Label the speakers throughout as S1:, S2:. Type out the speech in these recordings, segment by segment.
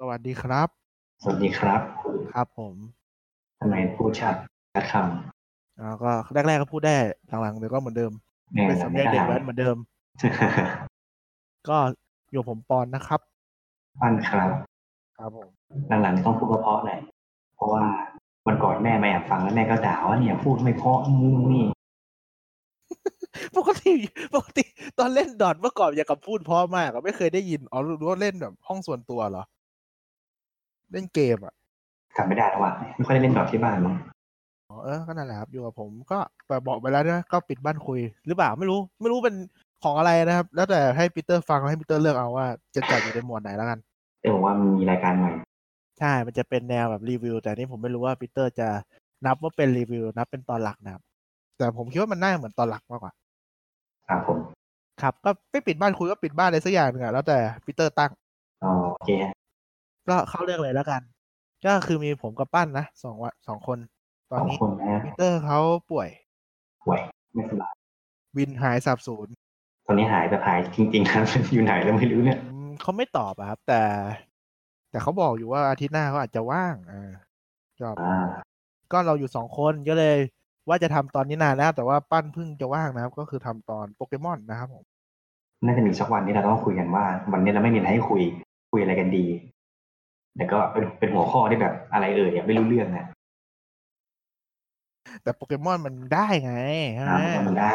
S1: สวัสดีครับ
S2: สวัสดีครับ
S1: ครับผม
S2: ทำไมพูดชัดชัดค
S1: แล้วก็แรกๆก็พูดได้หลังๆเดี๋ยวก็เหมือนเดิม
S2: ำแน่
S1: เป็นสำเนียงเด็กแว้น
S2: น
S1: เหมือนเดิม ก็อยู่ผมปอนนะครับ
S2: ปั้นครับ
S1: ครับผม
S2: หลังๆต้องพูดเพราะๆหน่อยเพราะว่าวันก่อนแม่มาแอบฟังแล้วแม่ก็ด่าว่าเนี่ยพูดไม่เพราะนู่นนี่
S1: ปกติปกติตอนเล่นดอทเมื่อก่อนอย่ากับพูดเพราะมากอะไม่เคยได้ยินอ๋อรู้ว่าเล่นแบบห้องส่วนตัวเหรอ เล่นเกมอ่ะ
S2: จำไม่ได้แล้วว่ะไม่ค่อยได้เล่นดอทที่บ้านมั้ง
S1: อ๋อเออก็นั่นแหละครับอยู่กับผมก็แบบบอกไปแล้วนะก็ปิดบ้านคุย หรือเปล่าไม่รู้ ไม่รู้เป็นของอะไรนะครับ แล้วแต่ให้ปีเตอร์ฟังแล้วให้ปีเตอร์เลือกเอาว่าจะจัดอยู่ในหมวดไหนแล้วกัน
S2: แต่ผมว่ามันมีรายการใหม่
S1: ใช่ มันจะเป็นแนวแบบรีวิว แต่อันนี่ผมไม่รู้ว่าปีเตอร์จะนับว่าเป็นรีวิว นับเป็นตอนหลักนะครับ แต่ผมคิดว่ามันน่าเหมือนตอนหลักมากกว่า
S2: ครับผม
S1: ครับ ก็ไม่ปิดบ้านคุยก็ปิดบ้านเลยสักอย่างหนึงอะแล้วแต่ปีเตอร์ตั้ง
S2: อ๋อโอเคฮะ
S1: ก็เข้าเรื่องเลยแล้วกัน ก็คือมีผมกับปั้นนะสองวันสองคน ต
S2: ส
S1: อน
S2: อง
S1: นี้
S2: คนนะฮะ
S1: ปีเตอร์เขาป่วย
S2: ป่วยไม่สบาย
S1: วินหายสับสูน
S2: ตอนนี้หายแต่หายจริงๆครับ อยู่ไหนแล้วไม่รู้เนี่ย
S1: เขาไม่ตอบอะครับ แต่ แต่เขาบอกอยู่ว่าอาทิตย์หน้าเขาอาจจะว่างอ่าก็
S2: อ่า
S1: ก็เราอยู่สองคนก็เลยว่าจะทำตอนนี้นานแล้ว แต่ว่าปั้นเพิ่งจะว่างนะครับ ก็คือทำตอนโปเกมอนนะครับผม
S2: น่าจะมีสักวันที่เราต้องคุยกันว่า วันนี้เราไม่มีอะไรให้คุยคุยอะไรกันดีแต่ก็เป็นเป็นหัวข้อที่แบบอะไรเอ่ยอะไม่รู้เรื่องอะ
S1: แต่โปเกมอนมันได้ไงใช่ไห
S2: อ่ามมันได้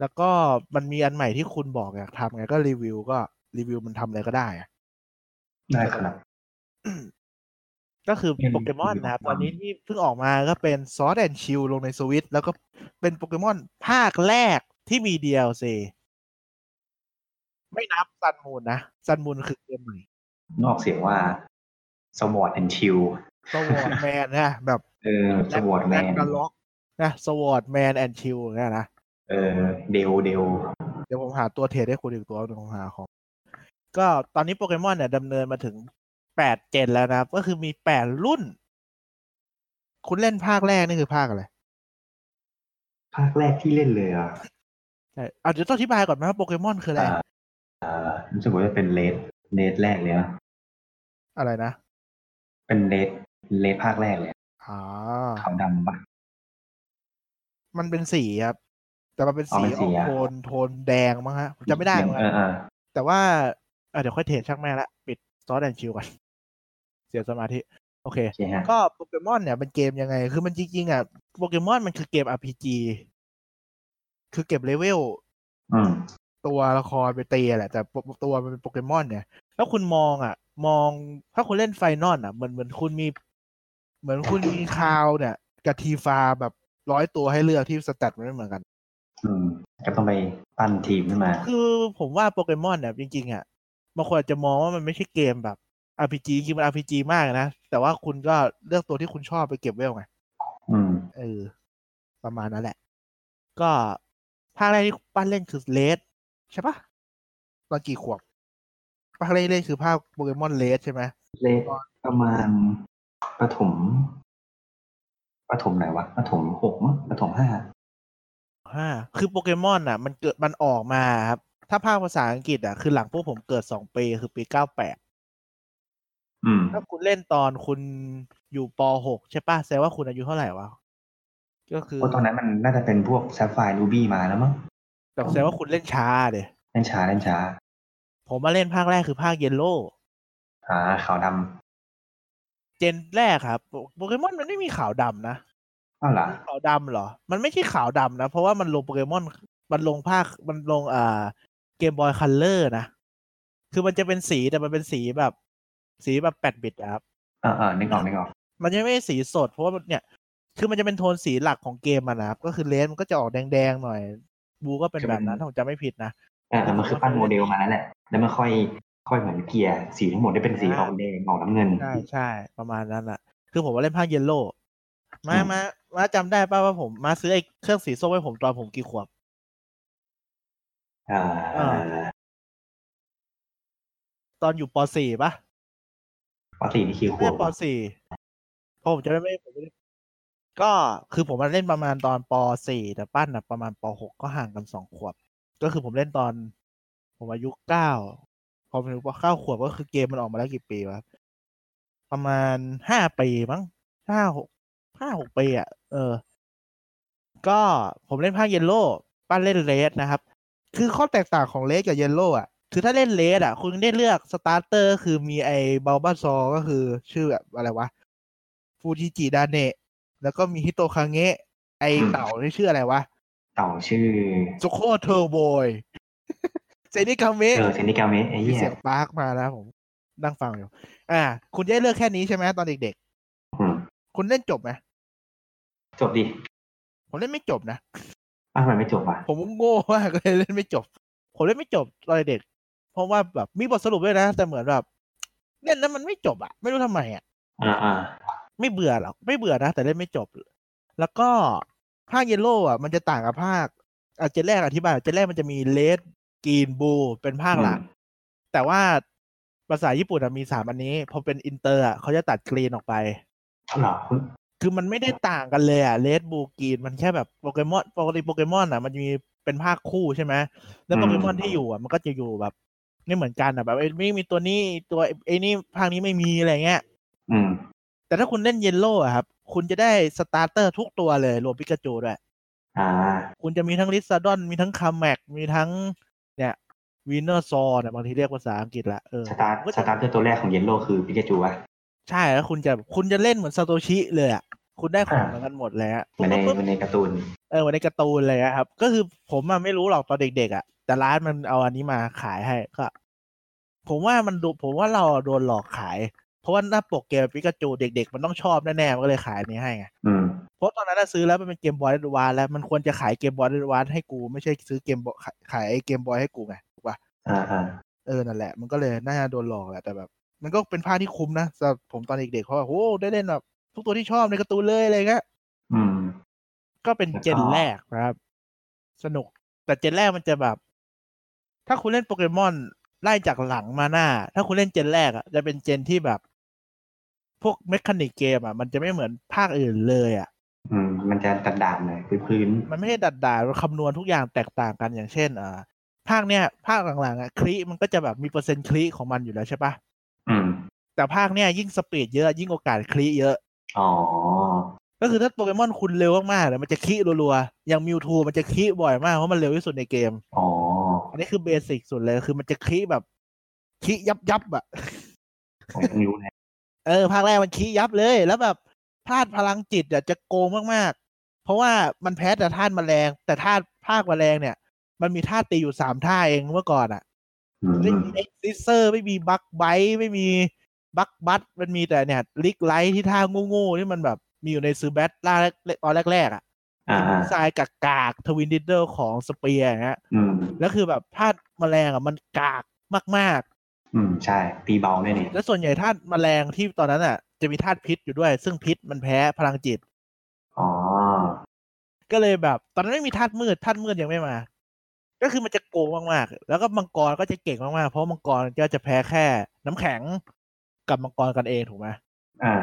S1: แล้วก็มันมีอันใหม่ที่คุณบอกอยากทำไงก็รีวิวก็รีวิวมันทำอะไรก็ได้อะ
S2: ได้ครับ
S1: ก็คือ
S2: ไม่รู้
S1: โปเกมอนนะครับ
S2: ไม่
S1: ต
S2: รู้
S1: อนนี้ที่เพิ่งออกมาก็เป็นซอสแอนชิลลงในสวิตแล้วก็เป็นโปเกมอนภาคแรกที่มี DLC ไม่นับซันมูนนะซันมูนคือเกมใหม่
S2: นอกเสียงว่าสวอตแอนชิล
S1: s ว อ r d แมนนะแบบ
S2: เออสวอตแมน
S1: กล็อกนะสวอตแมนแอนชิลเนี่ยนะ
S2: เออเดวเดว
S1: เดี๋ยวผมหาตัวเทรดให้คุณอีกตัวหนึ่งผมหาของ ก็ตอนนี้โปเกมอนเนี่ยดำเนินมาถึงแปดเจนแล้วนะครับ ก็คือมีแปดรุ่น คุณเล่นภาคแรกนี่คือภาคอะไร
S2: ภาคแรกที่เล่นเลยอ่ะ
S1: ใช่เอาเดี๋ยวต้องอธิบายก่อนไหมว่าโปเกมอนคืออะไร
S2: อ่าอ่ารู้สึกว่าจะเป็นเลดเลดแรกเลยนะ
S1: อะไรนะ
S2: เป็นเลดเลดภาคแรกเลย
S1: อ๋อ
S2: ขาวดำปะ
S1: มันเป็นสีครับ แต่มันเป็นสี
S2: อ๋อเป็น
S1: อ
S2: สี
S1: อก
S2: อะ
S1: โทนโทนแดงมั้งฮะผมจำไม่ได้เหมือน
S2: เอ
S1: กัน
S2: อเออ
S1: แต่ว่าเอ่อเดี๋ยวค่อยเทรดช่างแม่งละปิดซอสแอนชิลก่อนเสียสมาธิ โอเค
S2: โอเคฮะ
S1: ก็โปเกมอนเนี่ยเป็นเกมยังไง คือมันจริงๆอ่ะโปเกมอนมันคือเกม RPG คือเก็บเลเวล
S2: อืม
S1: ตัวละครไปตีแหละแต่ปกตัวมันเป็นโปเกมอนเนี่ยแล้วคุณมองอ่ะ มองถ้าคุณเล่นไฟนอลอ่ะเหมือนเหมือนคุณมี เหมือนคุณมีคาวเนี่ยกับทีฟาแบบร้อยตัวให้เลือกที่สแตทมันไม่เหมือนกัน
S2: อืมก็ต้องไปปั้นทีมขึ้นมา
S1: คือผมว่าโปเกมอนเนี่ยจริงๆอ่ะบางคนอาจจะมองว่ามันไม่ใช่เกมแบบ RPG จริงๆมัน RPG มากนะ แต่ว่าคุณก็เลือกตัวที่คุณชอบไปเก็บเวลไง
S2: อืม
S1: เออ ประมาณนั้นแหละ ก็ ภาคแรกที่ปั้นเล่นคือเลสใช่ปะตอนกี่ขวบภาคแรกที่เล่นคือภาคโปเกมอนเลสใช่ไหม
S2: เลดประมาณประถมประถมไหนวะประถมหกมั้งประถมห้า
S1: อ่าคือโปเกมอนอ่ะ มันเกิดมันออกมาครับ ถ้าภาคภาษาอังกฤษอ่ะคือหลังพวกผมเกิดสองปี คือปีเก้าแปด
S2: อืม
S1: ถ้าคุณเล่นตอนคุณอยู่ปหกใช่ปะแสดงว่าคุณอายุเท่าไหร่วะ ก็คือ
S2: เพราะตอนนั้นมันน่าจะเป็นพวกแซฟไฟรูบี้มาแล้วมั้ง
S1: แต่แสดงว่าคุณเล่นช้าเดย
S2: เล่นช้าเล่นช้า
S1: ผมมาเล่นภาคแรกคือภาคเยลโล
S2: อ่าขาวด
S1: เจนแรกครับโปโปเกมอนมันไม่มีขาวดำนะ
S2: ำอ้าวเหรอ
S1: ขาวดำเหรอ มันไม่ใช่ขาวดำนะ เพราะว่ามันลงโปเกมอน มันลงภาค มันลงอ่าเกมบอยคัลเลอร์นะ คือมันจะเป็นสีแต่มันเป็นสีแบบ สีแบบแปดบิตอะครับ
S2: อ่าอ่านึกออกนึกออก
S1: มันจะไม่ใช่สีสด เพราะว่ามันเนี่ย คือมันจะเป็นโทนสีหลักของเกมอะนะครับ ก็คือเลนมันก็จะออกแดงๆหน่อย บูก็เป็นแบบนั้นถ้าผมจำไม่ผิดนะ
S2: อ่าแต่มันคือปั้นโมเดลมาแล้วแหละแล้วมันค่อยค่อยเหมือนเกียร์สีทั้งหมดได้เป็นสีออกแดงออกน้ำเงิน
S1: ใช่ใช่ประมาณนั้นอะคือผมว่าเล่นภาคเยลโล่มา
S2: อืม
S1: มามาจำได้ป่าว่าผมมาซื้อไอ้เครื่องสีส้มให้ผมตอนผมกี่ขวบ
S2: อ่า
S1: อ่า ตอนอยู่ป .4 ป่ะ
S2: ปกตินี่คือข
S1: เรี
S2: วย บ
S1: กปสี่เพราะผมจะได้ไม่ผมไม่ได้ก็คือผมมาเล่นประมาณตอนปสี่แต่ปั้นนะประมาณปหกก็ห่างกันสองขวบ ก็คือผมเล่นตอน ผมอายุเก้าพอผมอายุเก้าขวบก็คือเกมมันออกมาแล้วกี่ปีวะ ประมาณห้าปีมั้งห้าหกห้าหกปีอ่ะ เออ ก็ผมเล่นภาคเยลโล่ป้านเล่นเลสนะครับ คือข้อแตกต่างของเลสกับเยลโล่อ่ะ คือถ้าเล่นเลสอ่ะ คุณได้เลือกสตาร์เตอร์ คือมีไอ้บาลบาซอร์ก็คือชื่อแบบอะไรวะ ฟูจิจิดาเนะ แล้วก็มีฮิโตคาเงะ ไอ้เต่านี่ชื่ออะไรวะ
S2: เต่าชื่อ
S1: ซุโคเทอร์โบ ย เซนิกาเมะ
S2: เออเซนิกาเมะไอ้
S1: มี
S2: เหี้ย
S1: เสียงปาร์คมาแล้วผมนั่งฟังอยู่ อ่า คุณได้เลือกแค่นี้ใช่ไหมตอนเด็ก
S2: อืม
S1: ๆ คุณเล่นจบไหม
S2: จบดิ
S1: ผมเล่นไม่จบนะ
S2: อ้าวทำไมไม่จบอ่ะ
S1: ผมโง่มากเลยเล่นไม่จบ ผมเล่นไม่จบตอนเด็ก เพราะว่าแบบมีบทสรุปด้วยนะ แต่เหมือนแบบเล่นแล้วมันไม่จบอะไม่รู้ทำไมอะ
S2: อ่าอ่า
S1: ไม่เบื่อหรอกไม่เบื่อนะแต่เล่นไม่จบ แล้วก็ภาคเยลโล่อะมันจะต่างกับภาคอาจจะแรกอธิบายอาจจะแรกมันจะมีเลดกีนบูเป็นภาคหลัก แต่ว่าภาษาญี่ปุ่นอะมีสามอันนี้ พอเป็นอินเตอร์อะเขาจะตัดกรีนออกไป
S2: เหรอคุณ
S1: คือมันไม่ได้ต่างกันเลยอะเลดบูกีนมันแค่แบบโปเกมอนปกติโปเกมอนอะมันจะมีเป็นภาคคู่ใช่ไหมแล้วโปเกมอนที่อยู่อะมันก็จะอยู่แบบไม่เหมือนกันอะแบบไอ้นี่มีตัวนี้ตัวไอ้นี่ภาคนี้ไม่มีอะไรเงี้ย
S2: อืม
S1: แต่ถ้าคุณเล่นเยลโล่อะครับ คุณจะได้สตาร์เตอร์ทุกตัวเลยรวมปิกาจูด้วย
S2: อ่า
S1: คุณจะมีทั้งลิซาดอนมีทั้งคาแม็กมีทั้งเนี่ยวีเนอร์ซอร์เนี่ยบางทีเรียกภาษาอังกฤษละเออ
S2: สตาร์
S1: ก็
S2: ส
S1: จะ
S2: ตาร์เตอร์ตัวแรกของเยลโล่คือปิกาจูอ่ะ
S1: ใช่แล้วคุณจะคุณจะเล่นเหมือนซาโตชิเลยอะคุณได้ของ
S2: อ่า
S1: เหมือนกันหมดเลยอะ
S2: เหมือนในเหมือนในการ์ตูน
S1: เออในการ์ตูนเลยอะครับ ก็คือผมอะไม่รู้หรอกตอนเด็กๆอะแต่ร้านมันเอาอันนี้มาขายให้ก็ ผมว่ามันดูผมว่าเราโดนหลอกขาย เพราะว่าหน้าปกเกมปิกาจูเด็กๆ มันต้องชอบแน่ๆมันก็เลยขายอันนี้ให้ไง
S2: อืม
S1: เพราะตอนนั้นอะซื้อแล้วมันเป็นเกมบอยดวานแล้วมันควรจะขายเกมบอยดวานให้กูไม่ใช่ซื้อเกมบอยขายขายไอ้เกมบอยให้กูไงถูกปะ
S2: อ่าอ่า
S1: เออนั่นแหละมันก็เลยน่าจะโดนหลอกแหละแต่แบบ มันก็เป็นภาพที่คุ้มนะสำหรับผมตอนเด็กๆเพราะว่าโอ้ได้เล่นแบบทุกตัวที่ชอบในการ์ตูนเลยอะไรเงี้ย
S2: อืม
S1: ก็เป็นเจน
S2: แล้วก็
S1: แรกนะครับ สนุก แต่เจนแรกมันจะแบบ ถ้าคุณเล่นโปเกมอนไล่จากหลังมาหน้า ถ้าคุณเล่นเจนแรกอ่ะจะเป็นเจนที่แบบ พวกเมคานิกเกมอ่ะมันจะไม่เหมือนภาคอื่นเลยอ่ะ
S2: อืม มันจะตัดดานหน่อยพื้นพื้น
S1: มันไม่ได้ดัดดาเราคำนวณทุกอย่างแตกต่างกันอย่างเช่นเอ่อภาคเนี้ยภาคหลังๆอ่ะคลิมันก็จะแบบมีเปอร์เซ็นต์คลิของมันอยู่แล้วใช่ปะ
S2: ๆอืม
S1: แต่ภาคเนี้ยยิ่งสปีดเยอะยิ่งโอกาสคลิเยอะ
S2: อ๋อ
S1: ก็คือถ้าโปเกมอนคุณเร็วมากๆเนี่ยมันจะคลิรัวๆอย่างมิวทูมันจะคลิบ่อยมากเพราะมันเร็วที่สุดในเกม
S2: อ๋อ
S1: อันนี้คือเบสิกสุดเลยคือมันจะคีแบบคียับยับอะ
S2: ผมนิ้วนะ
S1: เออภาคแรกมันคียับเลย แล้วแบบธาตุพลังจิตอะจะโกงมากๆ เพราะว่ามันแพ้แต่ธาตุแมลง แต่ธาตุภาคแมลงเนี่ย มันมีธาตุตีอยู่สามท่าเองเมื่อก่อนอะ
S2: อื
S1: ไม่
S2: ม
S1: มีเอ็กซิเซอร์ไม่มีบักไบท์ไม่มีบักบัตมันมีแต่เนี่ยลิกไลท์ที่ท่าโง่ๆที่มันแบบมีอยู่ในซื้อแบทล่าแรกตอนแรกๆอะ
S2: อ่า
S1: ทรายกากากทวินดิเดอร์ของสเปียร์อย่างเงี้ย
S2: ๆอืม
S1: แล้วคือแบบธาตุแมลงอะมันกากมากๆ
S2: อืม ใช่ ตีเบาด้วยเนี่ย
S1: แล้วส่วนใหญ่ธาตุแมลงที่ตอนนั้นอ่ะ จะมีธาตุพิษอยู่ด้วย ซึ่งพิษมันแพ้พลังจิต
S2: อ๋อ
S1: ก็เลยแบบ ตอนนั้นไม่มีธาตุมืดธาตุมืดยังไม่มา ก็คือมันจะโกงมากๆ แล้วก็มังกรก็จะเก่งมากๆ เพราะมังกรก็จะแพ้แค่น้ำแข็งกับมังกรกันเองถูกไหม
S2: อ่า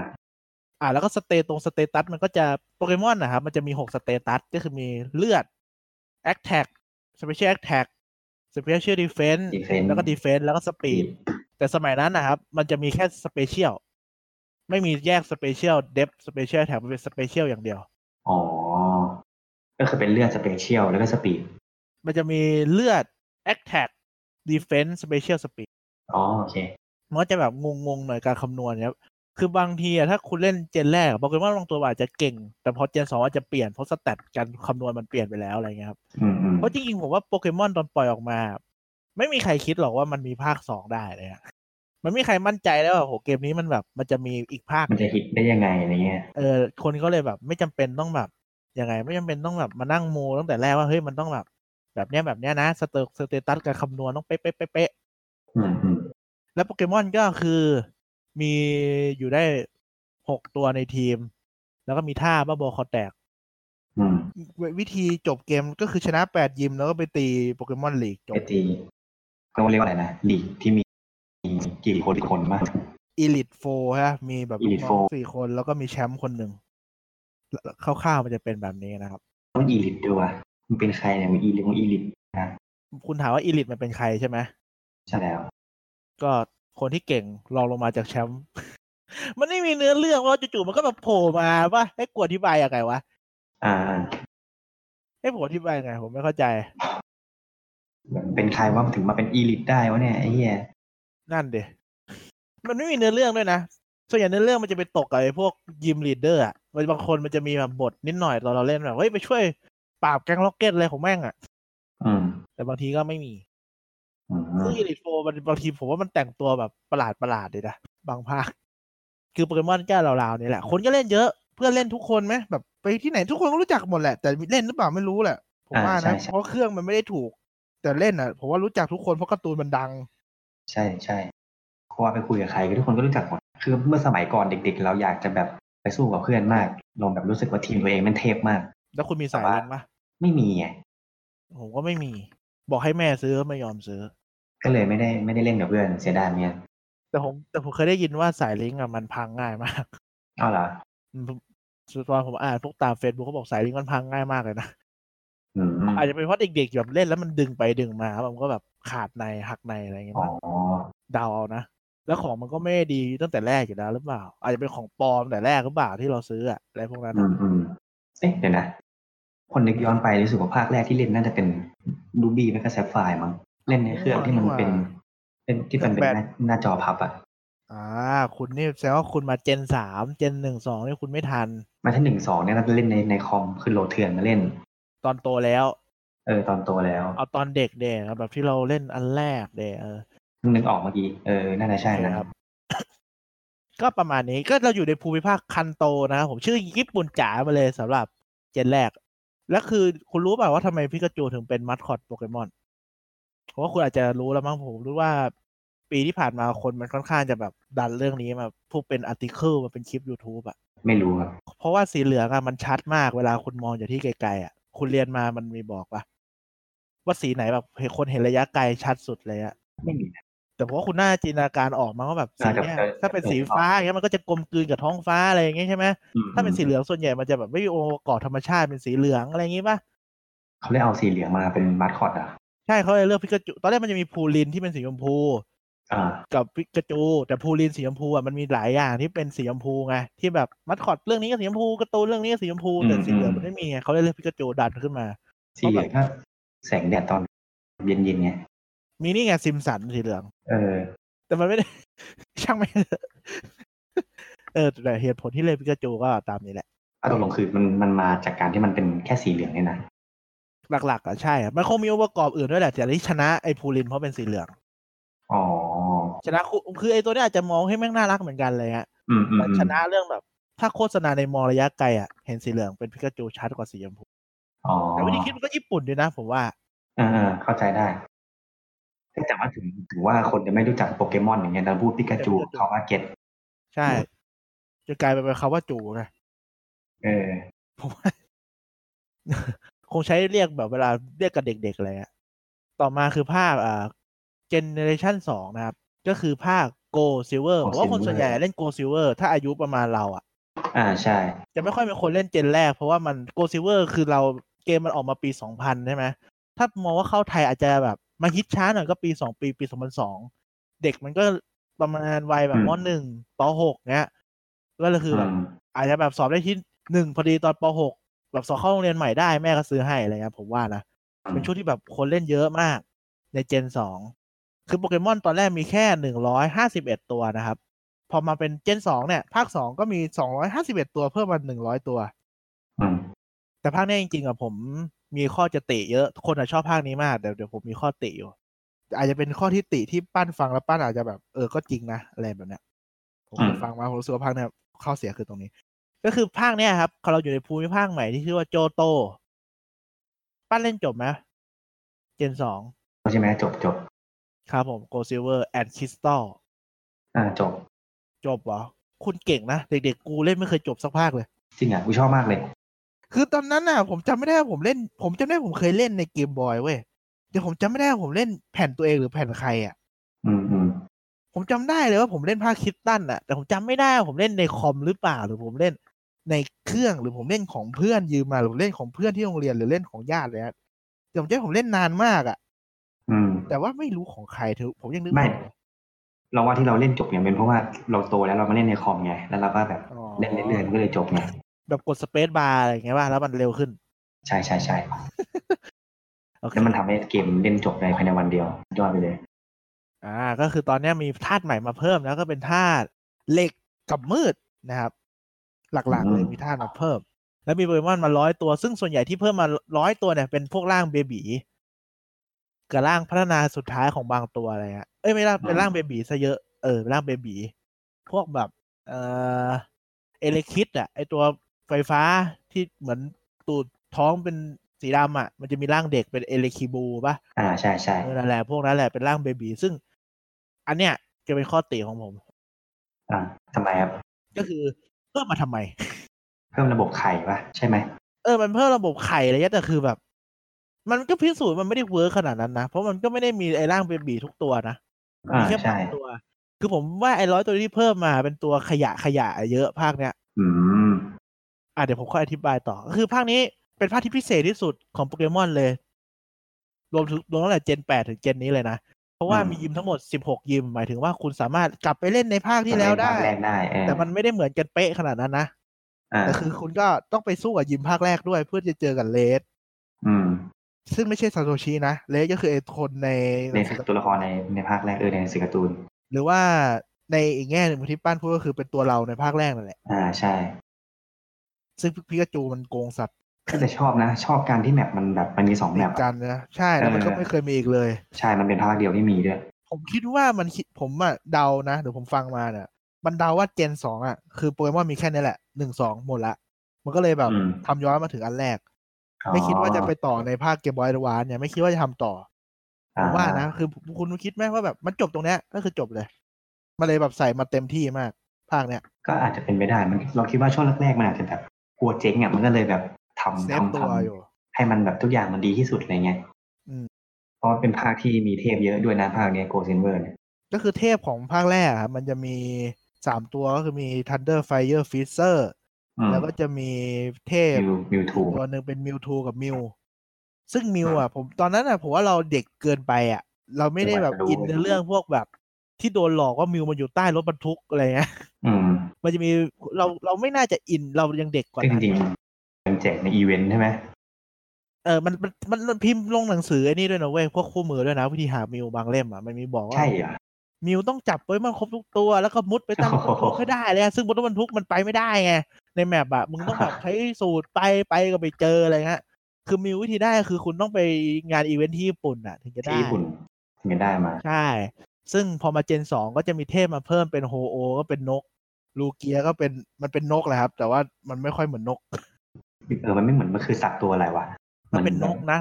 S1: อ่า แล้วก็สเตตรงสเตตัสมันก็จะโปเกมอนนะครับมันจะมีหกสเตตัสก็คือมีเลือดแอคแท็กสเปเชียลแอคแท็กสเปเชียลดีเฟนส์
S2: defense
S1: แล้วก็ดีเฟนส์แล้วก็สปีด แต่สมัยนั้นนะครับ มันจะมีแค่สเปเชียล ไม่มีแยกสเปเชียลเดฟสเปเชียลแถมเป็นสเปเชียลอย่างเดียว
S2: อ๋อ ก็คือเป็นเลือดสเปเชียลแล้วก็สปีด
S1: มันจะมีเลือดแอคแท็กดีเฟนส์สเปเชียลสปีด
S2: อ๋อ โอเค
S1: มันก็จะแบบงงๆหน่อยการคำนวณครับ คือบางทีอะถ้าคุณเล่นเจนแรกโปเกมอนบางตัวอาจจะเก่ง แต่พอเจนสองอาจจะเปลี่ยน เพราะสแตทการคำนวณมันเปลี่ยนไปแล้วอะไรเงี้ยครับ
S2: อืมอืม
S1: เพราะจริงๆผมว่าโปเกมอนตอนปล่อยออกมา ไม่มีใครคิดหรอกว่ามันมีภาคสองได้เลยอะมันไม่มีใครมั่นใจแล้วว่าโหเกมนี้มันแบบมันจะมีอีกภาคห
S2: มัน
S1: นึ่ง
S2: จะฮิตได้ยังไงอะไรเงี้ย
S1: เออคนก็เลยแบบไม่จำเป็นต้องแบบยังไง ไม่จำเป็นต้องแบบมานั่งโมตั้งแต่แรกว่าเฮ้ยมันต้องแบบ แบบเนี้ยแบบเนี้ยนะสเตอร์สเตตัสการคำนวณต้องเป๊ะเป๊ะเป๊ะเป๊ะ
S2: อืมอืม
S1: แล้วโปเกมอนก็คือมีอยู่ได้หกตัวในทีม แล้วก็มีท่าบ้าบอคอแตก
S2: อืม
S1: วิวิธีจบเกมก็คือชนะแปดยิมแล้วก็ไปตีโปเกมอนลีกจ
S2: ไป
S1: บ
S2: ตีเขาเรียกว่าอะไรนะลีกที่มีมีกี่คนคนมาก
S1: อีลิทโฟฮะมีแบบลูก
S2: Elite
S1: น้อง
S2: 4
S1: สี่คนแล้วก็มีแชมป์คนหนึ่งแล้วคร่าวๆมันจะเป็นแบบนี้นะครับ
S2: ต้องอีลิตด้วยวะมันเป็นใครเนี่ยมันอีลิตมันอีลิตนะ
S1: คุณถามว่าอีลิทมันเป็นใครใช่ไหม
S2: ใช่แล้ว
S1: ก็คนที่เก่งรองลงมาจากแชมป์ มันไม่มีเนื้อเรื่องว่าจู่ๆมันก็มาโผล่มาว่าไอ้ยกลัวอธิบายยังไงวะ
S2: อ่า
S1: ไอ้ยผมอธิบายยังไง ผมไม่เข้าใจ
S2: แบบเป็นใครว่าถึงมาเป็นอีลิทได้วะเนี่ยไอ้เหี้ย
S1: นั่นเดมันไม่มีเนื้อเรื่องด้วยนะ ส่วนใหญ่เนื้อเรื่องมันจะไปตกกับไอ้พวกยิมลีดเดอร์อ่ะมันบางคนมันจะมีแบบบทนิดหน่อยตอนเราเล่นแบบเฮ้ยไปช่วยปราบแก๊งล็อกเก็ตอะไรของแม่งอ่ะ
S2: อืม
S1: แต่บางทีก็ไม่มี
S2: อืม
S1: ซึ่งอีลิทโฟมันบางทีผมว่ามันแต่งตัวแบบประหลาดประหลาดเลยนะบางภาค คือโปเกมอนเจ้าราวๆนี่แหละ คนก็เล่นเยอะ เพื่อนเล่นทุกคนไหมแบบไปที่ไหนทุกคนก็รู้จักหมดแหละ แต่เล่นหรือเปล่าไม่รู้แหละ ผมว่านะ เพราะเครื่องมันไม่ได้ถูก แต่เล่นอ่ะ ผมว่ารู้จักทุกคนเพราะการ์ตูนมันดัง
S2: ใช่ใช่เพราะว่าไปคุยกับใครก็ทุกคนก็รู้จักหมดคือเมื่อสมัยก่อนเด็ก ๆ เราอยากจะแบบไปสู้กับเพื่อนมากเราแบบรู้สึกว่าทีมตัวเองแมันเทพมาก
S1: แล้วคุณมีสายลิงก์ปะ
S2: ไม่มีไง
S1: ผมก็ไม่มี บอกให้แม่ซื้อก็ไม่ยอมซื้อ
S2: ก็เลยไม่ได้ไม่ได้เล่นกับเพื่อนเสียดายเนี่ย
S1: แต่ผมแต่ผมเคยได้ยินว่าสายลิงก์อะมันพังง่ายมาก
S2: อ้าวเหรอ
S1: อืมตอนผมอ่านพวกตามเฟซบุ๊กเขาบอกสายลิงก์มันพังง่ายมากเลยนะ
S2: อืม
S1: อาจจะเป็นเพราะเด็กๆแบบเล่นแล้วมันดึงไปดึงมาครับมันก็แบบขาดในหักในอะไรอย่างเงี้ย
S2: อ๋อ
S1: มั้งเดาเอานะ แล้วของมันก็ไม่ดีตั้งแต่แรกอยู่แล้วหรือเปล่า อาจจะเป็นของปลอมแต่แรกหรือเปล่าที่เราซื้ออะอะไรพวกนั้น
S2: อื
S1: อะ
S2: มอืมเอ๊ะเดี๋ยวนะคนนึกย้อนไปรู้สึกว่าภาคแรกที่เล่นน่าจะเป็นรูบี้แมกกาเซฟไฟมั้งเล่นในเครื่องที่มันเป็นเป็นที่มันเป็นหน้าหน้าจอพับอ่ะ
S1: อ่า คุณนี่แสดงว่าคุณมาเจนสามเจนหนึ่งสองนี่คุณไม่ทัน
S2: มาถ้าหนึ่งสองเนี่ยเราเล่นในในคอมคือโหลดเถื่อนมาเล่น
S1: ตอนโตแล้ว
S2: เออตอนโตแล้ว
S1: เอาตอนเด็กเด็กแบบที่เราเล่นอันแรกเด็กเออ
S2: เพิ่งนึกออกเมื่อกี้เออน่าจะใช่นะ
S1: โอเคครับ ก็ประมาณนี้ก็เราอยู่ในภูมิภาคคันโตนะครับผมชื่อญี่ปุ่นจ๋ามาเลยสำหรับเจนแรก แล้วคือคุณรู้เปล่าว่าทำไมพิกาจูถึงเป็นมัดคอตโปเกมอนเพราะว่าคุณอาจจะรู้แล้วมั้งผมรู้ว่า ปีที่ผ่านมาคนมันค่อนข้างจะแบบดันเรื่องนี้มาพูดเป็นอาร์ติเคิลมาเป็นคลิป YouTube อะ
S2: ไม่รู้ครับ
S1: เพราะว่าสีเหลืองอะมันชัดมากเวลาคุณมองจากที่ไกลๆอะคุณเรียนมามันมีบอกปะว่าสีไหนแบบเห็นคนเห็นระยะไกลชัดสุดเลยอะ
S2: ไม่มี
S1: แต่ผมว่าคุณน่าจินตนาการออกมาว่าแบบสี
S2: อ่าแต่
S1: เนี่ย
S2: แต่
S1: ถ้าเป็น
S2: แต่
S1: สีฟ้าอย่างเงี้ยมันก็จะกลมกลืนกับท้องฟ้าอะไรอย่างเงี้ยใช่ไหม
S2: อืม
S1: ถ้าเป็นสีเหลืองส่วนใหญ่มันจะแบบไม่มีองค์ประกอบธรรมชาติเป็นสีเหลืองอะไรอย่างงี้ป่ะ
S2: เขาเลยเอาสีเหลืองมาเป็นมาสคอตอ่ะ
S1: ใช่เขาเลยเลือกพิกาจูตอนแรกมันจะมีพูลินที่เป็นสีชมพู
S2: อ่า
S1: กับพิกาจูแต่พูลินสีชมพูอ่ะมันมีหลายอย่างที่เป็นสีชมพูไงที่แบบมัดคอดเรื่องนี้ก็สีชมพูการ์ตูนเรื่องนี้ก็สีชมพูแต่
S2: อืม
S1: สีเหลืองมันไม่มีไงเขาเลยเลือกพิกาจูดันขึ้นมา
S2: สีเหลืองก็แสงแดดตอนเย็นๆไง
S1: มีนี่ไงซิมสันสีเหลือง
S2: เออ
S1: แต่มันไม่ได้ ช่างไม่ง เออแต่เหตุผลที่เลือกพิกาจูก็ตามนี้แหละ
S2: เอาตกลงคือมันมันมาจากการที่มันเป็นแค่สีเหลืองเนี่ยนะ
S1: หลักๆอ่ะใช่อะมันคงมีองค์ประกอบอื่นด้วยแหละแต่ที่ชนะไอ้ภูรินเพราะเป็นสีเหลือง
S2: อ๋อ
S1: ชนะคุคือไอ้ตัวเนี้ยอาจจะมองให้แม่งน่ารักเหมือนกันเลยฮะ
S2: อืมอืม
S1: มันชนะเรื่องแบบ ถ้าโฆษณาในมองระยะไกลอ่ะเห็นสีเหลืองเป็นพิกาจูชัดกว่าสีชมพู
S2: อ๋อ
S1: แต่วิธีคิดมันก็ญี่ปุ่นด้วยนะผมว่า
S2: เออเออเข้าใจได้แต่ว่าถึงถึงว่าคนจะไม่รู้จักโปเกมอนอย่างเงี้ยแต่พูดปิกาจู
S1: ปิกาจู
S2: เขาว่าเก็ต
S1: ใช่จะกลายเป็นคำว่าจูไง
S2: เออ
S1: ผมว่า คงใช้เรียกแบบเวลาเรียกกับเด็กๆอะไรฮะต่อมาคือภาคอ่าเจเนเรชันสองนะครับ ก็คือภาค Go Silver
S2: Gold
S1: ผมว่าคน
S2: Silver
S1: ส่วนใหญ่เล่น Go Silver ถ้าอายุประมาณเราอ่ะ
S2: อ่าใช่
S1: จะไม่ค่อยเป็นคนเล่นเจนแรก เพราะว่ามันโกซิเวอร์คือเราเกมมันออกมาปี 2000 ใช่ไหม ถ้ามองว่าเข้าไทยอาจจะแบบมาฮิตช้าหน่อยก็ปี 2 ปีปี 2002 เด็กมันก็ประมาณวัยแบบ
S2: อืม
S1: มหนึ่งปหกเนี้ยก็เลยคือแบบ
S2: ม
S1: อาจจะแบบสอบได้ที่หนึ่งพอดีตอนปหกแบบสอบเข้าโรงเรียนใหม่ได้แม่ก็ซื้อให้อะไรเงี้ยผมว่านะ เป็นช่วงที่แบบคนเล่นเยอะมากในเจนสอง คือโปเกมอนตอนแรกมีแค่หนึ่งร้อยห้าสิบเอ็ดตัวนะครับ พอมาเป็นเจนสองเนี่ย ภาคสองก็มีสองร้อยห้าสิบเอ็ดตัวเพิ่มมาหนึ่งร้อยตัว
S2: อืม
S1: แต่ภาคเนี้ยจริงๆอะผมมีข้อจะติเยอะ คนอะชอบภาคนี้มาก เดี๋ยวเดี๋ยวผมมีข้อติอยู่ อาจจะเป็นข้อที่ติที่ปั้นฟังแล้วปั้นอาจจะแบบเออก็จริงนะอะไรแบบเนี้ย ผมเคยฟังมาผมรู้สึกว่าภาคเนี้ยข้อเสียคือตรงนี้ ก็คือภาคเนี้ยครับเราอยู่ในภูมิภาคใหม่ที่ชื่อว่าโจโต ปั้นเล่นจบไหมเจนสอง
S2: ใช่ไหมจบจบ
S1: ครับผมโกลซิลเวอร์แอนด์คริสตัล
S2: อ่าจบ
S1: จบเหรอ คุณเก่งนะ เด็กๆ กูเล่นไม่เคยจบสักภาคเลย
S2: จริงอ่ะกูชอบมากเลย
S1: คือตอนนั้นน่ะ ผมจำไม่ได้ว่าผมเล่น ผมจำได้ผมเคยเล่นในเกมบอยเว้ยเดี๋ยวผมจำไม่ได้ว่าผมเล่นแผ่นตัวเองหรือแผ่นใครอ่ะ
S2: อืมอืม
S1: ผมจำได้เลยว่าผมเล่นภาคคิดตันอ่ะ แต่ผมจำไม่ได้ว่าผมเล่นในคอมหรือเปล่าหรือผมเล่นในเครื่องหรือผมเล่นของเพื่อนยืมมาหรือผมเล่นของเพื่อนที่โรงเรียนหรือเล่นของญาติเลยฮะแต่ผมจำได้ผมเล่นนานมากอ่ะ
S2: อืม
S1: แต่ว่าไม่รู้ของใครเธอผมยังนึก
S2: ไม่
S1: ออกเลย
S2: เราว่าที่เราเล่นจบเนี่ยเป็นเพราะว่าเราโตแล้วเรามาเล่นในคอมไงแล้วเราก็แบบ
S1: อ๋อ
S2: เล่นเรื่อยๆมันก็เลยจบไง
S1: แบบกดสเปซบาร์อะไรอย่างเงี้ยว่าแล้วมันเร็วขึ้น
S2: ใช่ใช่ใช่
S1: โอเค
S2: แล้วมันทำให้เกมเล่นจบในภายในวันเดียวยอดไปเลย
S1: อ่า ก็คือตอนเนี้ยมีธาตุใหม่มาเพิ่มแล้วก็เป็นธาตุเหล็กกับมืดนะครับ หลักๆเลย
S2: อืม
S1: มีธาตุมาเพิ่ม แล้วมีโปเกมอนมาร้อยตัว ซึ่งส่วนใหญ่ที่เพิ่มมาร้อยตัวเนี่ยเป็นพวกร่างเบบีกับร่างพัฒนาสุดท้ายของบางตัวอะไรฮะเอ้ยไม่ร่างเป็นร่างเบบีซะเยอะเออเป็นร่างเบบีพวกแบบ เออเอเลคิดอะไอตัวไฟฟ้าที่เหมือนตูดท้องเป็นสีดำอะมันจะมีร่างเด็กเป็นเอเลคิบูปะ
S2: อ่าใช่ใช่
S1: เออนั่นแหละพวกนั้นแหละเป็นร่างเบบีซึ่ง อันเนี้ยจะเป็นข้อติของผม
S2: อ่าทำไมครับ
S1: ก็คือเพิ่มมาทำไม
S2: เพิ่มระบบไข่ปะใช่ไหม
S1: เออมันเพิ่มระบบไข่อะไรเงี้ยแต่คือแบบ มันก็พิสูจน์มันไม่ได้เวิร์คขนาดนั้นนะเพราะมันก็ไม่ได้มีไอ้ร่างเบบีทุกตัวนะ
S2: อ่า
S1: มีแค่บา
S2: ใช่
S1: งตัว คือผมว่าไอ้ร้อยตัวที่เพิ่มมาเป็นตัวขยะขยะเยอะภาคเนี้ย
S2: อืม
S1: อ่ะเดี๋ยวผมค่อยอธิบายต่อก็คือภาคนี้เป็นภาคที่พิเศษที่สุดของโปเกมอนเลย รวมถึงรวมตั้งแต่เจนแปดถึงเจนนี้เลยนะเพราะว่า
S2: อืม
S1: มียิมทั้งหมดสิบหกยิมหมายถึงว่าคุณสามารถกลับไปเล่นในภาคที่แล้วได้
S2: ภาคแรกได้เออ
S1: แต่มันไม่ได้เหมือนกันเป๊ะขนาดนั้นนะ
S2: อ่า
S1: แต่คือคุณก็ต้องไปสู้กับยิมภาคแรกด้วยเพื่อจะเจอกับเลส
S2: อืม
S1: ซึ่งไม่ใช่ซาโตชินะเลสก็คือไอ้คนใน
S2: ในตัวละครในในภาคแรกเออในหนังสือการ์ตูน
S1: หรือว่าในอีกแง่หนึ่งที่ป้านพูดก็คือเป็นตัวเราในภาคแรกนั่นแหละ
S2: อ่าใช่
S1: ซึ่งพิกาจูมันโกงสัตว์
S2: ก็จะชอบนะ ชอบการที่แมปมันแบบมันมีสองแม
S1: ติ
S2: ป
S1: ด
S2: อะ
S1: กันนะใช่แล้วมันก็
S2: เออ
S1: ไม่เคยมีอีกเลย
S2: ใช่มันเป็นภาคเดียวที่มีด้วย
S1: ผมคิดว่ามันคิดผมอะเดานะเดี๋ยวผมฟังมาเนี่ยมันเดาว่าเจนสองอะคือโปเกมอนมีแค่นี้แหละหนึ่งสองหมดละ มันก็เลยแบบ
S2: อืม
S1: ทำย้อนมาถึงอันแรก ไม่คิดว่าจะไปต่อในภาคเกมบอยด์วานเนี่ยไม่คิดว่าจะทำต่อ ผ
S2: อ๋อ
S1: มว่านะคือคุณคิดไหมว่าแบบมันจบตรงเนี้ยก็คือจบเลย มันเลยแบบใส่มาเต็มที่มาก ภาคเนี้ย
S2: ก็อาจจะเป็นไปได้มันเราคิดว่าช่วงแรกๆมันอาจจะแบบกลัวเจ๊งอ่ะมันก็เลยแบบทำ
S1: เซฟ
S2: ทำ
S1: ตั
S2: ท
S1: วอยู่
S2: ำให้มันแบบทุกอย่างมันดีที่สุดอะไรเงี้ย
S1: อืม
S2: เพราะว่าเป็นภาคที่มีเทพเยอะด้วยนะภาคเนี้ยโกเซนเวอร์เนี่ย
S1: ก็คือเทพของภาคแรกอะมันจะมีสามตัวก็คือมี Thunder Fire Freezer
S2: อืม
S1: แล้วก็จะมีเทพ
S2: มิวมิวทู
S1: ตัวหนึ่งเป็นมิวทูกับมิวซึ่งมิวอ่ะ ผมตอนนั้นอ่ะผมว่าเราเด็กเกินไปอ่ะ เราไม่ได้แบบ
S2: ไม่รู้
S1: อินในเรื่องพวกแบบ ที่โดนหลอกว่ามิวมันอยู่ใต้รถบรรทุกอะไรเงี้ย
S2: อืม
S1: มันจะมีเราเราไม่น่าจะอินเรายังเด็กกว่า
S2: ซึ่งจ
S1: นั้น
S2: ริงๆมันแจกในอีเวนต์ใช่ไหม
S1: เออมันมัน มัน มันพิมพ์ลงหนังสือไอ้นี่ด้วยนะเว้ย พวกคู่มือด้วยนะ วิธีหามิวบางเล่มอ่ะ มันมีบอกว่า
S2: ใช่เหรอ
S1: มิวต้องจับไว้มันครบทุกตัว แล้วก็มุดไป ตั้งร
S2: โอ้
S1: ถบรร
S2: โห
S1: ทุกให้ได้เลยอะซึ่งบนรถบรรทุกมันไปไม่ได้ไง ในแมปอ่ะ มึงต้องแบบ ใช้สูตรไป ไปก็ไปเจออะไรเงี้ย คือมิววิธีได้คือคุณต้องไปงานอีเวนท์ที่ญี่ปุ่นอ่ะ ถึงจะได้
S2: ที่ญี่ปุ่นถึงจะได้มา
S1: ใช่ ซึ่งพอมาเจนสองก็จะมีเทพมาเพิ่มเป็นโฮโอ ก็เป็นนก ลูเกียก็เป็น มันเป็นนกแหละครับ แต่ว่ามันไม่ค่อยเหมือนนก
S2: เออมันไม่เหมือนมันคือสัตว์ตัวอะไรวะ
S1: มันเป็นนกนะ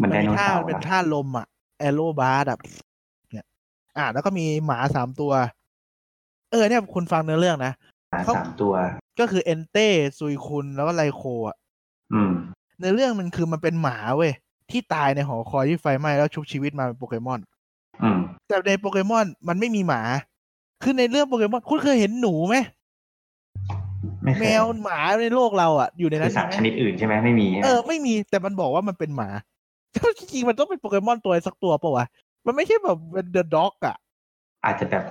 S2: มันได
S1: เป็
S2: โน
S1: นท่า
S2: เสาร์
S1: เป็น
S2: นะ
S1: ท่าลมอ่ะแอโรบาร์แบบเนี่ย อ่า แล้วก็มีหมาสามตัว เออ เนี่ยคุณฟังเนื้อเรื่องนะ
S2: หมา
S1: เขา
S2: สามตัว
S1: ก็คือเอนเต้ซุยคุนแล้วก็ไลโคอ่ะ
S2: อืม
S1: ในเรื่องมันคือมันเป็นหมาเว้ย ที่ตายในหอคอยที่ไฟไหม้แล้วชุบชีวิตมาเป็นโปเกมอน
S2: อืม
S1: แต่ในโปเกมอนมันไม่มีหมา คือในเรื่องโปเกมอนคุณเคยเห็นหนูไหม
S2: ไม่เค
S1: แม
S2: ยว
S1: หมาในโลกเราอ่ะ อยู่ใน
S2: คื
S1: นั้
S2: อนสัตว์ช
S1: มีไหม
S2: นิดอื่นใช่ไหมไม่มี
S1: เออไม่มีแต่มันบอกว่ามันเป็นหมา จริงๆมันต้องเป็นโปเกมอนตัวสักตัวปะวะมันไม่ใช่แบบเป็นเดอะด็อกอ่ะ
S2: อาจจะแบบ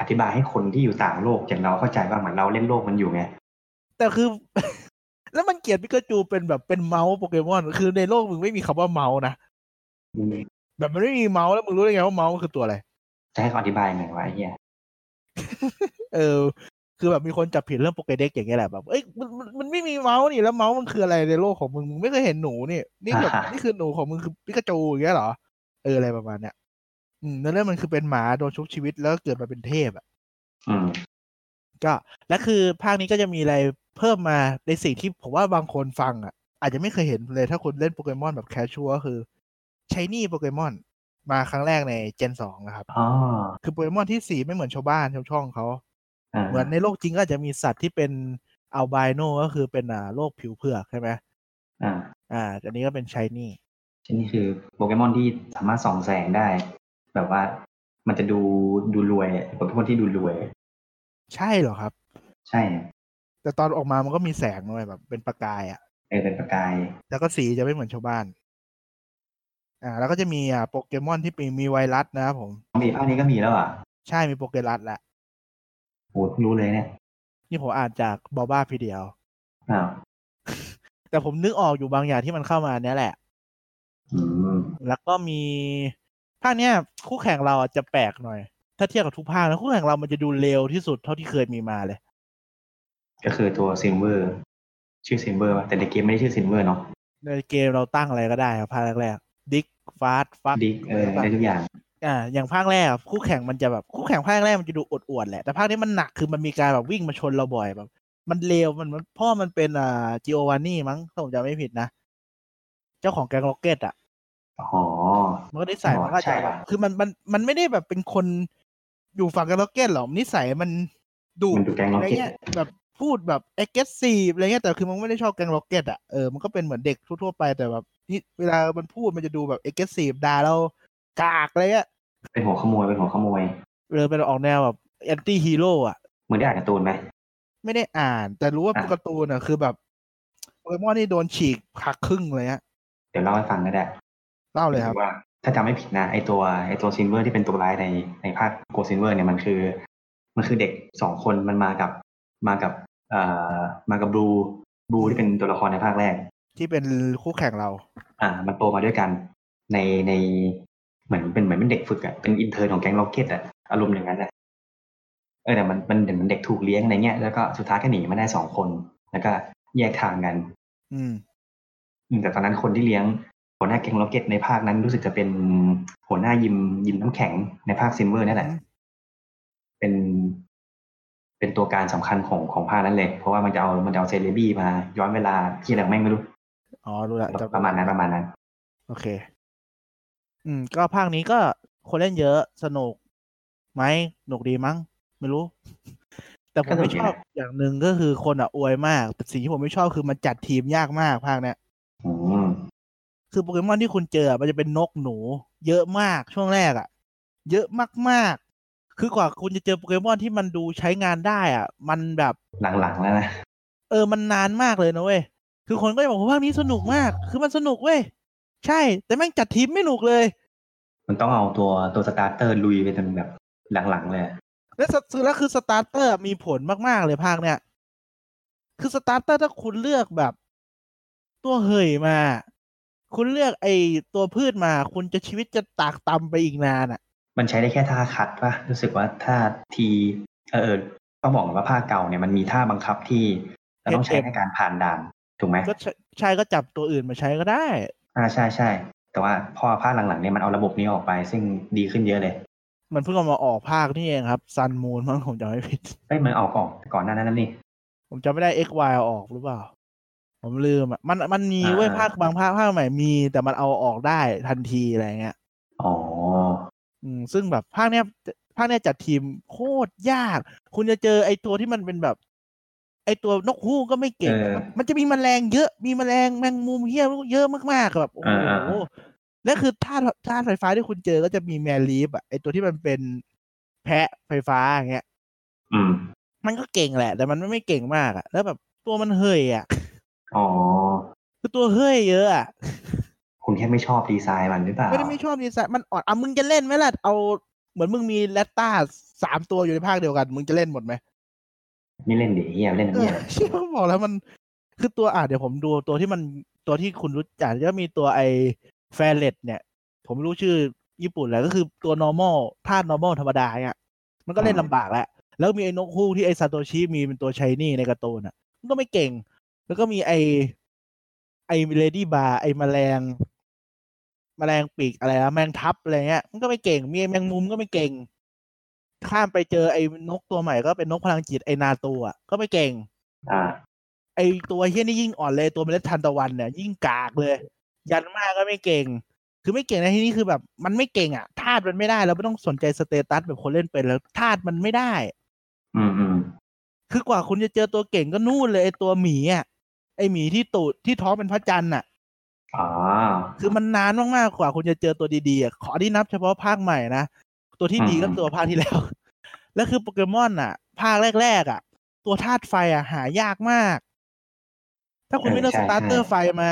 S2: อธิบายให้คนที่อยู่ต่างโลกอย่างเราเข้าใจว่าเหมือนเราเล่นโลกมันอยู่ไง
S1: แต่คือ แล้วมันเกลียดปิกาจูเป็นแบบเป็นเมาส์โปเกมอน คือในโลกมึงไม่มีคำว่าเมาส์นะ
S2: อืม
S1: แบบมันไม่มีเมาส์แล้วมึงรู้ได้ไงว่าเมาส์มันคือตัวอะไร
S2: จะให้เขาอธิบายไงวะไอ้เหี้ย
S1: เออ คือแบบมีคนจับผิดเรื่องโปเกเด็กอย่างเงี้ยแหละแบบ เอ้ยมันมันมันไม่มีเมาส์นี่แล้วเมาส์มันคืออะไรในโลกของมึงมึงไม่เคยเห็นหนูนี่ นี่แบบนี่คือหนูของมึงคือปิกาจูอย่างเงี้ยเหรอ เอออะไรประมาณเนี้ย อืมนั่นเรื่องมันคือเป็นหมาโดนชุบชีวิตแล้วก็เกิดมาเป็นเทพอะ
S2: อืม
S1: ก็และคือภาคนี้ก็จะมีอะไรเพิ่มมาในสิ่งที่ผมว่าบางคนฟังอ่ะ อาจจะไม่เคยเห็นเลยถ้าคุณเล่นโปเกมอนแบบแคชชัวก็คือชายนี่โปเกมอนมาครั้งแรกในเจนสองนะครับ
S2: อ๋อ
S1: คือโปเกมอนที่สีไม่เหมือนชาวบ้านชาวช่องเขา
S2: อ่า
S1: เหมือนในโลกจริงก็อาจจะมีสัตว์ที่เป็นอัลบ n o ก็คือเป็นอ่าโรคผิวเผือกใช่ไหม
S2: อ่า
S1: อ่าอันนี้ก็เป็นชายนี่
S2: ชนนี่คือโปเกมอนที่สามารถส่องแสงได้ แบบว่ามันจะดูดูรวยอะโปเกมอนที่ดูรวย
S1: ใช่เหรอครับ
S2: ใช่
S1: แต่ตอนออกมามันก็มีแสงด้วยแบบเป็นประกายอ่ะ
S2: เออเป็นประกาย
S1: แล้วก็สีจะไม่เหมือนชาวบ้าน อ่า แล้วก็จะมีอ่าโปเกมอนที่มีมีไวรัสนะครับผม
S2: มีภาคนี้ก็มีแล้วอ่ะ
S1: ใช่มีโปเกรัสแหละ
S2: โอ้รู้เลยเนี่ย
S1: นี่ผมอ่านจากบอบ้าพีเดียว
S2: อ้าว
S1: แต่ผมนึกออกอยู่บางอย่างที่มันเข้ามาเนี้ยแหละ
S2: อืม
S1: แล้วก็มีภาคเนี้ย คู่แข่งเราอะจะแปลกหน่อย ถ้าเทียบกับทุกภาคนะคู่แข่งเรามันจะดูเร็วที่สุดเท่าที่เคยมีมาเลย
S2: ก็คือตัวซินเวอร์ชื่อซินเวอร์ป่ะแต่ในเกมไม่ได้ชื่อซินเวอร์เนาะ
S1: ในเกมเราตั้งอะไรก็ได้ครับภาคแรกๆดิกฟาสฟัก
S2: ดิกเออได้ทุกอย่าง
S1: อ่าอย่างภาคแรกอะคู่แข่งมันจะแบบคู่แข่งภาคแรกมันจะดูอวดๆแหละแต่ภาคนี้มันหนักคือมันมีการแบบวิ่งมาชนเราบ่อยแบบ มันเร็วมันมันพ่อมันเป็นอ่าจิโอวานี่มั้งถ้าผมจำไม่ผิดนะ เจ้าของแกงล็อกเก็ตอ่ะ
S2: อ๋อ
S1: มันก็นิสัย
S2: อ๋อ
S1: มันก็
S2: ใช่
S1: จะ
S2: ป่ะ
S1: คือมันมันมันไม่ได้แบบเป็นคนอยู่ฝั่งกันล็อกเก็ตหรอกนิสัยมันดุ
S2: มันดูแกงล็อ
S1: อะ
S2: ก
S1: ไร
S2: เก็ต
S1: เงี้ยแบบพูดแบบ a อ g r e s s i v e อะไรเงี้ยแต่คือมันไม่ได้ชอบแกงล็อกเก็ตอ่ะเออมันก็เป็นเหมือนเด็กทั่วๆไปแต่แบบนี่เวลามันพูดมันจะดูแบบ a อ g r e s s i v e ด่าเรากากอะไรเงี้ย
S2: เป็นหัวขโมยเป็นหัวขโมย
S1: เออเป็นออกแนวแบบแอนตี้ฮีโร่อ่ะ
S2: เหมือนได้อ่านการ์ตูนไหม
S1: ไม่ได้อ่าน แต่รู้ว่า
S2: อ่ะ
S1: พวกการ์ตูนอ่ะคือแบบโปเกมอนนี่โดนฉีกหักครึ่งเลยฮะ
S2: เดี๋ยวเล่าให้ฟังก็ได้
S1: เล่าเลยครับ
S2: ว่า ถ้าจำไม่ผิดนะไอตัวไอตัวซินเวอร์ที่เป็นตัวร้ายในในภาคโกซินเวอร์เนี่ยมันคือ มันคือเด็กสองคนมันมากับมากับเอ่อมากับบลูบลูที่เป็นตัวละครในภาคแรก
S1: ที่เป็นคู่แข่งเรา
S2: อ่า มันโตมาด้วยกันในในเหมือนเป็นเหมือนเป็นเด็กฝึกอะเป็นอินเทอร์ของแก๊งล็อกเก็ตอะอารมณ์อย่างนั้นแหละเออแต่มันมันเด็กมันเด็กถูกเลี้ยงอะไรเงี้ยแล้วก็สุดท้ายก็หนีมาได้สองคน แล้วก็แยกทางกัน
S1: อืม
S2: อืมแต่ตอนนั้นคนที่เลี้ยงหัวหน้าแก๊งล็อกเก็ตในภาคนั้นรู้สึกจะเป็นหัวหน้ายิมยิมน้ำแข็งในภาคซิมเวอร์นี่แหละ
S1: อืม
S2: เป็น เป็นตัวการสำคัญของของภาคนั้นเลย เพราะว่ามันจะเอามันจะเอาเซเลบี้มาย้อนเวลาที่หลังแม่งไม่รู้
S1: อ๋อรู้ละจำ
S2: ประมาณนั้นประมาณนั้น
S1: โอเค อืม ก็ภาคนี้ก็คนเล่นเยอะ สนุกไหมสนุกดีมั้ง ไม่รู้ แต่ผม
S2: ก็สนุ
S1: ไม่
S2: ก
S1: ช
S2: ดีนะ
S1: อบอย่างหนึ่งก็คือคนอ่ะอวยมากแต่สิ่งที่ผมไม่ชอบคือมันจัดทีมยากมากภาคเนี้ย
S2: อืม
S1: คือโปเกมอนที่คุณเจออะมันจะเป็นนกหนู เยอะมากช่วงแรกอะ่ะ เยอะมากๆ คือกว่าคุณจะเจอโปเกมอนที่มันดูใช้งานได้อะ่ะ มันแบบ
S2: หลังๆแล้วนะ
S1: เออ มันนานมากเลยนะเว้ย คือคนก็จะบอกว่าภาคนี้สนุกมาก คือมันสนุกเว้ย ใช่ แต่แม่งจัดทีมไม่หนุกเลย
S2: มันต้องเอาตัวตัวสตาร์เตอร์ลุยไปจนแบบหลังๆเลย
S1: และสซื้อแล้วคือสตาร์เตอร์มีผลมาก ๆ เลยภาคเนี่ย คือสตาร์เตอร์ถ้าคุณเลือกแบบ ตัวเหยมา คุณเลือกไอตัวพืชมา คุณจะชีวิตจะตากต่ำไปอีกนาน อ่ะ
S2: มันใช้ได้แค่ท่าคัดป่ะรู้สึกว่าท่าทีเออเออต้องบอกก่อนว่าภาคเก่าเนี่ยมันมีท่าบังคับที่เราต้องใช้ในการผ่านด่านถูกไหม
S1: ก็ใชใชายก็จับตัวอื่นมาใช้ก็ได้
S2: อ่าใช่ใช่แต่ว่าพอภาคหลังๆเนี่ยมันเอาระบบนี้ออกไป ซึ่งดีขึ้นเยอะเลย
S1: มันเพิ่งเอามาออกภาคนี่เองครับซันมูนมั้งผมจำไม่ผิด
S2: เอ้ยมันเอาออกก่อนหน้านั้นนี่
S1: ผมจำไม่ได้ XY เอาออกหรือเปล่า ผมลืมอ่ะ มันมันมี
S2: อ่า
S1: เว้ยภาคบางภาคภาคใหม่มี แต่มันเอาออกได้ทันทีอะไรเงี้ย
S2: อ๋อ
S1: อืมซึ่งแบบภาคเนี้ยภาคเนี้ยจัดทีมโคตรยาก คุณจะเจอไอตัวที่มันเป็นแบบ ไอตัวนกฮูกก็ไม่
S2: เอ
S1: เก่ง
S2: อ
S1: มันจะมีแมลงเยอะมีแมลงแมงมุมเฮี้ยเยอะมากๆแบบโอ้โห
S2: อ่าอ่า
S1: และคือท่าท่าไฟฟ้าที่คุณเจอก็จะมีแมลีฟอะไอตัวที่มันเป็นแพะไฟฟ้าอย่างเงี้ย
S2: อืม
S1: มันก็เก่งแหละ แต่มันไม่เก่งมากอะแล้วแบบตัวมันเฮยอะ
S2: อ๋อ
S1: คือตัวเฮยเยอะอะ
S2: คุณแค่ไม่ชอบดีไซน์มันหรือเปล่า
S1: ไม่ได้ไม่ชอบดีไซน์มันอ่อนอ่ะมึงจะเล่นไหมล่ะเอาเหมือนมึงมีแรตต้าสามตัวอยู่ในภาคเดียวกัน มึงจะเล่นหมดไหม
S2: ไม่เล่นเดี๋ยวเหี้ยเล่น
S1: เอ
S2: เหี้
S1: อย เชี่ยผมบอกแล้วมันคือตัวอ่ะเดี๋ยวผมดูตัวที่มันตัวที่คุณรู้จักก็มีตัวไอแฟเลตเนี่ย ผมไม่รู้ชื่อญี่ปุ่นแล้วก็คือตัว normal ท่า normal ธรรมดาเนี่ยมันก็เล่นลำบากแล้ว แล้วมีไอ้นกฮูกที่ไอซาโตชิมีเป็นตัวชายนี่ในการ์ตูนอ่ะ มันก็ไม่เก่ง แล้วก็มีไอไอเลดี้บาร์ไอแมลง แมลงปีกอะไรนะแมงทับอะไรเงี้ยมันก็ไม่เก่ง มีไอ้แมงมุมก็ไม่เก่ง ข้ามไปเจอไอ้นกตัวใหม่ก็เป็นนกพลังจิตไอนาตัว ก็ไม่เก่ง
S2: อ่า
S1: ไอตัวเฮี้ยนี่ยิ่งอ่อนเลยตัวเมล็ดทานตะวันเนี่ยยิ่งกากเลย ยันมากก็ไม่เก่ง คือไม่เก่งในที่นี้คือแบบมันไม่เก่งอ่ะธาตุมันไม่ได้เราไม่ต้องสนใจสเตตัสแบบคนเล่นเป็นแล้วธาตุมันไม่ได้
S2: อืมอืม
S1: คือกว่าคุณจะเจอตัวเก่งก็นู่นเลยไอตัวหมีอ่ะไอหมีที่ตูดที่ท้องเป็นพระจันทร์อ่ะ
S2: อ๋อ
S1: คือมันนานมากๆกว่าคุณจะเจอตัวดีๆอะขอที่นับเฉพาะภาคใหม่นะ ตัวที่ดีก็ตัวภาคที่แล้ว แล้วคือโปเกมอนอ่ะ ภาคแรกๆอ่ะ ตัวธาตุไฟอ่ะหายากมาก ถ้าคุณไม่เลือกสตาร์เตอร์ไฟมา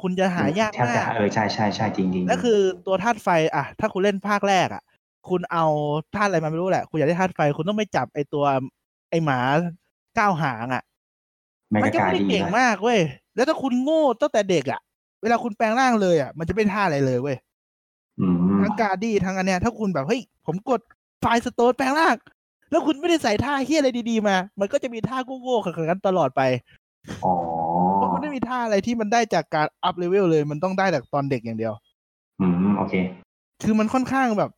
S1: คุณจะหายาก
S2: แทบ
S1: มา
S2: จะ
S1: ก
S2: เออใช่ใช่ใช่จริงจริง
S1: แล้วคือตัวธาตุไฟอ่ะ ถ้าคุณเล่นภาคแรกอ่ะ คุณเอาธาตุอะไรมาไม่รู้แหละ คุณอยากได้ธาตุไฟ คุณต้องไปจับไอตัวไอหมาเก้าวหางอ่ะ
S2: แม่ง
S1: มัน
S2: ก็
S1: ก็
S2: กา
S1: ไม่ได้
S2: ดี
S1: เก่ง
S2: นะ
S1: มากเว้ย แล้วถ้าคุณโง่ตั้งแต่เด็กอ่ะ เวลาคุณแปลงร่างเลยอ่ะ มันจะไม่ท่าอะไรเลยเว้ย
S2: อืม
S1: ทั้งการดีทั้งอันเนี้ยถ้าคุณแบบเฮ้ยผมกดไฟสโตนแปลงร่าง แล้วคุณไม่ได้ใส่ท่าเฮียอะไรดีๆมา มันก็จะมีท่าโง่ๆขันกันตลอดไป
S2: อ๋อ
S1: เพราะมันไม่มีท่าอะไรที่มันได้จากการอัพเลเวลเลย มันต้องได้จากตอนเด็กอย่างเดียว
S2: อืม โอเค
S1: คือมันค่อนข้างแบบ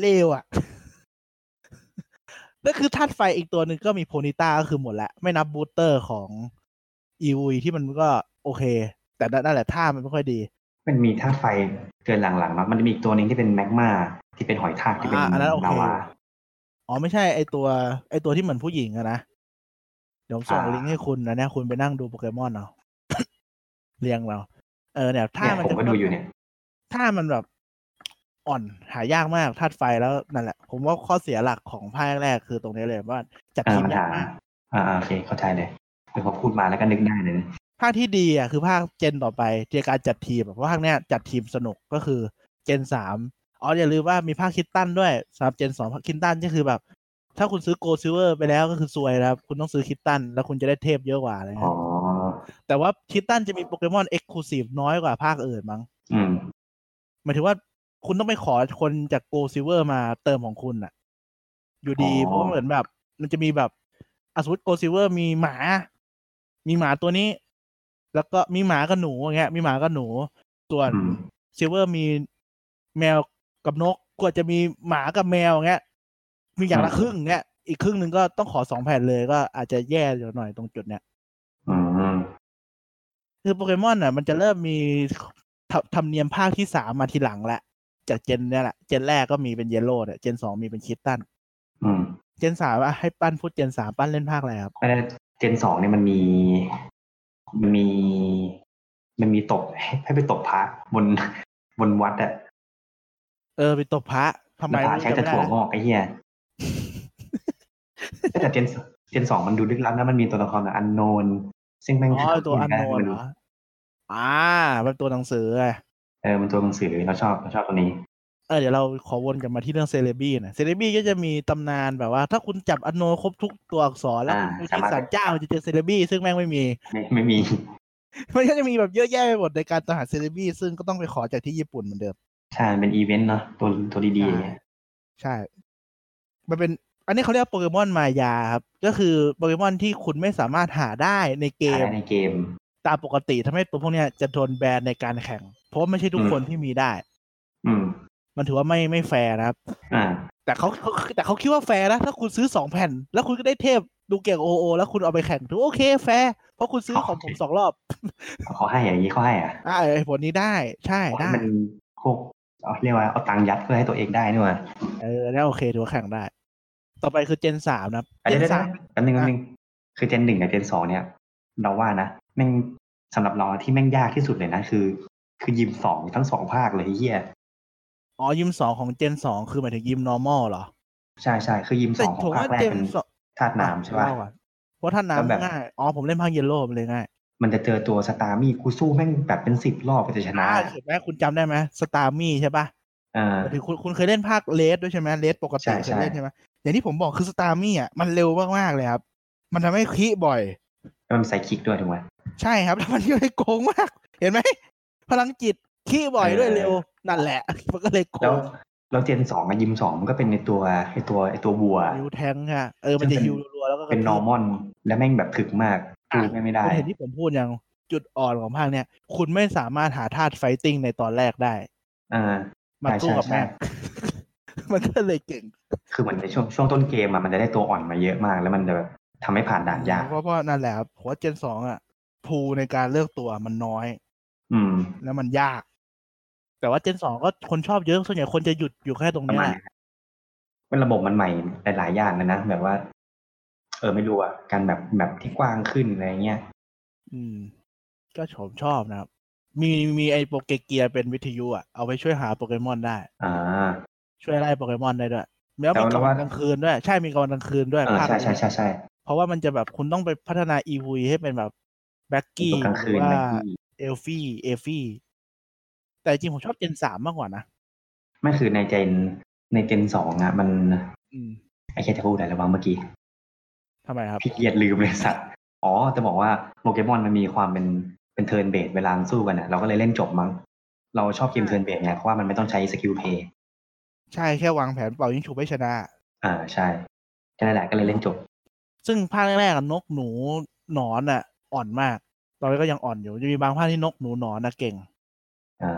S1: เลวอะ่ะ แล้วคือธาตุไฟอีกตัวหนึ่งก็มีโพนิต้าก็คือหมดละ ไม่นับบูสเตอร์ของอีวที่มันก็โอเค แต่นั่นแหละท่ามันไม่ค่อยดี
S2: มันมีธาตุไฟเกินหลังๆเนาะมันจะมีอีกตัวหนึ่งที่เป็นแมกมาที่เป็นหอยทากที่เป็น
S1: อ่าอันนั้นโอเค
S2: ลาวา
S1: อ๋อไม่ใช่ไอตัวไอตัวที่เหมือนผู้หญิงอะนะ เดี๋ยวผมส่ง
S2: อ่า
S1: ลิงก์ให้คุณนะเนี่ยคุณไปนั่งดูโปเกมอนเนาะ เรียงเรา เออเนี่ยถ้า
S2: เนี่ย
S1: มัน
S2: ผม
S1: จะ
S2: ก็ดูอยู่เนี่ย
S1: ถ้ามันแบบอ่อนหายากมากธาตุไฟแล้วนั่นแหละ ผมว่าข้อเสียหลักของภาคแรกคือตรงนี้เลยว่าจัด
S2: เออ
S1: ทีม
S2: มัน
S1: ยา
S2: หาก
S1: มาก
S2: อ่าๆโอเค เข้าใจเลยเดี๋ยวพอพูดมาแล้วก็นึกได้เลยนะ
S1: ภาคที่ดีอ่ะคือภาคเจนต่อไปเจการจัดทีมอะเพราะภาคเนี้ยจัดทีมสนุกก็คือเจนสามอ๋ออย่าลืมว่ามีภาคคิดตันด้วยสำหรับเจนสองภาคคิดตันก็คือแบบ ถ้าคุณซื้อโกลซิเวอร์ไปแล้วก็คือซวยนะครับ คุณต้องซื้อคิดตัน แล้วคุณจะได้เทพเยอะกว่าอะไร
S2: อ๋อ
S1: เงี้ยแต่ว่าคิดตันจะมีโปเกมอนเอ็กซ์คลูซีฟน้อยกว่าภาคอื่นมั้ง
S2: อืม
S1: หมายถึงว่าคุณต้องไปขอคนจากโกลซิเวอร์มาเติมของคุณอ่ะ อยู่ดี
S2: อ๋อ
S1: เพราะว่าเหมือนแบบ มันจะมีแบบอะสมมติโกลซิเวอร์มีหมา มีหมาตัวนี้ แล้วก็มีหมากับหนูอย่างเงี้ย มีหมากับหนู ส่วน
S2: อืม
S1: ซิลเวอร์มีแมวกับนกกว่าจะมีหมากับแมวอย่างเงี้ย มีอย่างละ
S2: อืม
S1: ครึ่งอย่างเงี้ย อีกครึ่งหนึ่งก็ต้องขอสองแผ่นเลยก็อาจจะแย่อยู่หน่อยตรงจุดเนี้ย
S2: อืม
S1: คือโปเกมอนอ่ะ มันจะเริ่มมีธรธรรมเนียมภาคที่สามมาทีหลังแหละ จากเจนเนี่ยแหละ เจนแรกก็มีเป็นเยลโล่เนี่ย เจนสองมีเป็นคิตตัน
S2: อืม
S1: เจนสามอะให้ปั้นพูดเจนสามปั้นเล่นภาคอะไรครับ
S2: แล้วเจนสองเนี่ยมันมี มันมี มันมีตกให้ให้ไปตกพระบนบนวัดอะ
S1: เออไปตบพระทำไม
S2: แล้วพระ
S1: รู้
S2: ใช้
S1: จำ
S2: แต่
S1: ไม่ได้
S2: ถั่ว
S1: นะ
S2: งอกไอ้เหี้ย แต่เจนสเจนสองมันดูลึกลับนะมันมีตัวละครแบบอันโนน ซึ่งแม่ง
S1: อ๋อไอ้ตัวอันโนน
S2: มั
S1: เหรออ่าเป็นตัวหนังสือไง
S2: เออมันตัวหนังสือเราชอบเราชอบตัวนี้
S1: เออเดี๋ยวเราขอวนกลับมาที่เรื่องเซเลบี้นะเซเลบี้ก็จะมีตำนานแบบว่า ถ้าคุณจับอันโนครบทุกตัวอักษรแล้ว
S2: อ่า
S1: คุณไป
S2: สา
S1: ที่
S2: มารถ
S1: ศาลเจ้าจะเจอเซเลบี้ซึ่งแม่งไม่มี
S2: ไม่ไม่มี
S1: มันก็จะมีแบบเยอะแยะไปหมดในการตามหาเซเลบี้ซึ่งก็ต้องไปขอจากที่ญี่ปุ่นเหมือนเดิม
S2: ใช่มันเป็นอีเวนต์เนาะตัวตัวดีๆอย่างเงี้ย
S1: ใช่ มันเป็น อันนี้เขาเรียกว่าโปเกมอนมายาครับ ก็คือโปเกมอนที่คุณไม่สามารถหาได้ในเก
S2: หาม ได้ในเกม
S1: ตามปกติทำให้ตัวพวกเนี้ยจะโดนแบนในการแข่ง เพราะไม่ใช่ทุก
S2: อืม
S1: คนที่มีได้
S2: อืม
S1: มันถือว่าไม่ไม่แฟร์นะครับ
S2: อ่า
S1: แต่เขาเขาแต่เขาคิดว่าแฟร์นะถ้าคุณซื้อสองแผ่น แล้วคุณก็ได้เทพดูเก่งโอโอแล้วคุณเอาไปแข่งถือโอเคแฟร์เพราะคุณซื้อของผม
S2: โอเค
S1: สองรอบ
S2: เขาให้อย่างนี้เขาให้อ่ะ
S1: อ่าไอ้ผลนี้ได้ใช่
S2: เขาให้
S1: ได้
S2: มันพวกเอาเรียกว่าเอาตังค์ยัดเพื่อให้ตัวเองได้นี่หว่า
S1: เออแล้วโอเคถือว่าแข่งได้ ต่อไปคือเจนสามนะครับ
S2: อัน
S1: เจ
S2: นี้
S1: น
S2: ได้
S1: สาม
S2: อันนึง
S1: อ่ะ
S2: อันนึงคือเจนหนึ่งกับเจนสองเนี่ย เราว่านะแม่งสำหรับเราที่แม่งยากที่สุดเลยนะคือ คือยิมสองทั้งสองภาคเลยไอ้เฮีย
S1: อ๋อยิมสองของเจนสองคือหมายถึงยิม normal เหรอ
S2: ใช่ใช่คือยิมส
S1: แต่
S2: องขอ
S1: ผ
S2: ง
S1: ม
S2: ภา
S1: ว่า
S2: คแรก
S1: เจน
S2: เป็น
S1: สอง
S2: ธาตุน้ำใช่ป่ะ
S1: เล่าก่อนเพราะถ้า
S2: แล้วแบบ
S1: น้ำง่ายอ๋อผมเล่นภาคเยลโล่มันเลยง่าย
S2: มันจะเจอตัวสตาร์มี่กูสู้แม่งแบบเป็นสิบรอบก็จะชนะ
S1: อ่าเห็นไหมคุณจำได้ไหมสตาร์มี่ใช่ปะ
S2: เออ
S1: หมายถึงคุณคุณเคยเล่นภาคเลสด้วยใช่ไหมเลสปก
S2: ใช่
S1: ติเค
S2: ใช่
S1: ยเล่นใช่ไหมอย่างที่ผมบอกคือสตาร์มี่อ่ะมันเร็วมากๆเลยครับ มันทำให้คิบ่อย
S2: แล้วมันใส่คลิกด้วยถูกไหม
S1: ใช่ครับแล้วมันก็เลยโกงมาก เห็นไหมพลังจิตคิบ่อยด้วยเร็วนั่นแหละ มันก็เลยโก
S2: แล้ว
S1: ง
S2: แล้วเจนสองกับยิมสองมันก็เป็นในตัวไอตัวไอตัวบัว
S1: ฮิวแทงค่ะเออมันจะ
S2: ซึ่
S1: ฮิว
S2: งเป็น
S1: รัวๆแล้วก็กระ
S2: เป็นนอ
S1: ทื
S2: ร์
S1: บ
S2: มอนและแม่งแบบถึกมาก
S1: อ่ะ
S2: ดูไม่งไม่ได้
S1: คุณเห็นที่ผมพูดยังจุดอ่อนของภาคเนี่ยคุณไม่สามารถหาธาตุไฟติ้งในตอนแรกได้
S2: อ่า
S1: มา
S2: ใช่
S1: สู้กับ
S2: ใช่
S1: แม่ง
S2: ใช่
S1: มันก็เลยเก่ง
S2: คือเหมือนในช่วงช่วงต้นเกมอะมันจะได้ตัวอ่อนมาเยอะมาก แล้วมันจะแบบทำให้ผ่านด่านยาก
S1: เพราะเพราะนั่นแหละครับเพราะเจนสองอ่ะภูในการเลือกตัวมันน้อย
S2: อืม
S1: แล้วมันยาก แต่ว่าเจนสองก็คนชอบเยอะ ส่วนใหญ่คนจะหยุดอยู่แค่ตรง
S2: ประ
S1: เนี้
S2: มาณ
S1: ย
S2: นี้ครับเป็นระบบมันใหม่หลายๆอย่างเลยนะแบบว่า เออไม่รู้อะการแบบแบบที่กว้างขึ้นอะไรเงี้ย
S1: อืม ก็ผมชอบนะครับ มีมีไอโปเกเกียเป็นวิทยุอ่ะ เอาไปช่วยหาโปเกมอนได้
S2: อ่า
S1: ช่วยไล่โปเกมอนได้ด้วยแล้ว
S2: แต่
S1: มี
S2: ว่า
S1: กลางวันกลางคืนด้วย ใช่มีกลางวันกลางคืนด้วย
S2: เออ
S1: ภาค
S2: ใช่ใช่ใช่ใช่
S1: เพราะว่ามันจะแบบคุณต้องไปพัฒนาอีวีให้เป็นแบบแบ็กกี้
S2: ตัวกลาง
S1: หรื
S2: คื
S1: อน ว่า
S2: แม็กกี้
S1: เอลฟี่เอฟี่ แต่จริงผมชอบเจนสามมากกว่านะ
S2: ไม่คือในเจน ในเกนสองอ่ะ มัน
S1: อืม
S2: ไอ้แค่จะพูดอะไรแล้ววะเมื่อกี้
S1: ทำไมครับ
S2: พี่เกียรลืมเลยสัตว์ อ๋อ จะบอกว่าโปเกมอนมันมีความเป็นเป็นเทิร์นเบสเวลาสู้กันอ่ะ เราก็เลยเล่นจบมั้ง เราชอบเกมเทิร์นเบสไงเพราะว่ามันไม่ต้องใช้สกิลเพย์
S1: ใช่แค่วางแผนเป่ายิงฉุบให้ชนะ
S2: อ่าใช่แค่นั้นแหละก็เลยเล่นจบ
S1: ซึ่งภาคแรกๆอะนกหนูหนอนอ่ะ อ่อนมาก ตอนนี้ก็ยังอ่อนอยู่จะมีบางภาคที่นกหนูหนอนนะเก่ง
S2: อ่า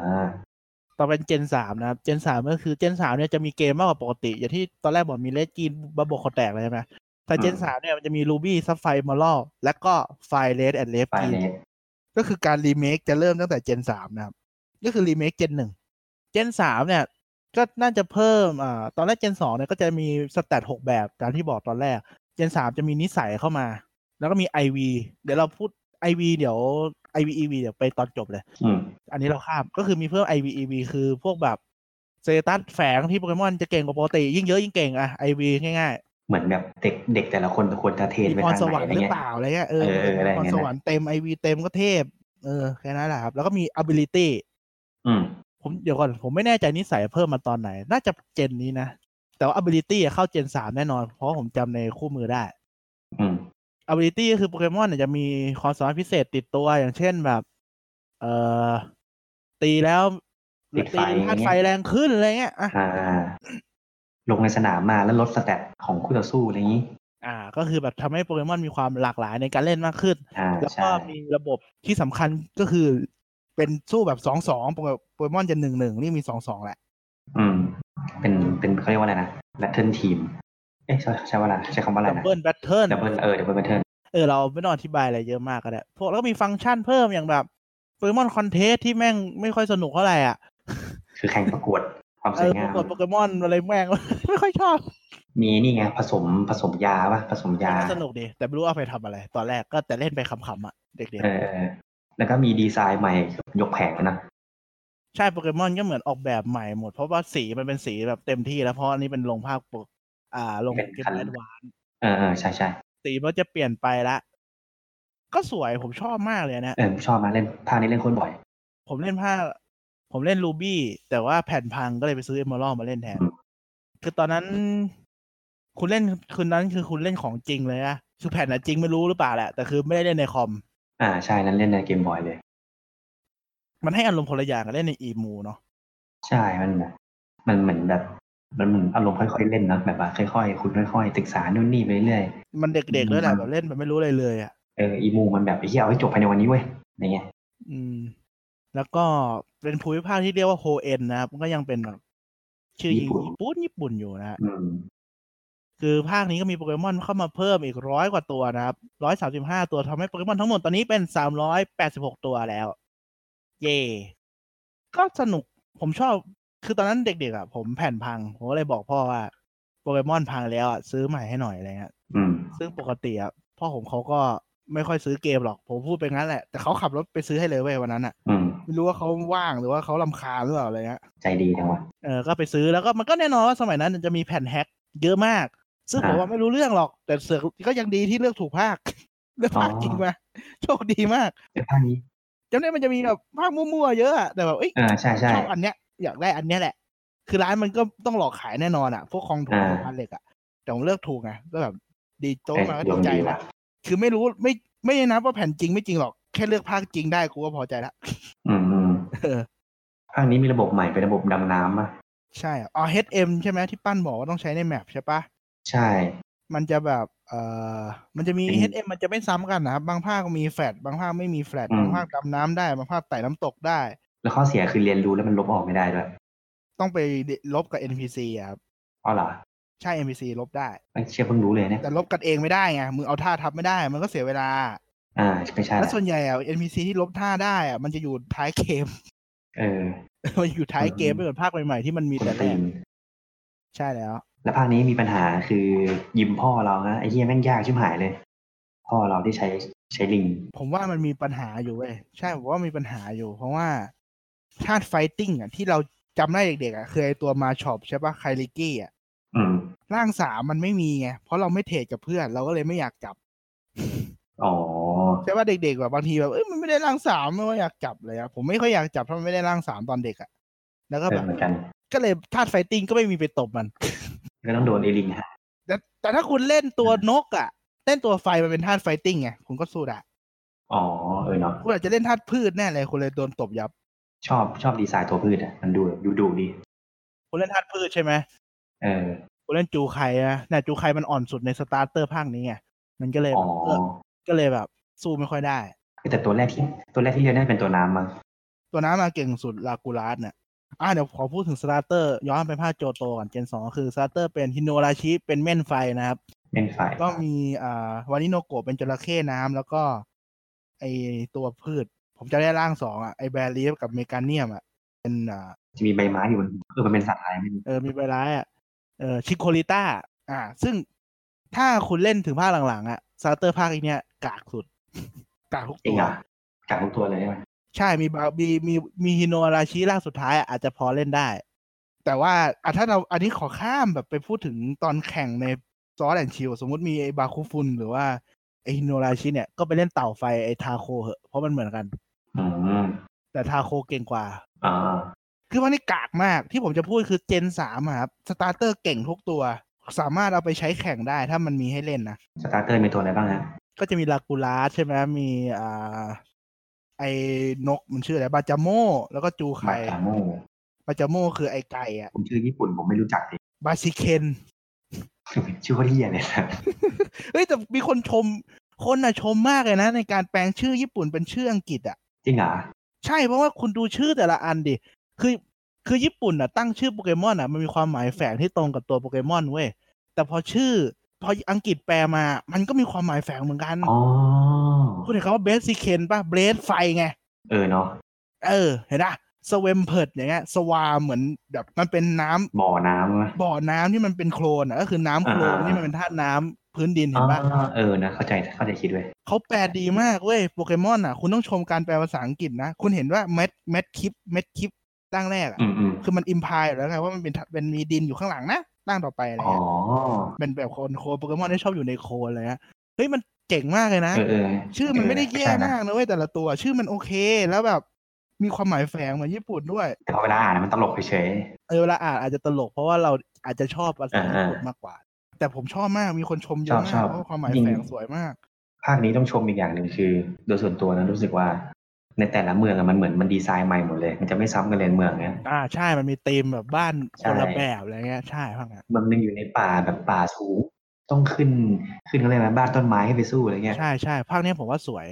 S1: ตอนเป็นเจนสามนะครับ เจนสามก็คือเจนสามเนี่ยจะมีเกมมากกว่าปกติ อย่างที่ตอนแรกบอกมีเลสจีนบับโบคอแตกเลยใช่ไหมแต่เจน
S2: อืม
S1: สามเนี่ยมันจะมีรูบี้ซับไฟมอลล์และก็ไฟเลสแอนเลฟ
S2: ไฟ
S1: กี
S2: เลส
S1: ก็คือการรีเมคจะเริ่มตั้งแต่เจนสามนะครับ ก็คือรีเมคเจนหนึ่งเจนสามเนี่ย ก็น่าจะเพิ่มอ่าตอนแรกเจนสองเนี่ยก็จะมีสแตทหกแบบตามที่บอกตอนแรก เจนสามจะมีนิสัยเข้ามา แล้วก็มีไอวีเดี๋ยวเราพูดไอวีเดี๋ยวไอวีอีวีเดี๋ยวไปตอนจบเลย
S2: อืม
S1: อันนี้เราข้ามก็คือมีเพิ่ม IV EV คือพวกแบบเซตัสแฝงที่โปเกมอนจะเก่งกว่าปกติ ยิ่งเยอะยิ่งเก่งอะ IV ง่าย
S2: เหมือนแบบเด็กเด็กแต่ละคนควรจะเทรน
S1: ๆ มี
S2: ไป
S1: พร
S2: ทาง
S1: ส
S2: ไห
S1: วรร
S2: น
S1: ค์
S2: อะไร
S1: หรือ
S2: เงี้ย
S1: เปล่าอะไรเงี้ยเออ
S2: เอออะไรอย่า
S1: พ
S2: งเงี้
S1: ร
S2: ยนะ
S1: สวรรค์เต็ม IV เต็มก็เทพ เออ แค่นั้นแหละครับ แล้วก็มี ability
S2: อืม
S1: ผมเดี๋ยวก่อน ผมไม่แน่ใจนิสัยเพิ่มมาตอนไหน น่าจะเจนนี้นะ แต่ว่า ability อะเข้าเจนสามแน่นอน เพราะผมจำในคู่มือได้
S2: อืม
S1: ability ก็คือโปเกมอนเนี่ยจะมีความสามารถพิเศษติดตัวอย่างเช่นแบบ เอ่อตีแล้ว
S2: ติดไฟ
S1: ตีธาตุไฟแรงขึ้นอะไรเงี้ยอ่ะ
S2: อ่า ลงในสนามมาแล้วลดสแตทของคู่ต่อสู้อะไรอย่างนี้
S1: อ่าก็คือแบบทำให้โปเกมอนมีความหลากหลายในการเล่นมากขึ้น
S2: อ่า
S1: แล้ว
S2: ใช่
S1: ก็มีระบบที่สำคัญก็คือเป็นสู้แบบสองสองโปเกมอนจะหนึ่งหนึ่งนี่มีสองสองแหละ
S2: อืม เป็นเป็นเขาเรียกว่าอะไรนะแบทเทิลทีม เอ๊ะใช่ใช่ว่าอะไรใช้คำว่าอะไร
S1: ดับ
S2: นะ
S1: เบิลแบทเทิล
S2: ดับเบิลเออดับเบิลแบทเทิล
S1: เออเราไม่ต้องอธิบายอะไรเยอะมากก็ได้ พวกแล้วก็มีฟังก์ชันเพิ่มอย่างแบบโปเกมอนคอนเทสที่แม่งไม่ค่อยสนุกเท่าไหร่อ่ะ
S2: คือแข่งประกวดความ
S1: เอ
S2: สว
S1: อง
S2: ยา
S1: ปราม กฏโปเกมอนอะไรแม่ง ไม่ค่อยชอบ
S2: มีนี่ไงผสมผสมยาปะผสมยา
S1: ก็สนุกดีแต่ไม่รู้เอาไปทำอะไร ตอนแรกก็แต่เล่นไปขำๆอ่ะเด็ก
S2: เออ แล้วก็มีดีไซน์ใหม่ยกแผงแล้วนะ
S1: ๆใช่โปเกมอนก็เหมือนออกแบบใหม่หมดเพราะว่าสีมันเป็นสีแบบเต็มที่แล้วเพราะอันนี้เป็นลงภาคปกอ่าลง
S2: เป็น
S1: เกม
S2: คัน
S1: แอดว
S2: เออเออใช่ใช่
S1: สีมันจะเปลี่ยนไปละ ก็สวยผมชอบมากเลยนะ
S2: เออชอบมากเล่นภาคนี้เล่นโคนบ่อย
S1: ผมเล่นผ้าผมเล่นรูบี้แต่ว่าแผ่นพังก็เลยไปซื้อเอม a ร d มาเล่นแทน
S2: อืม
S1: คือตอนนั้น คุณเล่นคืนนั้นคือคุณเล่นของจริงเลยอะคือแผ่นอะจริงไม่รู้หรือเปล่าแหละ แต่คือไม่ได้เล่นในคอม
S2: อ่าใช่นั้นเล่นในเกมบอยเลย
S1: มันให้อารมณ์คนละอย่างกับเล่นในอีมูเนาะ
S2: ใช่มันแบบมันเหมือนแบบ มันเหมือนอารมณ์ค่อยๆเล่นนะแบบว่าค่อยๆคุณค่อยๆศึกษานู่นนี่ไปเรื่อย
S1: มันเด็กๆด้วยแหละ
S2: อืม
S1: แบบเล่นแบบไม่รู้อะไรเลยอะ
S2: เอออีมูมันแบบไอ้เหี้ยเอาให้จบภายในวันนี้เว้ยอย่างเงี้ย
S1: อืม แล้วก็เป็นภูมิภาคที่เรียกว่าโฮเอ็นนะครับมันก็ยังเป็นแบบชื่อญี่ปุ่นญี่ปุ่นอยู่นะฮะ
S2: อืม
S1: คือภาคนี้ก็มีโปเกมอนเข้ามาเพิ่มอีกร้อยกว่าตัวนะครับร้อยสามสิบห้าตัวทำให้โปเกมอนทั้งหมดตอนนี้เป็นสามร้อยแปดสิบหกตัวแล้ว เย่ก็สนุกผมชอบคือตอนนั้นเด็กๆอ่ะผมแผ่นพัง ผมก็เลยบอกพ่อว่าโปเกมอนพังแล้วอ่ะซื้อใหม่ให้หน่อยอะไรเงี้ย
S2: อืม
S1: ซึ่งปกติอ่ะพ่อผมเขาก็ไม่ค่อยซื้อเกมหรอก ผมพูดไปงั้นแหละ แต่เขาขับรถไปซื้อให้เลยเว้ยวันนั้นอ่ะ
S2: อืม
S1: ไม่รู้ว่าเขาว่างหรือว่าเขาลำคาญหรือเปล่าอะไรเงี้ย
S2: ใจดีจังวะ
S1: เออก็ไปซื้อแล้วก็มันก็แน่นอนว่าสมัยนั้นจะมีแผ่นแฮกเยอะมาก ซึ่งผม
S2: อ่า
S1: ว่าไม่รู้เรื่องหรอก แต่เสือกก็ยังดีที่เลือกถูกภาค เลือกภาค
S2: อ๋อ
S1: จริงมาโชคดีมาก
S2: แต่ภาคนี้
S1: จำได้มันจะมีแบบภาคมั่วๆเยอะอะแต่แบบเอ้ย
S2: อ่าใช่ใช่
S1: ชอบอันเนี้ยอยากได้อันเนี้ยแหละ คือร้านมันก็ต้องหลอกขายแน่นอนอะพวกของถูก
S2: อ่า
S1: ของพันเหล็กอะแต่ผมเลือกถูกไงก็แบบดีโต๊ะ
S2: เออ
S1: มาก็
S2: ด
S1: ดี
S2: วง
S1: ใจ
S2: ดี
S1: ละ
S2: ว่ะ
S1: คือไม่รู้ไม่ไม่ได้นับว่าแผ่นจริงไม่จริงหรอกแค่เลือกภาคจริงได้กูก็พอใจละ
S2: อืมอืม
S1: เออ
S2: ภาคนี้มีระบบใหม่เป็นระบบดำน้ำอ่ะ
S1: ใช่อะอ๋อ HM ใช่ไหมที่ปั้นบอกว่าต้องใช้ในแมปใช่ปะ
S2: ใช่
S1: มันจะแบบ เอ่อ มันจะมี
S2: เป็น
S1: HM มันจะไม่ซ้ำกันนะครับ บางภาคมีแฟลตบางภาคไม่มีแฟลต
S2: อืม
S1: บางภาคดำน้ำได้ บางภาคไต่น้ำตกได้
S2: แล้วข้อเสียคือเรียนรู้แล้วมันลบออกไม่ได้ด้วย
S1: ต้องไปลบกับ NPC อะครับ
S2: อ๋อเหรอ
S1: ใช่ NPC ลบได้
S2: ไอ้เชี่ยเพิ่งรู้เลยเนี่ย
S1: แต่ลบกันเองไม่ได้ไง มึงเอาท่าทับไม่ได้ มันก็เสียเวลา
S2: อ่าไม่ใช่
S1: และ
S2: ละ
S1: ส่วนใหญ่อะ NPC ที่ลบท่าได้อะมันจะอยู่ท้ายเกม
S2: เออ
S1: มันอยู่ท้ายเกม
S2: อืม
S1: ไม่เหมือนภาคใหม่ๆที่มันมี
S2: คน
S1: แต่แร
S2: ตี
S1: ก
S2: น
S1: ใช่แล้ว
S2: แล้วภาคนี้มีปัญหาคือยิมพ่อเรานะไอ้เฮียแม่งยากชิบหายเลย พ่อเราที่ใช้ใช้ลิง
S1: ผมว่ามันมีปัญหาอยู่เว้ยใช่ผมว่ามีปัญหาอยู่ เพราะว่าธาตุไฟติ้งอะที่เราจำได้เด็กๆอะคือไอตัวมาช็อปใช่ปะไคลิกี้อะ
S2: อืม
S1: ร่างสามมันไม่มีไง เพราะเราไม่เทรดกับเพื่อน เราก็เลยไม่อยากจับ
S2: อ๋อ
S1: ใช่ว่าเด็กๆแบบบางทีแบบเอ้ยมันไม่ได้ร่างสามไม่ว่าอยากจับเลยอะผมไม่ค่อยอยากจับเพราะมันไม่ได้ร่างสามตอนเด็กอะแล้วก็
S2: เอ
S1: แบ
S2: อบ เหมือนกัน
S1: ก็เลยธาตุไฟติ้งก็ไม่มีไปตบมัน
S2: ก็ต้องโดนไอ้ลิงฮะ
S1: แต่แต่ถ้าคุณเล่นตัวนกอ่ะ เล่นตัวไฟมันเป็นธาตุไฟติ้งไงคุณก็สู้ได้
S2: อ๋อเออเนาะ
S1: คุณอาจจะเล่นธาตุพืชแน่เลยคุณเลยโดนตบยับ
S2: ชอบชอบดีไซน์ตัวพืชอ่ะมันดูดูดูดี
S1: คุณเล่นธาตุพืชใช่ไหม
S2: เออ
S1: คุณเล่นจูไคอะน่ะจูไคมันอ่อนสุดในสตาร์เตอร์ภาคนี้ไงมันก็เลย
S2: อ๋อ
S1: เออก็เลยแบบ สู้ไม่ค่อยได้
S2: แต่ตัวแรกที่ตัวแรกที่เรียนน่าจะเป็นตัวน้ำมั้ง
S1: ตัวน้ำมาเก่งสุดลากูรัสเนี่ยอ่ะเดี๋ยวขอพูดถึงสตาร์เตอร์ ย้อนไปภาคโจโตก่อนเจนสองคือสตาร์เตอร์เป็นฮินโนราชิเป็นเม่นไฟนะครับ
S2: เป็นไฟ
S1: ก็มีอ่าวานิโนโกะเป็นจระเข้น้ำแล้วก็ ไอตัวพืช ผมจะได้ร่างสองอ่ะไอแบรีฟกับเมกาเนียมอ่ะเป็นอ่า
S2: จะมีใบไม้อยู่บนเออมันเป็นสัตว์อะไรไม่รู้
S1: เออมีใบร้ายอ่ะเออชิโคลิต้าอ่า ซึ่งถ้าคุณเล่นถึงภาคหลังๆ อ่ะซาเตอร์ภาคอีกเนี้ยกากสุด กากทุก
S2: จริ
S1: ตั
S2: ง
S1: ว
S2: อ่ะกลับทุกตัวเลยใช่ไหม
S1: ใช่มีบามีมีมีฮิโนอาราชิร่างสุดท้ายอะอาจจะพอเล่นได้ แต่ว่าอ่ะถ้าเราอันนี้ขอข้ามแบบไปพูดถึงตอนแข่งในซอสแอนชิลสมมติมีไอบาคูฟุนหรือว่าไอฮิโนอาราชิเนี่ยก็ไปเล่นเต่าไฟไอทาโคเหอะเพราะมันเหมือนกัน
S2: อืม
S1: แต่ทาโคเก่งกว่า
S2: อ่า
S1: คือว่านี่กากมากที่ผมจะพูดคือเจนสามอะครับสตาร์เตอร์เก่งทุกตัว สามารถเอาไปใช้แข่งได้ถ้ามันมีให้เล่นนะ
S2: สตาร์เตอร์มีตัวอะไรบ้างฮะ
S1: ก็จะมีลากูลาสใช่ไหมมีอ่าไอนกมันชื่ออะไรบาจาโมแล้วก็จูไค
S2: บาตาโม
S1: บาจาโมคือไอไก่อะ
S2: ผมชื่อญี่ปุ่นผมไม่รู้จักเลย
S1: บาซิเคน
S2: ชื่อเขาที่เหี้ยเลยนะ
S1: เฮ้ยแต่มีคนชม คนน่ะชมมากเลยนะ ในการแปลงชื่อญี่ปุ่นเป็นชื่ออังกฤษอะ
S2: จริงเหรอ
S1: ใช่เพราะว่าคุณดูชื่อแต่ละอันดิ คือคือญี่ปุ่นน่ะตั้งชื่อโปเกมอนอะมันมีความหมายแฝงที่ตรงกับตัวโปเกมอนเว้ยแต่พอชื่อ พออังกฤษแปลมา มันก็มีความหมายแฝงเหมือนกัน
S2: อ๋อ
S1: คุณเห็นคำว่าเบสซิเคนป่ะเบสไฟไง
S2: เออเนาะ
S1: เออ เห็นปะสเวมเพิร์ดอย่างเงี้ยสวาเหมือนแบบมันเป็นน้ำ
S2: บ่อน้ำอะ
S1: บ่อน้ำที่มันเป็นโคลนอะก็คือน้ำโคลน
S2: อ่า
S1: ที่มันเป็นธาตุน้ำพื้นดินเห็
S2: อ๋อน
S1: ปะ
S2: เออนะเข้าใจเข้าใจคิดเว้ย
S1: เขาแปลดีมากเว้ยโปเกมอนอ่ะ คุณต้องชมการแปลภาษาอังกฤษนะ คุณเห็นว่าเม็ดเม็ดคลิปเม็ดคลิปตั้งแรกอ่ะ
S2: อืมอืม
S1: คือมันอิมพายอยู่แล้วไงว่ามันเป็นเป็นมีดินอยู่ข้างหลังนะตั้งต่อไปอะไร
S2: อ๋อ
S1: เงี้ยเป็นแบบคนโคลนโปเกมอนที่ชอบอยู่ในโคลนอะไรเงี้ยเฮ้ยมันเจ๋งมากเลยนะ
S2: เออเออ
S1: ชื่อมันไม่ได้แย่
S2: ใช่นะ
S1: มากนะเว้ยแต่ละตัว ชื่อมันโอเค แล้วแบบ มีความหมายแฝงเหมือนญี่ปุ่นด้วย
S2: แต่พอเวลาอ่านมันตลกเฉย
S1: เออเวลาอ่านอาจจะตลกเพราะว่าเราอาจจะชอบภาษาญี่ปุ่นมากกว่า แต่ผมชอบมากมีคนชมเยอะ
S2: ช
S1: มา
S2: อก บชอบ
S1: เพราะว่าความหมายแฝงสวยมาก
S2: ๆภาคนี้ต้องชมอีกอย่างหนึ่งคือ โดยส่วนตัวนะรู้สึกว่า ในแต่ละเมืองอะมันเหมือนมันดีไซน์ใหม่หมดเลย มันจะไม่ซ้ำกันเลยเมืองเนี้ย
S1: อ่าใช่มันมีธีมแบบบ้านคนละ
S2: ใช่
S1: แบบอะไรเงี้ยใช่พังอ่ะ
S2: เมืองหนึงอยู่ในป่าแบบป่าสูงต้องขึ้นขึ้นอะไรนะบ้านต้นไม้ให้ไปสู้อะไรเงี้ย
S1: ใช่ใช่ภาคเนี้ยผมว่าสวย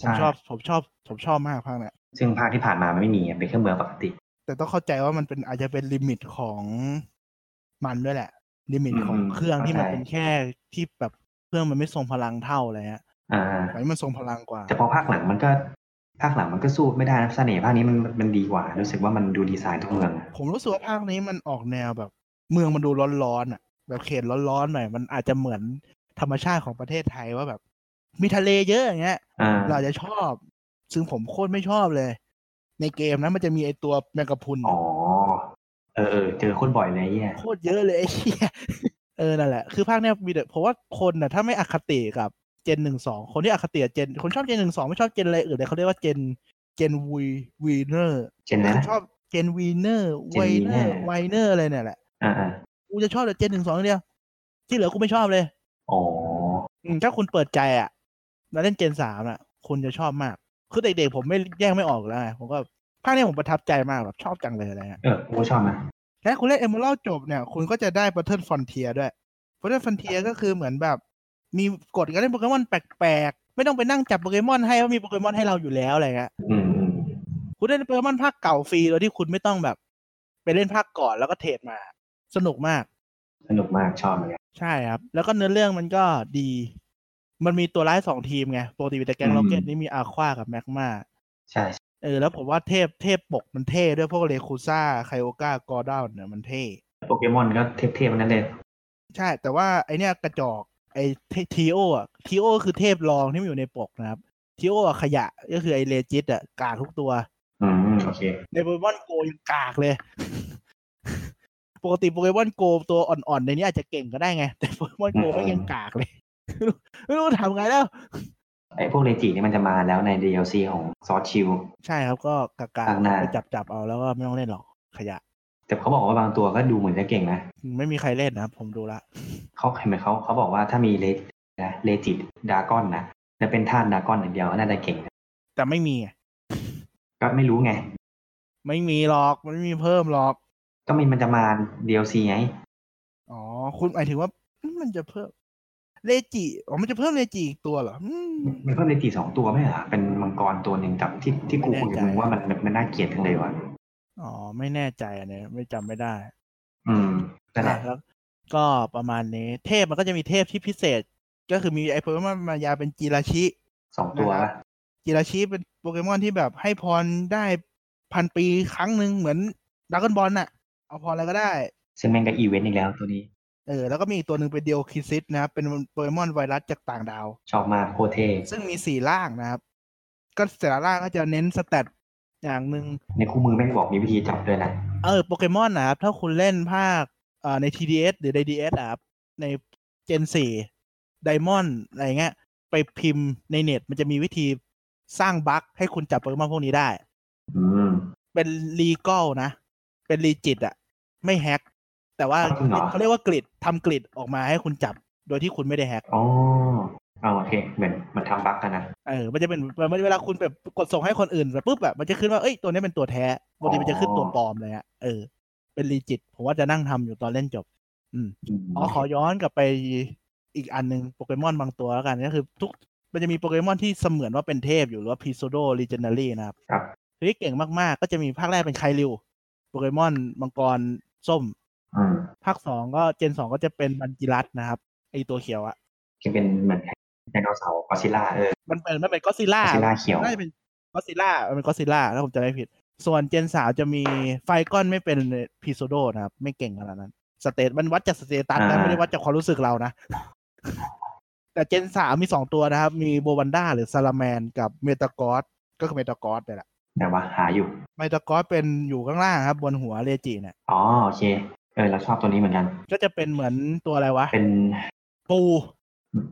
S1: ผม
S2: ใช่
S1: ชอบผมชอบผมชอบมากภาคเนี้ย
S2: ซึ่งภาคที่ผ่านมามันไม่มีอะเป็นแค่เมืองปกติ
S1: แต่ต้องเข้าใจว่ามันเป็นอาจจะเป็นลิมิตของมันด้วยแหละ ลิมิต
S2: อืม
S1: ของเครื่องที่มัน
S2: เข้าใจ
S1: เป็นแค่ที่แบบเครื่องมันไม่ทรงพลังเท่าอะไรฮะ
S2: อ่า
S1: อันนี้มันทรงพลังกว่า
S2: แต่พอภาคหลังมันก็ภาคหลังมันก็สู้ไม่ได้นะเสน่ห์ภาคนี้มันมันมันดีกว่า รู้สึกว่ามันดูดีไซน์ทุกเมืองอะ
S1: ผมรู้สึกว่าภาคนี้มันออกแนวแบบ เมืองมันดูร้อนๆอ่ะ แบบเขตร้อนๆหน่อยมันอาจจะเหมือนธรรมชาติของประเทศไทยว่าแบบ มีทะเลเยอะอย่างเงี้ย
S2: อ่า
S1: เราจะชอบ ซึ่งผมโคตรไม่ชอบเลย ในเกมนะมันจะมีไอตัวแมงกะพรุน
S2: อ๋อเออเออเจอโคนบ่อยเลยไอ้เหี้ย
S1: โคตรเยอะเลยไอ้เหี้ย เออนั่นแหละ คือภาคเนี้ยมีแต่เพราะว่าคนน่ะถ้าไม่อคติกับเจนหนึ่งสองคนที่อคติกับเจน คนชอบเจนหนึ่งสองไม่ชอบเจนอะไรอื่นเลยเขาเรียกว่าเจนเจนวีวีเนอร์
S2: เจนนะ
S1: ชอบเจนวีเนอร์ไวเนอร์
S2: Winner
S1: ไวเนอร์อะไรเนี่ยแหละ
S2: อ่าอ่า
S1: กูจะชอบแต่เจนหนึ่งสองเดียวที่เหลือกูไม่ชอบเลย
S2: อ๋อ
S1: อืมถ้าคุณเปิดใจอ่ะมาเล่นเจนสามอ่ะ คุณจะชอบมาก คือเด็กๆผมไม่แยกไม่ออกแล้วไงผมก็ภาคเนี้ยผมประทับใจมากแบบชอบจังเลยอะไรเงี้ย
S2: เออกูก็ชอบนะ
S1: และคุณเล่นเอม r ร l จบเนี่ย คุณก็จะได้ Pattern Frontier ด้วย Pattern Frontier ก็คือเหมือนแบบ มีกฎการเล่นโปเกมอนแปลกๆ ไม่ต้องไปนั่งจับโปเกมอนให้ว่ามีโปเกมอนให้เราอยู่แล้วอะไรเงี้ย
S2: อืมอืม
S1: คุณได้เล่นโปเกมอนภาคเก่าฟรีโดยที่คุณไม่ต้องแบบ ไปเล่นภาคก่อนแล้วก็เทรดมา สนุกมาก
S2: สนุกมากชอบเหมือนกัน
S1: ใช่ครับ แล้วก็เนื้อเรื่องมันก็ดี มันมีตัวร้ายสองทีมไงปกติมีแต่แกง
S2: อืม
S1: ล็อกเก็ตนี่มีอาควากับแมกมา
S2: ใช่
S1: เออแล้วผมว่าเทพเทพปกมันเท่ด้วยพวกเลคูซ่าไคโอกากอร์ดอนเนี่ยมันเท่
S2: โปเกมอนก็เทพๆทั้งนั้นเลย
S1: ใช่แต่ว่าไอเนี่ยกระจอกไอทีโออะทีโอคือเทพรองที่มันอยู่ในปกนะครับทีโอะขยะก็คือไอเลจิตอะกากทุกตัว
S2: อืมโอเค
S1: ในโปเกมอนโกยังกากเลย ปกติโปเกมอนโกตัวอ่อนๆในนี้อาจจะเก่งก็ได้ไง แต่โปเกมอนโก
S2: อืม
S1: ไม่งยังกากเลย ไม่รู้ทำไงแล้ว
S2: ไอ้พวกเลจินี่มันจะมาแล้วใน DLC ของซอสชิล
S1: ใช่ครับก็กากา
S2: ข้างหน้า
S1: ไปจับจับๆเอาแล้วก็ไม่ต้องเล่นหรอกขยะ
S2: แต่เขาบอกว่าบางตัวก็ดูเหมือนจะเก่งนะ
S1: ไม่มีใครเล่นนะผมดูละ
S2: เขาเห็นไหมเขาเขาบอกว่าถ้ามีเลนะเลจิตดากอนนะจะเป็นท่านดากอนอย่างเดียวน่าจะเก่งนะ
S1: แต่ไม่มีไง
S2: ก็ไม่รู้ไง
S1: ไม่มีหรอกมันไม่มีเพิ่มหรอก
S2: ก็มีมันจะมา DLC ไง
S1: อ๋อ คุณหมายถึงว่ามันจะเพิ่มเลจิอ๋อมันจะเพิ่มเลจิอีกตัวเหรออืม
S2: มันเพิ่มเลจิสองตัวไหมเหรอเป็นมังกรตัวหนึ่งกับที่ที่กูคุยกับมึงว่ามันมันมันน่าเกลียดจังเลยวะ
S1: อ๋อ ไม่แน่ใจอันเนี้ยไม่จำไม่ได้
S2: อืมนั่นแห
S1: อ่ะ
S2: ละ
S1: แล้วก็ประมาณนี้ เทพมันก็จะมีเทพที่พิเศษ ก็คือมีไอโปเกมอนมายาเป็นจิราชิ
S2: สองตัว
S1: นะครับ จิราชิเป็นโปเกมอนที่แบบให้พรได้พันปีครั้งหนึ่งเหมือนดักเกิลบอลน่ะ เอาพรอะไรก็ได้
S2: ซึ่งแม่งก็อีเวนต์อีกแล้วตัวนี้
S1: เออ แล้วก็มีอีกตัวหนึ่งเป็นเดียวคิซิสนะครับ เป็นโปเกมอนไวรัสจากต่างดาว
S2: ชอบมากโคตรเท
S1: ซึ่งมีสี่ร่างนะครับ ก็แต่ละร่างก็จะเน้นสเตตอย่างหนึ่ง
S2: ในคู่มือแม่งบอกมีวิธีจับด้วยนะ
S1: เออโปเกมอนนะครับ ถ้าคุณเล่นภาคเอ่อใน TDS หรือใน DS อะครับใน Gen 4 Diamond อะไรเงี้ย ไปพิมพ์ในเน็ต มันจะมีวิธีสร้างบั๊กให้คุณจับโปเกมอนพวกนี้ได้
S2: อืม
S1: เป็น legal นะ เป็น legit อะไม่แฮกแต่ว่า
S2: จริงเหรอ
S1: เขาเรียกว่ากริดทำกริดออกมาให้คุณจับโดยที่คุณไม่ได้แฮก
S2: อ๋อเอาโอเค เหมือนมันทำบั๊กกันนะ
S1: เออมันจะเป็นมันเวลาคุณแบบกดส่งให้คนอื่นแบบปุ๊บแบบมันจะขึ้นว่าเอ้ยตัวนี้เป็นตัวแท้ปกติมันจะขึ้นตัวปลอมเลยอะเออเป็น legit ผมว่าจะนั่งทำอยู่ตอนเล่นจบ อ๋อขอย้อนกลับไปอีกอันหนึ่งโปเกมอนบางตัวแล้วกันก็คือ ทุกมันจะมีโปเกมอนที่เสมือนว่าเป็นเทพอยู่หรือว่าพีโซโดลีเจนดารีนะครับ
S2: ครับ
S1: ทีนี้เก่งมากๆ ก็จะมีภาคแรกเป็นไคลิวโปเกมอนมังกรส้ม
S2: อืม
S1: ภาคสองก็เจนสองก็จะเป็นบันจิรัตนะครับไอตัวเขียวอะ
S2: จะเป็นเหมือนไดโนเสาร์กอซิล่าเออ
S1: มันเป็นมันเป็นก็ซิล่าก
S2: อซิล่าเขียว
S1: น่าจะเป็นก็ซิล่ามันเป็นก็ซิล่าถ้าผมจำไม่ผิด ส่วนเจนสามจะมีไฟก้อนไม่เป็นพีโซโดนะครับไม่เก่งขนาดนั้นสเตตมันวัดจากสเตตัสนะ
S2: อ่า
S1: ไม่ได้วัดจากความรู้สึกเรานะ แต่เจนสามมีสองตัวนะครับ มีโบวันด้าหรือซาลาแมนกับเมตากอสก็คือเมตากอสเนี่ยแหละ
S2: แต่ว่าหาอยู่
S1: เมตากอสเป็นอยู่ข้างล่างครับ บนหัวเลจิเนี่ย
S2: อ๋อโอเค เออเราชอบตัวนี้เหมือนกัน
S1: ก็จะเป็นเหมือนตัวอะไรวะ
S2: เป็น
S1: ปู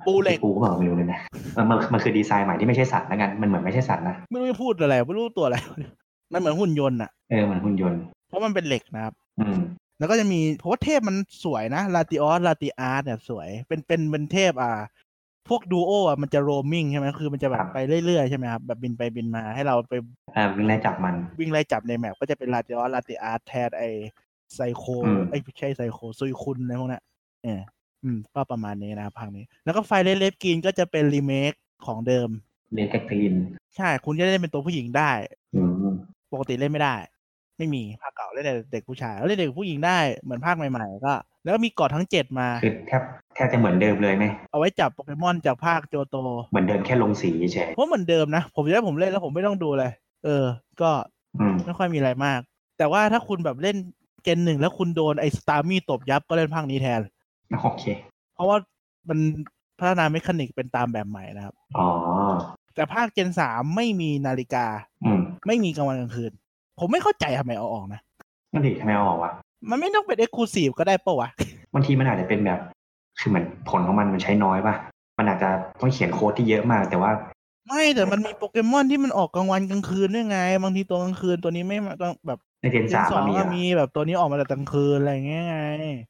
S1: ปูเหล็ก
S2: ปูก็บอกไม่รู้เลยนะเออมันมันคือดีไซน์ใหม่ที่ไม่ใช่สัตว์แล้วกันมันเหมือนไม่ใช่สัตว์นะ
S1: ไม่รู้จะพูดอะไรไม่รู้ตัวอะไร มันเหมือนหุ่นยนต์อะ
S2: เออเหมือนหุ่นยนต์
S1: เพราะมันเป็นเหล็กนะครับ
S2: อืม
S1: แล้วก็จะมีเพราะว่าเทพมันสวยนะลาติออสลาติอาร์ตเนี่ยสวยเป็นเป็นเป็นเทพอ่า พวกดูโออ่ะมันจะโรมมิ่งใช่ไหมคือมันจะแบ
S2: ครับ บ
S1: ไปเรื่อยๆใช่ไหมครับแบบบินไปบินมาให้เราไป
S2: เอ่าวิ่งไล่จับมัน
S1: วิ่งไล่จับในแมปก็จะเป็นลาติออสลาติอาร์ตแทนไอไซโค
S2: อืม
S1: ไอยไม่ใช่ไซโคซุยคุณอะไรพวกเนั้นเอออืมก็ประมาณนี้นะครับภาคนี้ แล้วก็ไฟเลเลฟกินก็จะเป็นรีเมคของเดิม
S2: เรียนแคคทีน
S1: ใช่ คุณจะได้เล่นเป็นตัวผู้หญิงได้
S2: อืม
S1: ปกติเล่นไม่ได้ ไม่มีภาคเก่าเล่นแต่เด็กผู้ชายแล้วเล่นเด็กผู้หญิงได้เหมือนภาคใหม่ๆ ก็ แล้วก็มีกอดทั้งเจ็ดมา
S2: คือแทบแทบจะเหมือนเดิมเลยไหม
S1: เอาไว้จับโปเกมอนจากภาคโจโต
S2: เหมือนเดิมแค่ลงสีเฉย
S1: เพราะเหมือนเดิมนะ ผมจะให้ผมเล่นแล้วผมไม่ต้องดูเลย เออ ก็
S2: อืม
S1: ไม่ค่อยมีอะไรมาก แต่ว่าถ้าคุณแบบเล่นเจนหนึ่งแล้วคุณโดนไอ้สตาร์มี่ตบยับก็เล่นภาคนี้แทน
S2: โอเค
S1: เพราะว่ามันพัฒนาเมคานิกเป็นตามแบบใหม่นะครับ
S2: อ๋อ
S1: แต่ภาคเจนสามไม่มีนาฬิกา
S2: อืม
S1: ไม่มีกลางวันกลางคืน ผมไม่เข้าใจทำไมเอาออกนะ
S2: นั่นดิทำไมเอาออกวะ
S1: มันไม่ต้องเป็นเอ็กซ์คลูซีฟก็ได้ปะวะ
S2: บางทีมันอาจจะเป็นแบบ คือเหมือนผลของมันมันใช้น้อยป่ะมันอาจจะต้องเขียนโค้ดที่เยอะมากแต่ว่า
S1: ไม่แต่มันมีโปเกมอนที่มันออกกลางวันกลางคืนด้วยไง บางทีตัวกลางคืนตัวนี้ไม่มาต้องแบบ
S2: ในเจน
S1: เจ
S2: สาน ม
S1: สอ
S2: มัน
S1: ง
S2: มี
S1: ก็
S2: อะ
S1: มีแบบตัวนี้ออกมาแต่กลางคืนอะไรอย่างเงี้ยไง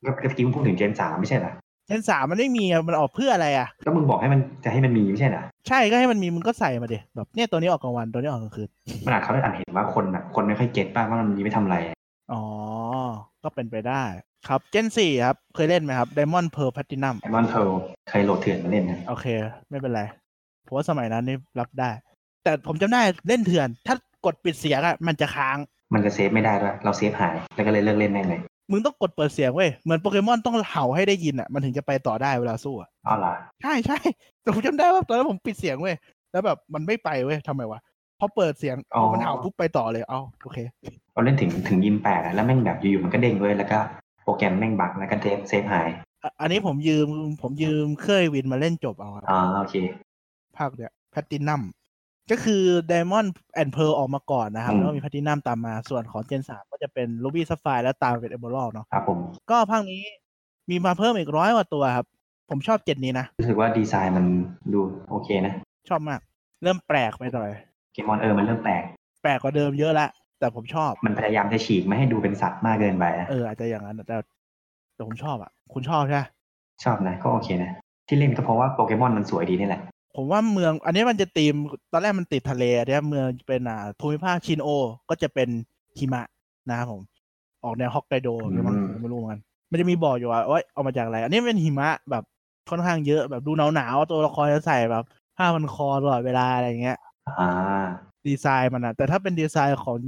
S2: ก็ก็ทีมงพูดถึงเจนสามไม่ใช่เหรอ
S1: เจนสามมันไม่มีอะมันออกเพื่ออะไรอ่ะ
S2: ก็มึงบอกให้มันจะให้มันมีไม่ใช่เหรอ
S1: ใช่ก็ให้มันมีมันก็ใส่มาดิแบบเนี่ยตัวนี้ออกกลางวันตัวนี้ออกกลางคืน
S2: มันอาจเขาได้อ่านเห็นว่าคนอะคนไม่ค่อยเก็ตป่ะว่ามันมีไม่ทำอะไร
S1: อ๋อ ก็เป็นไปได้ ครับเจนสี่ครับ เคยเล่นไหมครับ Diamond Pearl Platinum
S2: ไอมอนเทลเคยโหลดเถื่อนมาเล่นนะ
S1: โอเค ไม่เป็นไรเพราะว่าสมัยนั้นนี่รับได้ แต่ผมจำได้เล่นเถื่อน ถ้ากดปิดเสียงอะมันจะค้าง
S2: มันจะเซฟไม่ได้ด้วยเราเซฟหายแล้วก็เลยเลิกเล่นได้เลย
S1: มึงต้องกดเปิดเสียงเว้ยเหมือนโปเกมอนต้องเห่าให้ได้ยินอะมันถึงจะไปต่อได้เวลาสู้อะ
S2: อ้าวเหรอ
S1: ใช่ใช่ แต่ผมจำได้ว่าตอนนั้นผมปิดเสียงเว้ยแล้วแบบมันไม่ไปเว้ยทำไมวะพอเปิดเสียงเอามันเห่าปุ๊บไปต่อเลยเอาโอเค
S2: เราเล่นถึงถึงยิมแปดอะแล้วแม่งแบบอยู่ๆมันก็เด้งด้วยแล้วก็โปรแกรมแม่งบักแล้วก็เซฟเซฟหาย
S1: อ่ะอันนี้ผมยืมผมยืมเคยวินมาเล่นจบเอาครับ
S2: อ๋อโอเค
S1: ภาคเนี้ยแพตตินัมก็คือไดมอนด์แอนเพลออกมาก่อนนะครับ
S2: อืม
S1: แล้วก็มีแพตตินัมตามมาส่วนของเจนสามก็จะเป็นรูบี้ซัฟไฟแล้วตามเป็นเอเบอร์เนาะ
S2: ครับผม
S1: ก็ภาคนี้มีมาเพิ่มอีกร้อยกว่าตัวครับ ผมชอบเจ็ดนี้นะ
S2: รู้สึกว่าดีไซน์มันดูโอเคนะ
S1: ชอบมาก เริ่มแปลกไปหน่อย
S2: เกมมอนเออมันเริ่มแปลก
S1: แปลกกว่าเดิมเยอะละ แต่ผมชอบ
S2: มันพยายามจะฉีกไม่ให้ดูเป็นสัตว์มากเกินไปนะ
S1: เอออาจจะอย่างนั้นแต่แต่ผมชอบอ่ะ คุณชอบใช่ไหม
S2: ชอบนะก็โอเคนะที่เล่นก็เพราะว่าโปเกมอนมันสวยดีนี่แหละ
S1: ผมว่าเมือง อันนี้มันจะตีมตอนแรกมันติดทะเลอันเนี้ยเมืองเป็นอ่าภูมิภาคชินโอ ก็จะเป็นหิมะนะครับผม ออกแนวฮอกไกโดหรือมั้ง
S2: อืม
S1: ผมไม่รู้เหมือนกันมันจะมีบ่ออยู่ว่าเอ้ยเอามาจากอะไร อันนี้เป็นหิมะแบบค่อนข้างเยอะแบบดูหนาวหนาวๆตัวละครจะใส่แบบผ้าพันคอตลอดเวลาอะไรอย่างเงี้ย
S2: อ่า
S1: ดีไซน์มันอะแต่ถ้าเป็นดีไซน์ของ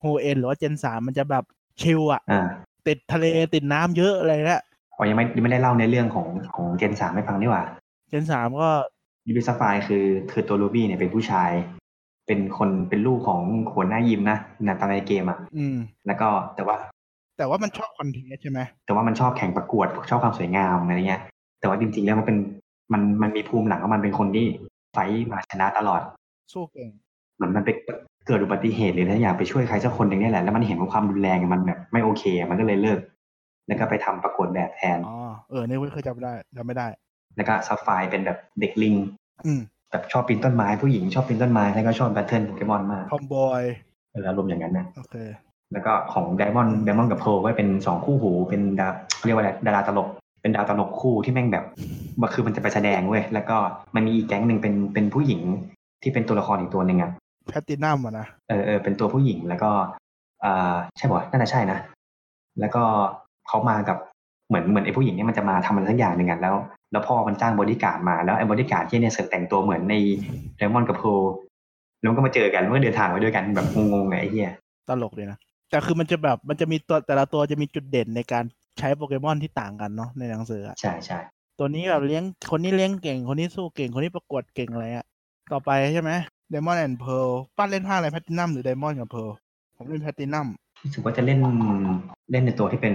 S1: โฮเอ็นหรือว่าเจนสามมันจะแบบชิลอะ
S2: อ่า
S1: ติดทะเลติดน้ำเยอะอะไรเงี้ย
S2: อ๋อยังไม่ยังไม่ได้เล่าในเรื่องของของเจนสามให้ฟังดีกว่า
S1: เจนสามก็
S2: ยูริสฟายคือคือตัวรูบี้เนี่ยเป็นผู้ชาย เป็นคนเป็นลูกของหัวหน้ายิมนะนะตามในเกมอะ
S1: อืม
S2: แล้วก็แต่ว่า
S1: แต่ว่ามันชอบคอนเทนต์ใช่ไหม
S2: แต่ว่ามันชอบแข่งประกวดชอบความสวยงามอะไรเงี้ย แต่ว่าจริงๆแล้วมันเป็นมันมันมีภูมิหลังว่ามันเป็นคนที่ไฟท์มาชนะตลอด
S1: สู้เก่ง
S2: เหมือนมันไปเกิดอุบัติเหตุหรือถ้าอยากไปช่วยใครสักคนหนึ่งเนี่ยแหละแล้วมันเห็นว่าความรุนแรงมันแบบไม่โอเค มันก็เลยเลิก แล้วก็ไปทำประกวดแบบแทน
S1: อ๋อ เออ นี่เว้ยเคยจำไม่ได้จำไม่ได้
S2: แล้วก็ซัฟไฟร์เป็นแบบเด็กลิง
S1: อืม
S2: แบบชอบปีนต้นไม้ผู้หญิงชอบปีนต้นไม้แล้วก็ชอบแบทเทิลโปเกมอนมาก
S1: ทอมบอย
S2: เอออารมณ์อย่างนั้นนะ
S1: โอเค
S2: แล้วก็ของไดมอนด์ไดมอนด์กับโพลก็เป็นสองคู่หูเป็นดาเขาเรียกว่าอะไรดาราตลก เป็นดาวตลกคู่ที่แม่งแบบมันคือมันจะไปแสดงเว้ยแล้วก็มันมีอีกแก๊งหนึ่งเป็นเป็นผู้หญิงที่เป็นตัวละครอีกตัวหนึ่งอะ
S1: แพตตินัมอะนะ
S2: เออเออเป็นตัวผู้หญิงแล้วก็อ่าใช่ป่ะน่าจะใช่นะ แล้วก็เขามากับเหมือนเหมือนไอ้ผู้หญิงเนี่ยมันจะมาทำอะไรสักอย่างหนึ่งอะแล้ว แล้วพ่อมันจ้างบอดี้การ์ดมาแล้วไอ้บอดี้การ์ดที่เนี่ยเสร็จแต่งตัวเหมือนในไดมอนด์กับโพลแล้วมันก็มาเจอกันมันก็เดินทางไปด้วยกันแบบงงๆไงไอ้เหี้ย
S1: ตลกเลยนะ แต่คือมันจะแบบ มันจะมีตัวแต่ละตัวจะมีจุดเด่นในการใช้โปเกมอนที่ต่างกันเนาะในหนังสืออะ
S2: ใช่ใช่
S1: ตัวนี้แบบเลี้ยง คนนี้เลี้ยงเก่ง คนนี้สู้เก่ง คนนี้ประกวดเก่งอะไรอะต่อไปใช่ไหมไดมอนด์แอนด์เพลป้านเล่นภาคอะไรแพตตินัมหรือไดมอนด์กับเพลผมเล่นแพตตินัม
S2: รู้สึกว่าจะเล่นเล่นในตัวที่เป็น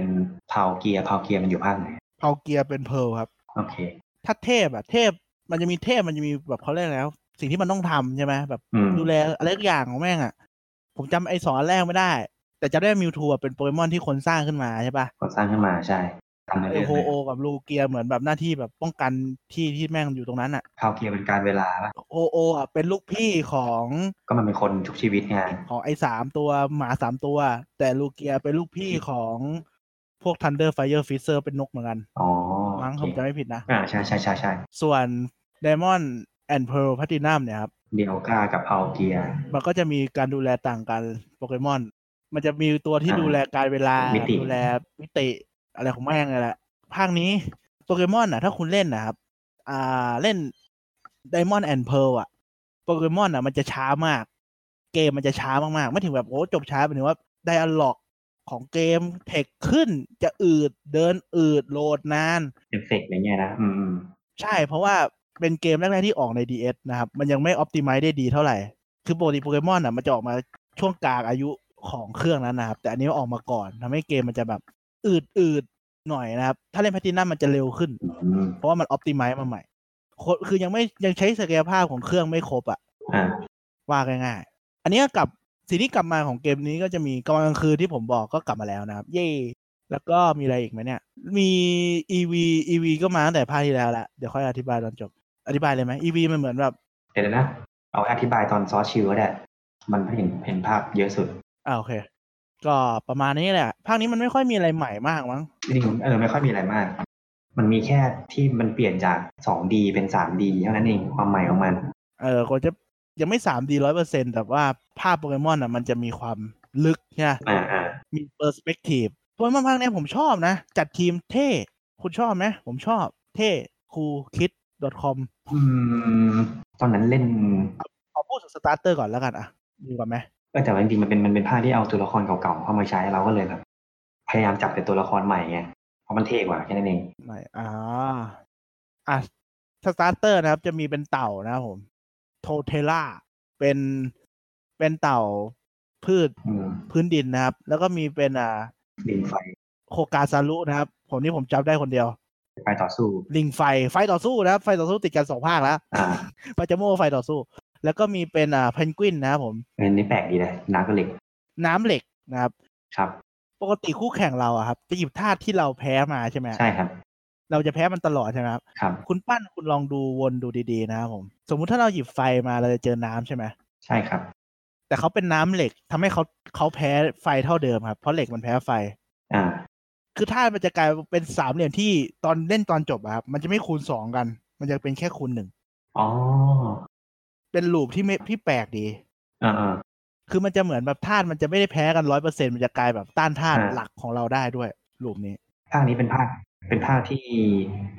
S2: พาวเกียร์พาวเกียร์มันอยู่ภาคไหน
S1: เพาเกียร์เป็นเพลครับ
S2: โอเค
S1: ถ้าเทพอะเทพ มันจะมีเทพ มันจะมีแบบเขาเรียกอะไรนะสิ่งที่มันต้องทำใช่ไหมแบบ
S2: อืม
S1: ดูแลอะไรสักอย่างของแม่งอ่ะ ผมจำไอ้สองอันแรกไม่ได้ แต่จำได้มิวทูเป็นโปเกมอนที่คนสร้างขึ้นมาใช่ปะ
S2: ก่อสร้างขึ้นมาใช่ตามใน
S1: ไอ
S2: เรื่อง
S1: โฮโอ กับลูเกียเหมือนแบบหน้าที่แบบป้องกันที่ที่แม่งอยู่ตรงนั้นอ่ะ
S2: พาวเกียร์เป็นการเวลาปะ
S1: โฮโออ่ะเป็นลูกพี่ของ
S2: ก็มันเป็นคนชุบชีวิตไง
S1: ของไอ้สามตัวหมาสามตัว แต่ลูเกียเป็นลูกพี่ของพวกทันเดอร์ไฟเ e อร์ฟิเซอร์เป็นนกเหมือนกัน
S2: อ๋อ
S1: มั้งผ
S2: โอ
S1: ม
S2: เค
S1: จำไม่ผิดนะ
S2: อ่าใช่ใช่ใช่ใช่
S1: ส่วนไดมอนด์แอนด์เพลพัตินัมเนี่ยครับ
S2: เดียวก้ากับพาวเกียร์
S1: มันก็จะมีการดูแลต่างกันโปเกมอน มันจะมีตัวที่
S2: อ่า
S1: ดูแลการเวลา
S2: มิติ
S1: ดูแลมิติ อะไรของแม่งเลยแหละ ภาคนี้โปเกมอนน่ะ ถ้าคุณเล่นนะครับ อ่าเล่นไดมอนด์แอนด์เพลอะโปเกมอนอ่ะ มันจะช้ามาก เกมมันจะช้ามากๆ ไม่ถึงแบบโอ้จบช้าหมายถึงว่าไดอะล็อกของเกมเทคขึ้นจะอืดเดินอืดโหลดนาน
S2: เอฟเฟกต์อะไรเงี้ยนะอืมอืม
S1: ใช่ เพราะว่าเป็นเกมแรก ๆ ที่ออกใน DS นะครับ มันยังไม่ออ t ติ i z e ได้ดีเท่าไหร่ คือปกติโปเกมอนอ่ะมันจะออกมาช่วงกลางอายุของเครื่องนั้นนะครับ แต่อันนี้มันออกมาก่อนทำให้เกมมันจะแบบอืดอืดๆหน่อยนะครับ ถ้าเล่นแพทินัมมันจะเร็วขึ้น
S2: อืม
S1: เพราะว่ามันออ t ติ i z e มาใหม่โคคือยังไม่ยังใช้ศักยภาพของเครื่องไม่ครบอ่ะ
S2: อ่า
S1: ว่าง่ายๆ อันนี้ก็กลับสิ่งที่กลับมาของเกมนี้ก็จะมีกลางวันกลางคืนที่ผมบอกก็กลับมาแล้วนะครับ เย่แล้วก็มีอะไรอีกไหมเนี่ย มี EV EV ก็มาตั้งแต่ภาคที่แล้วละเดี๋ยวค่อยอธิบายตอนจบ อธิบายเลยไหม EV มันเหมือนแบบ
S2: เดี๋ยวนะ เอาอธิบายตอนซอสชิลก็ได้มันเห็นเห็นภาพเยอะสุด
S1: อ่าโอเค ก็ประมาณนี้แหละภาคนี้มันไม่ค่อยมีอะไรใหม่มากมั้ง
S2: จริงๆเออไม่ค่อยมีอะไรมาก มันมีแค่ที่มันเปลี่ยนจาก 2D เป็น 3D เท่านั้นเองความใหม่ของมัน
S1: เออก็จะยังไม่ 3D ร้อยเปอร์เซ็นต์แต่ว่าภาพโปเกมอนอ่ะมันจะมีความลึกใช่ไหม
S2: อ่าอ่า
S1: มีเปอร์สเปกทีฟโปเกมอนภาคเนี้ยผมชอบนะ จัดทีมเท่ คุณชอบไหมผมชอบ เท่คูคิด .com
S2: อืมตอนนั้นเล่น
S1: ขอพูดถึงสตาร์เตอร์ก่อนแล้วกันอ่ะดีกว่าไหม
S2: เออแต่ว่าจริงๆมันเป็นมันเป็นภาคที่เอาตัวละครเก่าๆเข้ามาใช้เราก็เลยแบบพยายามจับแต่ตัวละครใหม่ไงเพราะมันเท่กว่าแค่นั้นเอง
S1: ไม่อ่าอ่ะสตาร์เตอร์นะครับ จะมีเป็นเต่านะครับผม โทเทล่า เป็นเป็นเต่าพืช
S2: อืม
S1: พื้นดินนะครับ แล้วก็มีเป็นอ่า
S2: ดินไฟ
S1: โคกาซารุนะครับ ผมนี่ผมจำได้คนเดียว
S2: ไฟต่อสู้
S1: ลิงไฟ ไฟต่อสู้นะครับ ไฟต่อสู้ติดกันสองภาคแล้ว
S2: อ่า
S1: ปาจาโมไฟต่อสู้ แล้วก็มีเป็นอ่าเพนกวินนะครับผม
S2: เออนี่แปลกดีนะน้ำก็เหล็ก
S1: น้ำเหล็กนะครับ
S2: ครับ
S1: ปกติคู่แข่งเราอะครับ จะหยิบธาตุที่เราแพ้มาใช่ไหมฮะ
S2: ใช่ครับ
S1: เราจะแพ้มันตลอดใช่ไหมครับ
S2: ครับ
S1: คุณปั้นคุณลองดูวนดูดีๆนะครับผม สมมุติถ้าเราหยิบไฟมาเราจะเจอน้ำใช่ไหม
S2: ใช่ครับ
S1: แต่เขาเป็นน้ำเหล็กทำให้เขาเขาแพ้ไฟเท่าเดิมครับ เพราะเหล็กมันแพ้ไฟ
S2: อ่า
S1: คือถ้าตุมันจะกลายเป็นสามเหลี่ยมที่ตอนเล่นตอนจบอะครับ มันจะไม่คูณสองกัน มันจะเป็นแค่คูณหนึ่ง
S2: อ๋อ
S1: เป็นลูปที่ไม่ที่แปลกดี
S2: อ่าอ่า
S1: คือมันจะเหมือนแบบธาตุมันจะไม่ได้แพ้กันร้อยเปอร์เซ็นมันจะกลายแบบต้านธาตุ
S2: อ่า
S1: หลักของเราได้ด้วยลูปนี้
S2: ภาคนี้เป็นภาค เป็นภาคที่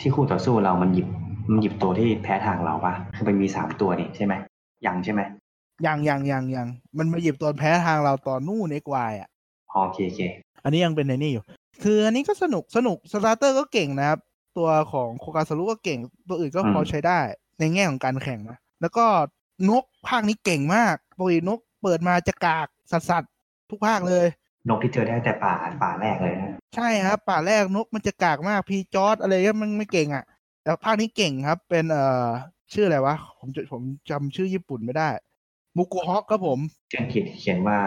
S2: ที่คู่ต่อสู้เรามันหยิบ มันหยิบตัวที่แพ้ทางเราปะคือมันมีสามตัวนี่ใช่ไหมยังใช่ไหม
S1: อย่างอย่างอย่างอย่างมันมาหยิบตัวแพ้ทางเราตอนนู่นเอกวายอ่ะ
S2: อ๋อโอเคโอเค
S1: อันนี้ยังเป็นในนี่อยู่ คืออันนี้ก็สนุกสนุกสตาร์เตอร์ก็เก่งนะครับ ตัวของโคกาสรุก็เก่ง ตัวอื่นก็พอ
S2: อืม
S1: ใช้ได้ในแง่ของการแข่งนะ แล้วก็นกภาคนี้เก่งมากปกตินกเปิดมาจะกากสัสๆทุกภาคเลย
S2: นกที่เจอได้แต่ป่าป่าแรกเลยนะ
S1: ใช่ครับป่าแรกนกมันจะกากมากพีจอร์ดอะไรก็มันไม่เก่งอะ่ะ แต่ภาคนี้เก่งครับ เป็นเอ่อชื่ออะไรวะ ผมจะผมจำชื่อญี่ปุ่นไม่ได้มุกุฮอกครับผม
S2: ชื่ออังกฤษเขียนว่า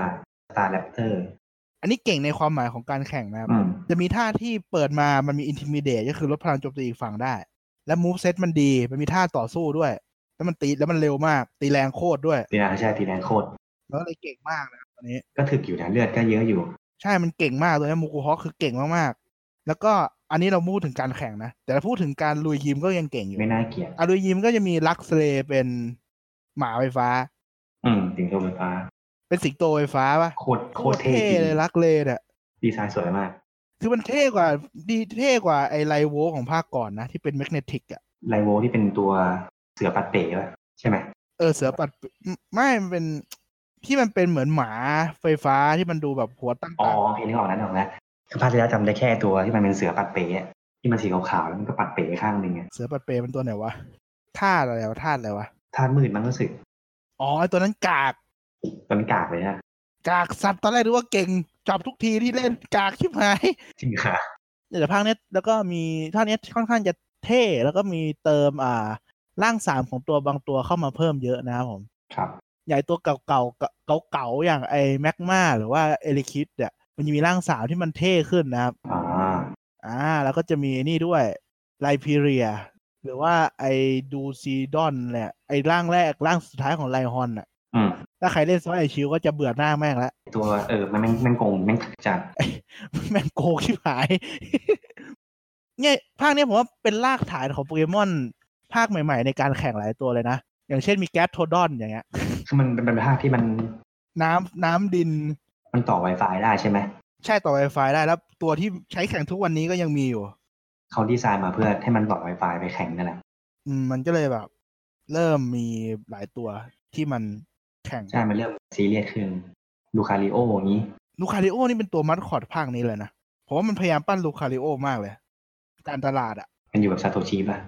S2: Star Raptor
S1: อันนี้เก่งในความหมายของการแข่งนะครับ
S2: อืม
S1: จะมีท่าที่เปิดมามันมีอินทิมิเดตก็คือลดพลังโจมตีอีกฝั่งได้ และมูฟเซตมันดี มันมีท่าต่อสู้ด้วย แล้วมันตีแล้วมันเร็วมาก ตีแรงโคตรด้วย
S2: ตีแรงใช่ตีแรงโคตร
S1: แล้วเลยเก่งมากนะครับตัวนี้
S2: ก็ถึกอยู่นะเลือดก็เยอะอยู่
S1: ใช่ มันเก่งมากตัวนี้มูกุฮอกคือเก่งมากๆ แล้วก็อันนี้เราพูดถึงการแข่งนะ แต่ถ้าพูดถึงการลุยยิมก็ยังเก่งอยู่
S2: ไม่น่าเกลียด
S1: อารุยิมก็จะมีลักเซเลเป็นหมาไฟฟ้า
S2: อืมถึงโรงไฟฟ้า
S1: เป็นสิงโตไฟฟ้าปะ
S2: โคตรโคตรเท่จริง
S1: เลยลักเลเนี่ย
S2: ดีไซน์สวยมาก
S1: คือมันเท่กว่าดีเท่กว่าไอไลโวของภาคก่อนนะ ที่เป็นแมกเนติกอ่ะ
S2: ไลโวที่เป็นตัวเสือปัดเป๋ป่ะใช่ไหม
S1: เออเสือปัดไม่ไม่มันเป็นที่มันเป็นเหมือนหมาไฟฟ้าที่มันดูแบบหัวตั้ง
S2: อ๋อ
S1: ๆ
S2: เห็นนึกออกแล้วนึกออกแล้วคือภาคที่แล้วจำได้แค่ตัวที่มันเป็นเสือปัดเป๋อะที่มันสีขาวๆแล้วมันก็ปัดเป๋ข้างหนึ่งอะ
S1: เสือปัดเปรย์มันตัวไหนวะท่าตุอะไรวะท่าตุอะไรวะ
S2: ธาตุมืดมันรู้สึก
S1: อ๋อไอ้ตัวนั้นกาก
S2: ตอนกากเลยนะ
S1: กากสัตว์ตอนแรกรู้ว่าเก่งจับทุกทีที่เล่นกากชิบหาย
S2: จริงค่ะ
S1: แต่ภาคเนี้ยแล้วก็มีภาคเนี้ยค่อนข้างจะเท่แล้วก็มีเติมอ่าร่างสามของตัวบางตัวเข้ามาเพิ่มเยอะนะครับผม
S2: ครับ
S1: ใหญ่ตัวเก่าๆเก่าเก่าๆอย่างไอ้แมกมาหรือว่าเอลิคิดเนี่ยมันจะมีร่างสามที่มันเท่ขึ้นนะครับ
S2: อ่า
S1: อ่า แล้วก็จะมีไอ้นี่ด้วยไลพีเรีย หรือว่าไอ้ดูซีดอนแหละไอ้ร่างแรกร่างสุดท้ายของไลฮอนน่ะ
S2: อืม
S1: ถ้าใครเล่นซอสไอชิวก็จะเบื่อหน้าแม่งแล้ว
S2: ตัวเออมันแม่งแม่งโกงแม่งถึกจัด
S1: แม่งโกงชิบหาย เนี่ยภาคเนี้ยผมว่าเป็นรากฐานของโปเกมอน ภาคใหม่ๆ ในการแข่งหลายตัวเลยนะ อย่างเช่นมีแก๊สโทดอนอย่างเงี้ย
S2: คือมันเป็นภาคที่มัน
S1: น้ำน้ำดิน
S2: มันต่อ Wi-Fi ได้ใช่ไหม
S1: ใช่ต่อ Wi-Fi ได้แล้ว ตัวที่ใช้แข่งทุกวันนี้ก็ยังมีอยู่
S2: เขาดีไซน์มาเพื่อให้มันต่อ Wi-Fi ไปแข่งนั่นแหละ
S1: อืมมันก็เลยแบบ เริ่มมีหลายตัวที่มันแข่ง
S2: ใช่ มันเริ่มซีเรียสขึ้นลูคาริโออย่างนี้
S1: ลูคาริโอนี่เป็นตัวมัดคอร์ดภาคนี้เลยนะผมว่ามันพยายามปั้นลูคาริโอมากเลย การตลาดอะ
S2: มันอยู่แบบซาโตชิป่ะ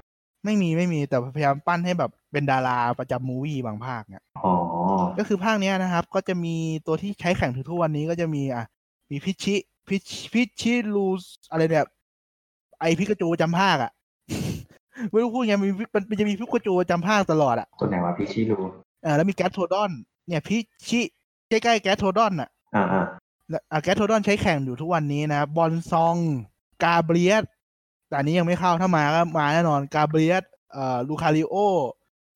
S1: ไม่มีไม่มีแต่พยายามปั้นให้แบบเป็นดาราประจำมูวี่บางภาคเนี่ย
S2: อ๋อ
S1: ก็คือภาคเนี้ยนะครับ ก็จะมีตัวที่ใช้แข่งถึงทุกวันนี้ก็จะมีอ่ะมีพิชิพิชพิชิลูสอะไรเนี่ยไอพิกาจูประจำภาคอะ ไม่รู้พูดไงมีพิมันมันจะมีพิกาจูประจำภาคตลอดอะ
S2: ตัวไหนวะพี่ชิรู
S1: เออแล้วมีแก๊สโทดอน เนี่ยพิชิใกล้ๆแก๊สโทดอนอะ
S2: อ่าอ่า
S1: และอ่ะแกสโทดอนใช้แข่งอยู่ทุกวันนี้นะบอลซองกาเบรียสแต่อันนี้ยังไม่เข้าถ้ามาก็มาแน่นอนกาเบรียสเอ่อลูคาริโอ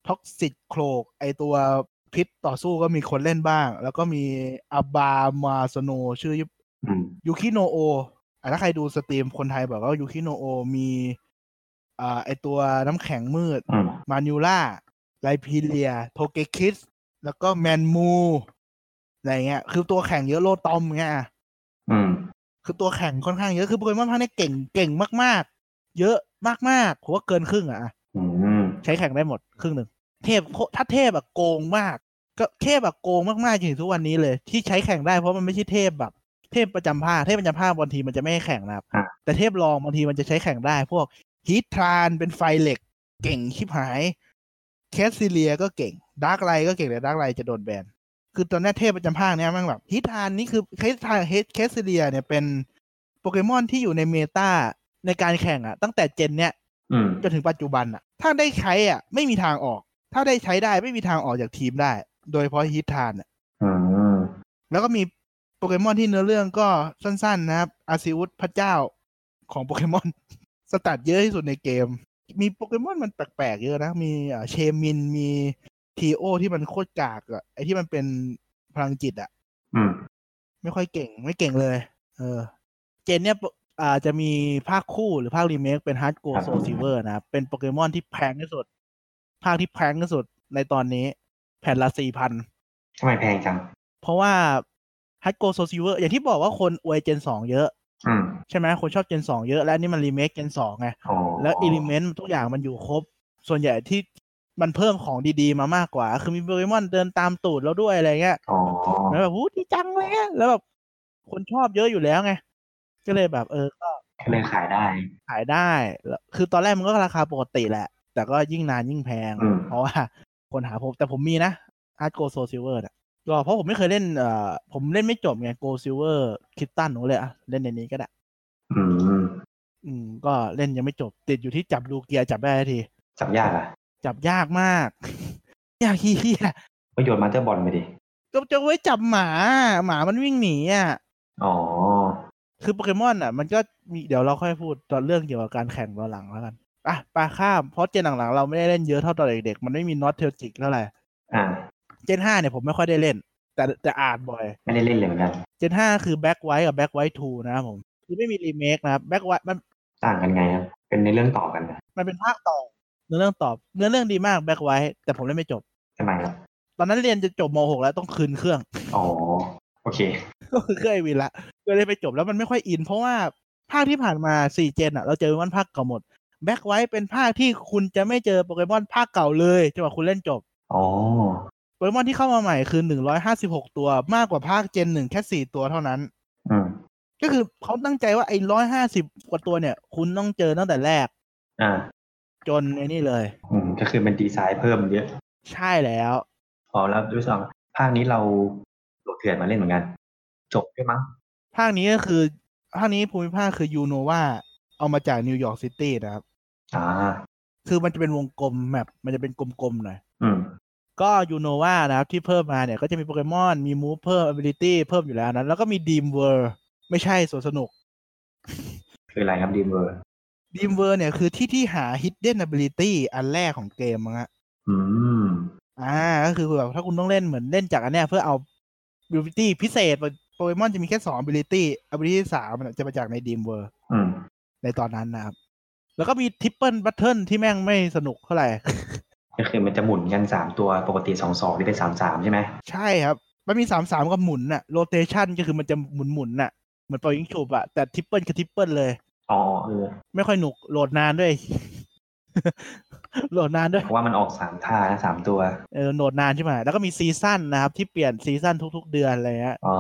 S1: ท็อกซิตโคลกไอตัวพิษต่อสู้ก็มีคนเล่นบ้าง แล้วก็มีอาบามาสโนชื่อ
S2: อืม
S1: ยูคิโนโออ่ะถ้าใครดูสตรีมคนไทยบอกว่ายูคิโนโอมีอ่าไอตัวน้ำแข็งมืด
S2: อืม
S1: มานูล่าไลพีเรีย โทเกคิส แล้วก็แมนมู อะไรเงี้ย คือตัวแข่งเยอะโลตอมเงี้ยอ่ะ
S2: อืม
S1: คือตัวแข่งค่อนข้างเยอะคือโปเกมอนภาคเนี้ยเก่งเก่งมาก ๆ เยอะมากๆผมว่าเกินครึ่งอะอะ
S2: อืม
S1: ใช้แข่งได้หมดครึ่งหนึ่งเทพโคถ้าเทพอะโกงมาก ก็เทพอะโกงมากๆจนถึงทุกวันนี้เลย ที่ใช้แข่งได้เพราะมันไม่ใช่เทพแบบ เทพประจำภาคเทพประจำภาคบางทีมันจะไม่ให้แข่งนะครับ
S2: อ่ะ
S1: แต่เทพรองบางทีมันจะใช้แข่งได้ พวกฮีทรานเป็นไฟเหล็ก เก่งชิบหายแคสซิเลียก็เก่งดาร์กไลก็เก่งแต่ดาร์กไลจะโดนแบน คือตอนเนี้ยเทพประจำภาคเนี้ยแมันแบบฮิตทานนี่คือเคสทานเฮดเคสเซียเนี่ยเป็นโปเกมอนที่อยู่ในเมตาในการแข่งอะ่ะ ตั้งแต่เจนเนี้ย
S2: อืม
S1: จนถึงปัจจุบันอะ่ะ ถ้าได้ใช้อะ่ะ ไม่มีทางออก ถ้าได้ใช้ได้ไม่มีทางออกจากทีมได้ โดยเฉพาะฮิตทานอะ
S2: อืม
S1: แล้วก็มีโปเกมอนที่เนื้อเรื่องก็สั้น ๆ นะครับอาซิอุสพระเจ้าของโปเกมอน สตัดเยอะที่สุดในเกม มีโปเกมอนมันแปลกๆเยอะนะมีเอ่อเชมินมีทีโอที่มันโคตรกากอะไอที่มันเป็น พลังจิตอะ
S2: อืม
S1: ไม่ค่อยเก่ง ไม่เก่งเลย เออ เจนเนี่ยปกอาจจะมีภาคคู่หรือภาครีเมคเป็นฮาร์ดโก
S2: ครับ
S1: โซซิเวอร์นะครับเป็นโปเกมอนที่แพงที่สุด ภาคที่แพงที่สุดในตอนนี้ แผ่นละสี่พัน
S2: ทำไมแพงจัง
S1: เพราะว่าฮัตโกโซซิเวอร์อย่างที่บอกว่าคนอวยเจนสองเยอะ
S2: อืม
S1: ใช่ไหมคนชอบเจนสองเยอะ และอันนี่มันรีเมคเจนสองไง
S2: โอ้
S1: แล้วอิเลเมนต์ทุกอย่างมันอยู่ครบ ส่วนใหญ่ที่มันเพิ่มของดีๆมามากกว่า คือมีโปเกมอนเดินตามตูดแล้วด้วยอะไรเงี้ย
S2: โอ้
S1: แล้วแบบวู้ดีจังเลยอะแล้วแบบคนชอบเยอะอยู่แล้วไง ก็เลยแบบ เออก็
S2: ก็เลยขายได้
S1: ขายได้แล้วคือตอนแรกมันก็ราคาปกติแหละ แต่ก็ยิ่งนานยิ่งแพง
S2: อืม
S1: เพราะ ว่าคนหาผมแต่ผมมีนะอาร์ตโกโซซิเวอร์เนี่ยก็เพราะผมไม่เคยเล่นเอ่อผมเล่นไม่จบไงโกซิเวอร์คิตตันผมเลยอ่ะ เล่นในนี้ก็ได้
S2: อืม
S1: อืม ก็เล่นยังไม่จบ ติดอยู่ที่จับลูเกียจับได้ทันที
S2: จับยากอ่ะ
S1: จับยากมาก ยากเฮีย
S2: ก็โยนมาสเตอร์บอลไปดิ
S1: ก็จะไว้จับหมาหมามันวิ่งหนีอ่ะ
S2: อ๋อ
S1: คือโปเกมอนอ่ะ มันก็มีเดี๋ยวเราค่อยพูดตอนเรื่องเกี่ยวกับการแข่งตอนหลังแล้วกันอ่ะปลาข้ามเพราะเจนหลังๆเราไม่ได้เล่นเยอะเท่าตอนเด็กๆมันไม่มีนอตเทลจิกเท่าไหร่
S2: อ่า
S1: เจนห้าเนี่ยผมไม่ค่อยได้เล่น แต่แต่อ่านบ่อย
S2: ไม่ได้เล่นเลยเหมือนกัน
S1: เจนห้าคือแบ็ k ไว t e กับแบ็ k ไว t e 2นะครับผม คือไม่มีรีเมคนะครับแบ็ k ไว t e มัน
S2: ต่างกันไงครับ เป็นในเรื่องต่อกันนะ
S1: มันเป็นภาคต่อเนื้อเรื่องตอบเนื้อเรื่องดีมากแบ็ k ไว t e แต่ผมเล่นไม่จบ
S2: ทำไมครับ
S1: ตอนนั้นเรียนจะจบม .6 แล้วต้องคืนเครื่อง
S2: อ๋อ โอเค
S1: ก็คือเครื่องไอวินละก็เลยไปจบแล้วมันไม่ค่อยอิน เพราะว่าภาคที่ผ่านมาสี่เจนอ่ะ เราเจอมันภาคเก่าหมดแบ็กไว t e เป็นภาคที่คุณจะไม่เจอโปเกมอนภาคเก่าเลยจนกว่าคุณเล่นจบ
S2: อ๋อ
S1: โปเกมอนที่เข้ามาใหม่คือหนึ่งร้อยห้าสิบหกตัวมากกว่าภาคเจนหนึ่งแค่สี่ตัวเท่านั้น
S2: อืม
S1: ก็คือเขาตั้งใจว่าไอ้ร้อยห้าสิบกว่าตัวเนี่ย คุณต้องเจอตั้งแต่แรก
S2: อ่า
S1: จนไอ้นี่เลย
S2: อืม ก็คือเป็นดีไซน์เพิ่มเยอะ
S1: ใช่แล้ว
S2: อ๋อ แล้วด้วยสองภาคนี้เราโหลดเถื่อนมาเล่นเหมือนกัน จบด้วยมั้ง
S1: ภาคนี้ก็คือ ภาคนี้ภูมิภาคคือยูโนวาเอามาจากนิวยอร์กซิตี้นะครับ
S2: อ่า
S1: คือมันจะเป็นวงกลมแมปมันจะเป็นกลมๆหน่อย
S2: อืม
S1: ก็ยูโนวานะครับที่เพิ่มมาเนี่ยก็จะมีโปเกมอน มีมูฟเพิ่ม ability เพิ่มอยู่แล้วนะ แล้วก็มีดีมเวอร์ไม่ใช่สวนสนุก
S2: คืออะไรครับดีเวอร์
S1: ดีมเวอร์เนี่ยคือที่ที่หา hidden ability อันแรกของเกมมั้งฮะ
S2: อืม
S1: อ่า ก็คือแบบถ้าคุณต้องเล่นเหมือนเล่นจากอันเนี้ยเพื่อเอา ability พิเศษโปเกมอนจะมีแค่สอง ability ability สามอะจะมาจากในดีมเวอร์
S2: อืม
S1: ในตอนนั้นนะครับ แล้วก็มีทริปเปิลบัตเทิลที่แม่งไม่สนุกเท่าไหร่
S2: ก็คือมันจะหมุนกันสามตัว ปกติสองสองนี่เป็นสามสามใช่ไหม
S1: ใช่ครับ มันมีสามสามกับหมุนน่ะโรเตชันก็คือมันจะหมุนหมุนๆน่ะเหมือนเปายิงฉุบอะแต่ทริปเปิลคือทริปเปิลเลย
S2: อ๋อ เออ
S1: ไม่ค่อยหนุกโหลดนานด้วย โหลดนานด้วย
S2: เพราะว่ามันออกสามท่านะสามตัว
S1: เออโหลดนานใช่ไหมแล้วก็มีซีซั่นนะครับ ที่เปลี่ยนซีซั่นทุก ๆ เดือนอะไรเงี้ย
S2: อ๋อ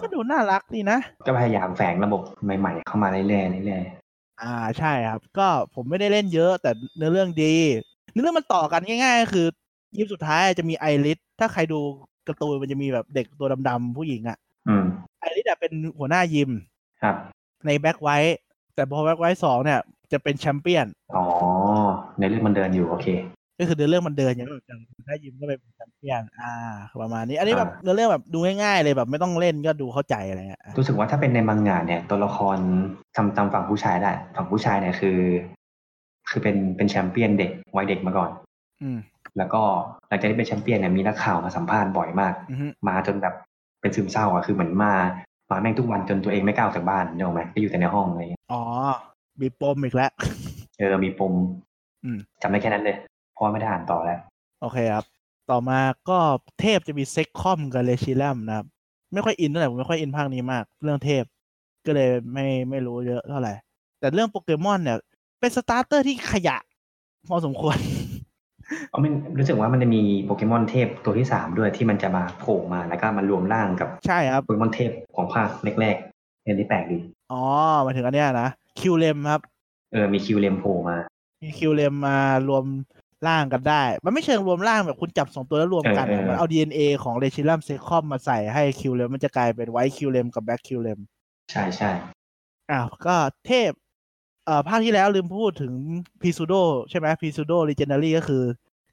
S1: ก็ดูน่ารักดีนะ
S2: ก็พยายามแฝงระบบใหม่ๆ เข้ามาเรื่อยๆเรื่อย
S1: อ่าใช่ครับ ก็ผมไม่ได้เล่นเยอะแต่เนื้อเรื่องดีเนื้อเรื่องมันต่อกันง่ายๆก็คือยิปสุดท้ายจะมีไอริสถ้าใครดูการ์ตูนมันจะมีแบบเด็กตัวดำๆผู้หญิงอะ
S2: ๆอืม
S1: ไอริสอะเป็นหัวหน้ายิม
S2: ครับ
S1: ในแบ็กไวท์แต่พอแบ็กไวท์สองเนี่ย จะเป็นแชมเปี้ยน
S2: อ๋อ ในเรื่องมันเดินอยู่โอเค
S1: ก็คือเดินเรื่องมันเดินอย่างนี้อย่างถ้ายิมก็เป็นแชมเปี้ยน อ่า ประมาณนี้ อันนี้แบบ
S2: อ่า
S1: เดินเรื่องแบบดูง่ายๆเลยแบบไม่ต้องเล่นก็ดูเข้าใจอะไรเงี้ยอ่ะ
S2: รู้สึกว่าถ้าเป็นในมังงะเนี่ย ตัวละครทำตามฝั่งผู้ชายได้ฝั่งผู้ชายเนี่ยคือ คือเป็นเป็นแชมเปี้ยนเด็กวัยเด็กมาก่อน
S1: อืม
S2: แล้วก็หลังจากที่เป็นแชมเปี้ยนเนี่ยมีนักข่าวมาสัมภาษณ์บ่อยมาก
S1: อือฮึ
S2: มาจนแบบเป็นซึมเศร้าอ่ะคือเหมือนมามาแม่งทุกวันจนตัวเองไม่กล้าออกจากบ้านเนกอะไหมก็อยู่แต่ในห้องอะไรอย่างเงี้ย
S1: อ๋อมีปมอีกแล้ว
S2: เออมีปม
S1: อืม
S2: จำได้แค่นั้นเลยเพราะว่าไม่ได้อ่านต่อแล้ว
S1: โอเคครับ ต่อมาก็เทพจะมีเซ็กคอมกับเลชิลัมนะครับ ไม่ค่อยอินเท่าไหร่ผมไม่ค่อยอินภาคนี้มาก เรื่องเทพ ก็เลยไม่ไม่รู้เยอะเท่าไหร่ แต่เรื่องโปเกมอนเนี่ย เป็นสตาร์เตอร์ที่ขยะพอสมควร
S2: เพราะมันรู้สึกว่ามันจะมีโปเกมอนเทพตัวที่สามด้วยที่มันจะมาโผล่มาแล้วก็มารวมร่างกับ
S1: ใช่ครับ
S2: โปเกมอนเทพของภาคแรกๆเนี่ยนี่แปลกดี
S1: อ๋อหมายถึงอันเนี้ยนะคิวเลมครับ
S2: เออมีคิวเลมโผล่มา
S1: มีคิวเลมมารวมร่างกันได้ มันไม่เชิงรวมร่างแบบคุณจับสองตัวแล้วรวมกันนะ
S2: เออเออ
S1: มันเอา DNA ของเรชิลัมเซคอมมาใส่ให้คิวเลมมันจะกลายเป็นไวท์คิวเลมกับแบล็กคิวเลม
S2: ใช่ใช่
S1: อ่ะก็เทพเอ่อภาคที่แล้วลืมพูดถึงพีซูโดใช่ไหมพีซูโดลีเจนดารี่ก็คือ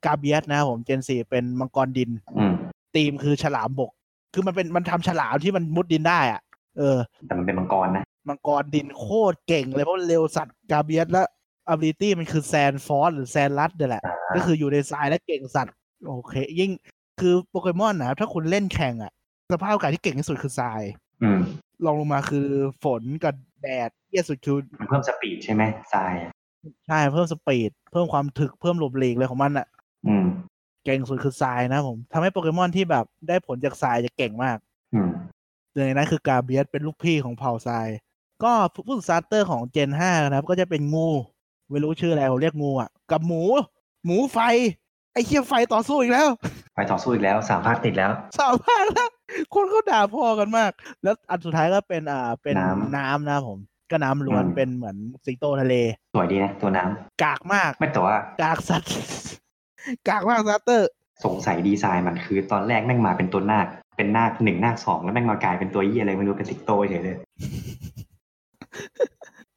S1: กาเบียสนะครับผมเจนสี่เป็นมังกรดิน
S2: อืม
S1: ตีมคือฉลามบก คือมันเป็นมันทำฉลามที่มันมุดดินได้อะเออ
S2: แต่มันเป็นมังกรนะ
S1: มังกรดินโคตรเก่งเลยเพราะเร็วสัตว์กาเบียสและอ b i l i t y มันคือแซนฟอสหรือแซนลัดเนี่ยแหละ ก็คืออยู่ในทรายและเก่งสัตว์ โอเค ยิ่งคือโปเกมอนนะครับถ้าคุณเล่นแข่งอ่ะ สภาพอากาศที่เก่งที่สุดคือทราย
S2: อืม
S1: ลองลงมาคือฝนกับแดดเยี่ยสุดคือ
S2: มันเพิ่มสปีดใช่ไหมทรายอะ
S1: ใช่เพิ่มสปีด เพิ่มความถึกเพิ่มหลบหลีกเลยของมันอะ
S2: อืม
S1: เก่งสุดคือทรายนะผมทำให้โปเกมอนที่แบบได้ผลจากทรายจะเก่งมาก
S2: อืม
S1: หนึ่งในนั้นคือกาเบียสเป็นลูกพี่ของเผ่าทราย ก็ผู้สตาร์เตอร์ของเจนห้านะครับ ก็จะเป็นงูไม่รู้ชื่ออะไรผมเรียกงูอะกับหมู หมูไฟ ไอ้เคียไฟต่อสู้อีกแล้ว
S2: ไปต่อสู้อีกแล้วสามภาคติดแล้ว
S1: สามภาคแล้วคนเขาด่าพ่อกันมาก แล้วอันสุดท้ายก็เป็นอ่าเป็น
S2: น้ำ
S1: น้ำนะผม ก็น้ำล้วน
S2: อืม
S1: เป็นเหมือนสิงโตทะเล
S2: สวยดีนะตัวน้ำ
S1: กากมาก
S2: ไม่แต่ว่าก
S1: ากสัตว์ กากมากซัตเตอร์
S2: สงสัยดีไซน์มันคือตอนแรกแม่งมาเป็นตัวนาคเป็นนาคหนึ่งนาคสองแล้วแม่งมากลายเป็นตัวเยี่ยอะไรไม่รู้เป็นสิงโตเฉยเลย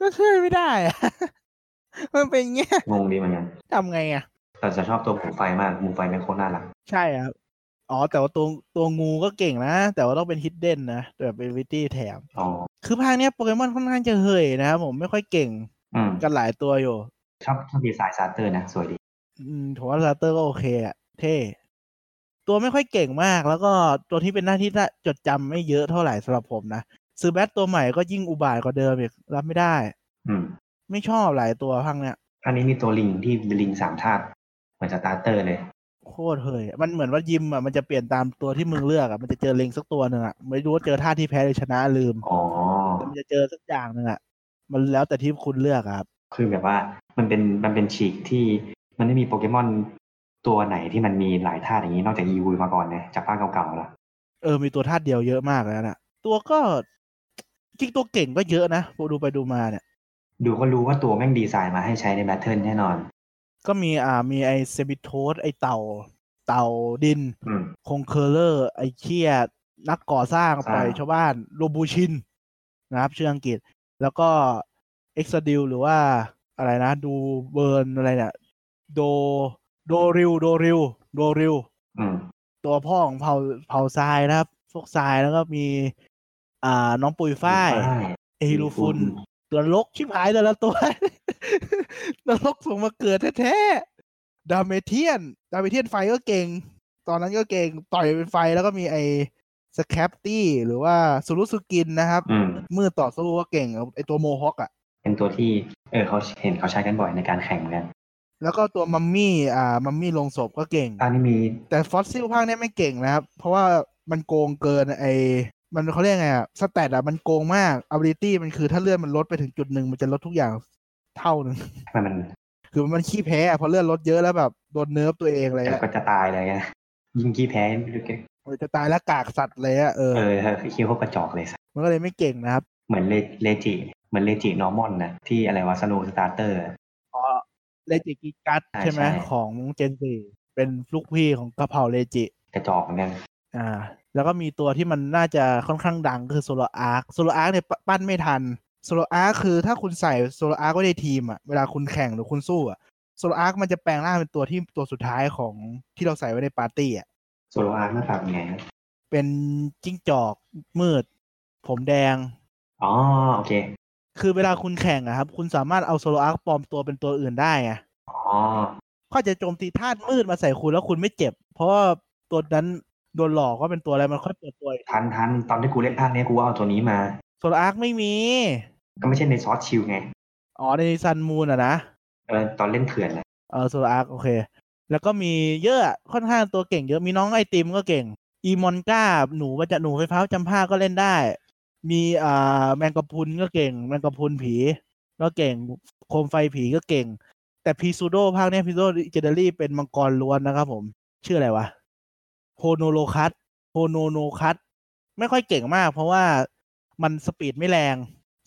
S1: ก็ช่วยไม่ได้อะ มันเป็นอย่างเงี้ย
S2: งงดีเหมือนกัน
S1: ทำไงอ่ะ
S2: แต่จะชอบตัวหมูไฟมากหมูไฟแม่งโคตรน่ารัก
S1: ใช่ครับอ๋อ แต่ว่าตัวตัวงูก็เก่งนะ แต่ว่าต้องเป็นฮิดเด้นนะแบบเป็นวิตี้แถม
S2: อ๋อ
S1: คือภาคเนี้ยโปเกมอนค่อนข้างจะเหยนะครับผมไม่ค่อยเก่ง
S2: อืม
S1: กันหลายตัวอยู่
S2: ชอบชอบดีไซน์ซาร์เตอร์นะสวยดี
S1: อืมผมว่าซาเตอร์ก็โอเคอะเท่ ตัวไม่ค่อยเก่งมาก แล้วก็ตัวที่เป็นหน้าที่น่าจดจำไม่เยอะเท่าไหร่สำหรับผมนะซื้อแบทตัวใหม่ก็ยิ่งอุบาทกว่าเดิมอีกรับไม่ได้
S2: อืม
S1: ไม่ชอบหลายตัวพังเนี่ย
S2: ภาคนี้มีตัวลิงที่เป็นลิงสามธาตุเหมือนสตาร์เตอร์เลย
S1: โคตรเหยมันเหมือนว่ายิมอ่ะมันจะเปลี่ยนตามตัวที่มึงเลือกอ่ะมันจะเจอเลงสักตัวหนึ่งอ่ะไม่รู้ว่าเจอท่าที่แพ้หรือชนะลืม
S2: อ๋อ
S1: แต่มันจะเจอสักอย่างหนึ่งอ่ะมันแล้วแต่ที่คุณเลือกอะครับ
S2: คือแบบว่ามันเป็นมันเป็นฉีกที่มันไม่มีโปเกมอนตัวไหนที่มันมีหลายท่าตุอย่างนี้นอกจากอีวูมาก่อนนะจากภาคเก่าๆแล้ว
S1: เออ มีตัวธาตุเดียวเยอะมากแล้วน่ะ ตัวก็จริงตัวเก่งก็เยอะนะดูไปดูมาเนี่ย
S2: ดูก็รู้ว่าตัวแม่งดีไซน์มาให้ใช้ในแบทเทิลแน่นอน
S1: ก็มีอ่ามีไอเซบิโทสไอเต่า เต่าดิน
S2: อืม
S1: คงเคอร์เลอร์ ไอเคียนักก่อสร้าง
S2: อ่า
S1: ปล่อยชาวบ้านโรบูชิน นะครับชื่ออังกฤษ แล้วก็เอ็กซ์ดิลหรือว่าอะไรนะ ดูเบิร์นอะไรเนี่ยโดโดริวโดริวโดริว
S2: อืม
S1: ตัวพ่อของเผาเผาทรายนะครับพวกทรายแล้วก็มี อ่าน้องปุยฝ้าย เอฮิลูฟุน
S2: อืม
S1: ตัวนรกชิบหายแต่ละตัว นรกส่งมาเกิดแท้ๆ ดาเมเทียน ดาเมเทียนไฟก็เก่ง ตอนนั้นก็เก่ง ต่อยเป็นไฟแล้วก็มีไอ้สแคปตี้หรือว่าสุรุสุกินนะครับ
S2: อืม
S1: มือต่อสู้ก็เก่งไอ้ตัวโมฮอคอะ
S2: เป็นตัวที่ เออเขาเห็นเขาใช้กันบ่อยในการแข่งเหมือนกัน
S1: แล้วก็ตัวมัมมี่อ่ามัมมี่ลงศพก็เก่ง
S2: ตอนนี้มี
S1: แต่ฟอสซิลภาคเนี้ยไม่เก่งนะครับ เพราะว่ามันโกงเกินไอ้มันเขาเรียกไงอะสแตทอะมันโกงมากอาบิลิตี้มันคือถ้าเลื่อนมันลดไปถึงจุดหนึ่งมันจะลดทุกอย่างเท่าหนึ่ง
S2: ทำไมมัน
S1: คือมันขี้แพ้อะพอเลือดลดเยอะแล้วแบบโดนเนิร์ฟตัวเองอะไร
S2: มัน
S1: เงี้ย
S2: ก็จะตายเลยนะยิงกี้แพ้ไม่รู้แก
S1: มันจะตายแล้วกากสัตว์เลยอะเออ
S2: เออคิดวพวกกระจอกเลยสัส
S1: มันก็เลยไม่เก่งนะครับ
S2: เหมือนเลเลจิเหมือนเลจินอร์มอนนะที่อะไรวะสโลสตาร์เตอร์
S1: อ๋อเลจิกิกัต
S2: ใช่
S1: ใช่ไหม
S2: ใช่
S1: ของเจนซีเป็นลูกพี่ของกะเพราเลจิ
S2: กระจอกเหมือนกัน
S1: อ่า แล้วก็มีตัวที่มันน่าจะค่อนข้างดังคือโซโลอาร์คโซโลอาร์คเนี่ยปปั้นไม่ทันโซโลอาร์คคือถ้าคุณใส่โซโลอาร์คไว้ในทีมอะเวลาคุณแข่งหรือคุณสู้อะโซโลอาร์คมันจะแปลงร่างเป็นตัวที่ตัวสุดท้ายของที่เราใส่ไว้ในปาร์ตี้อะ
S2: โซโลอาร์คหน้าตาเป็นไงนะ
S1: เป็นจิ้งจอกมืด ผมแดง
S2: อ๋อโอเค
S1: คือเวลาคุณแข่งอะครับ คุณสามารถเอาโซโลอาร์คปลอมตัวเป็นตัวอื่นได้ไง
S2: อ๋อ
S1: ก็อาจจะโจมตีธาตุมืดมาใส่คุณแล้วคุณไม่เจ็บ เพราะว่าตัวนั้นโดนหลอกว่าเป็นตัวอะไรมันค่อยเปิดตัวอีก
S2: ทันทันตอนที่กูเล่นภาคเนี้ยกูว่าเอาตัวนี้มา
S1: โซโลอาร์คไม่มี
S2: ก็ไม่ใช่ในซอสชิลไง
S1: อ๋อในซันมูนอะนะ
S2: เออตอนเล่นเถื่อนนะ
S1: เออโซลอาร์คโอเค แล้วก็มีเยอะค่อนข้างตัวเก่งเยอะมีน้องไอติมก็เก่ง อีมอนก้าหนูประจะหนูไฟฟ้าจำผ้าก็เล่นได้ มีอ่าแมงกะพรุนก็เก่ง แมงกะพรุนผีก็เก่งโคมไฟผีก็เก่ง แต่พีซูโดภาคเนี้ยพีซูโดเจเดอรี่เป็นมังกรล้วนนะครับผม ชื่ออะไรวะโฮโนโลคัสโฮโนโนคัสไม่ค่อยเก่งมาก เพราะว่ามันสปีดไม่แรง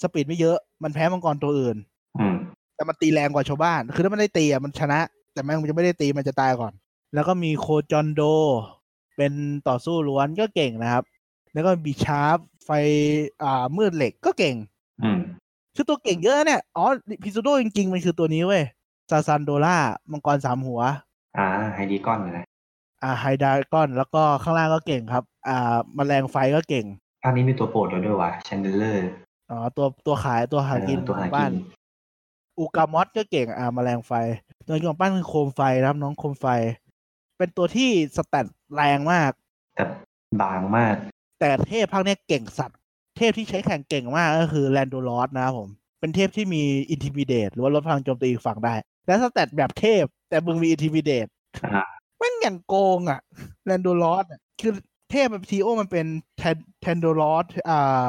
S1: สปีดไม่เยอะมันแพ้มังกรตัวอื่น
S2: อืม
S1: แต่มันตีแรงกว่าชาวบ้าน คือถ้ามันได้ตีอ่ะมันชนะ แต่แม่งมันจะไม่ได้ตีมันจะตายก่อน แล้วก็มีโคจอนโด เป็นต่อสู้ล้วนก็เก่งนะครับ แล้วก็บีชาร์ปไฟอ่ามืดเหล็กก็เก่ง
S2: อืม
S1: คือตัวเก่งเยอะเนี่ย อ๋อพิซูโดจริงๆ มันคือตัวนี้เว้ย ซาซันโดล่า มังกรสามหัว
S2: อ่าไฮดีก้อนนะ
S1: อ่าไฮดราก้อน แล้วก็ข้างล่างก็เก่งครับ อ่าแมลงไฟก็เก่ง
S2: ภาคนี้มีตัวโปรดเราด้วยว่ะชันเดลเลอร์
S1: อ๋อตัวตัวขายตัวหากิน
S2: ตัวหา
S1: ของ
S2: กิ
S1: บ้าน
S2: น
S1: อูกามอสก็เก่งอ่าแมลงไฟตัวของปั้นคือโคมไฟนะครับน้องโคมไฟ เป็นตัวที่สแตทแรงมาก
S2: แต่บางมาก
S1: แต่เทพภาคเนี้ยเก่งสัตว์ เทพที่ใช้แข่งเก่งมากก็คือแลนโดลอสนะครับผม เป็นเทพที่มีอินทิ i ิเดตหรือว่าลดพลังโจมตีอีกฝั่งได้ และสแตทแบบเทพ แต่มึงมีอินทิ i ิเดต
S2: อ่า
S1: แมันอย่างโกงอ่ะแลนโดลอสคือเทพแบบทีโอมันเป็นแทนโดลอสอ่า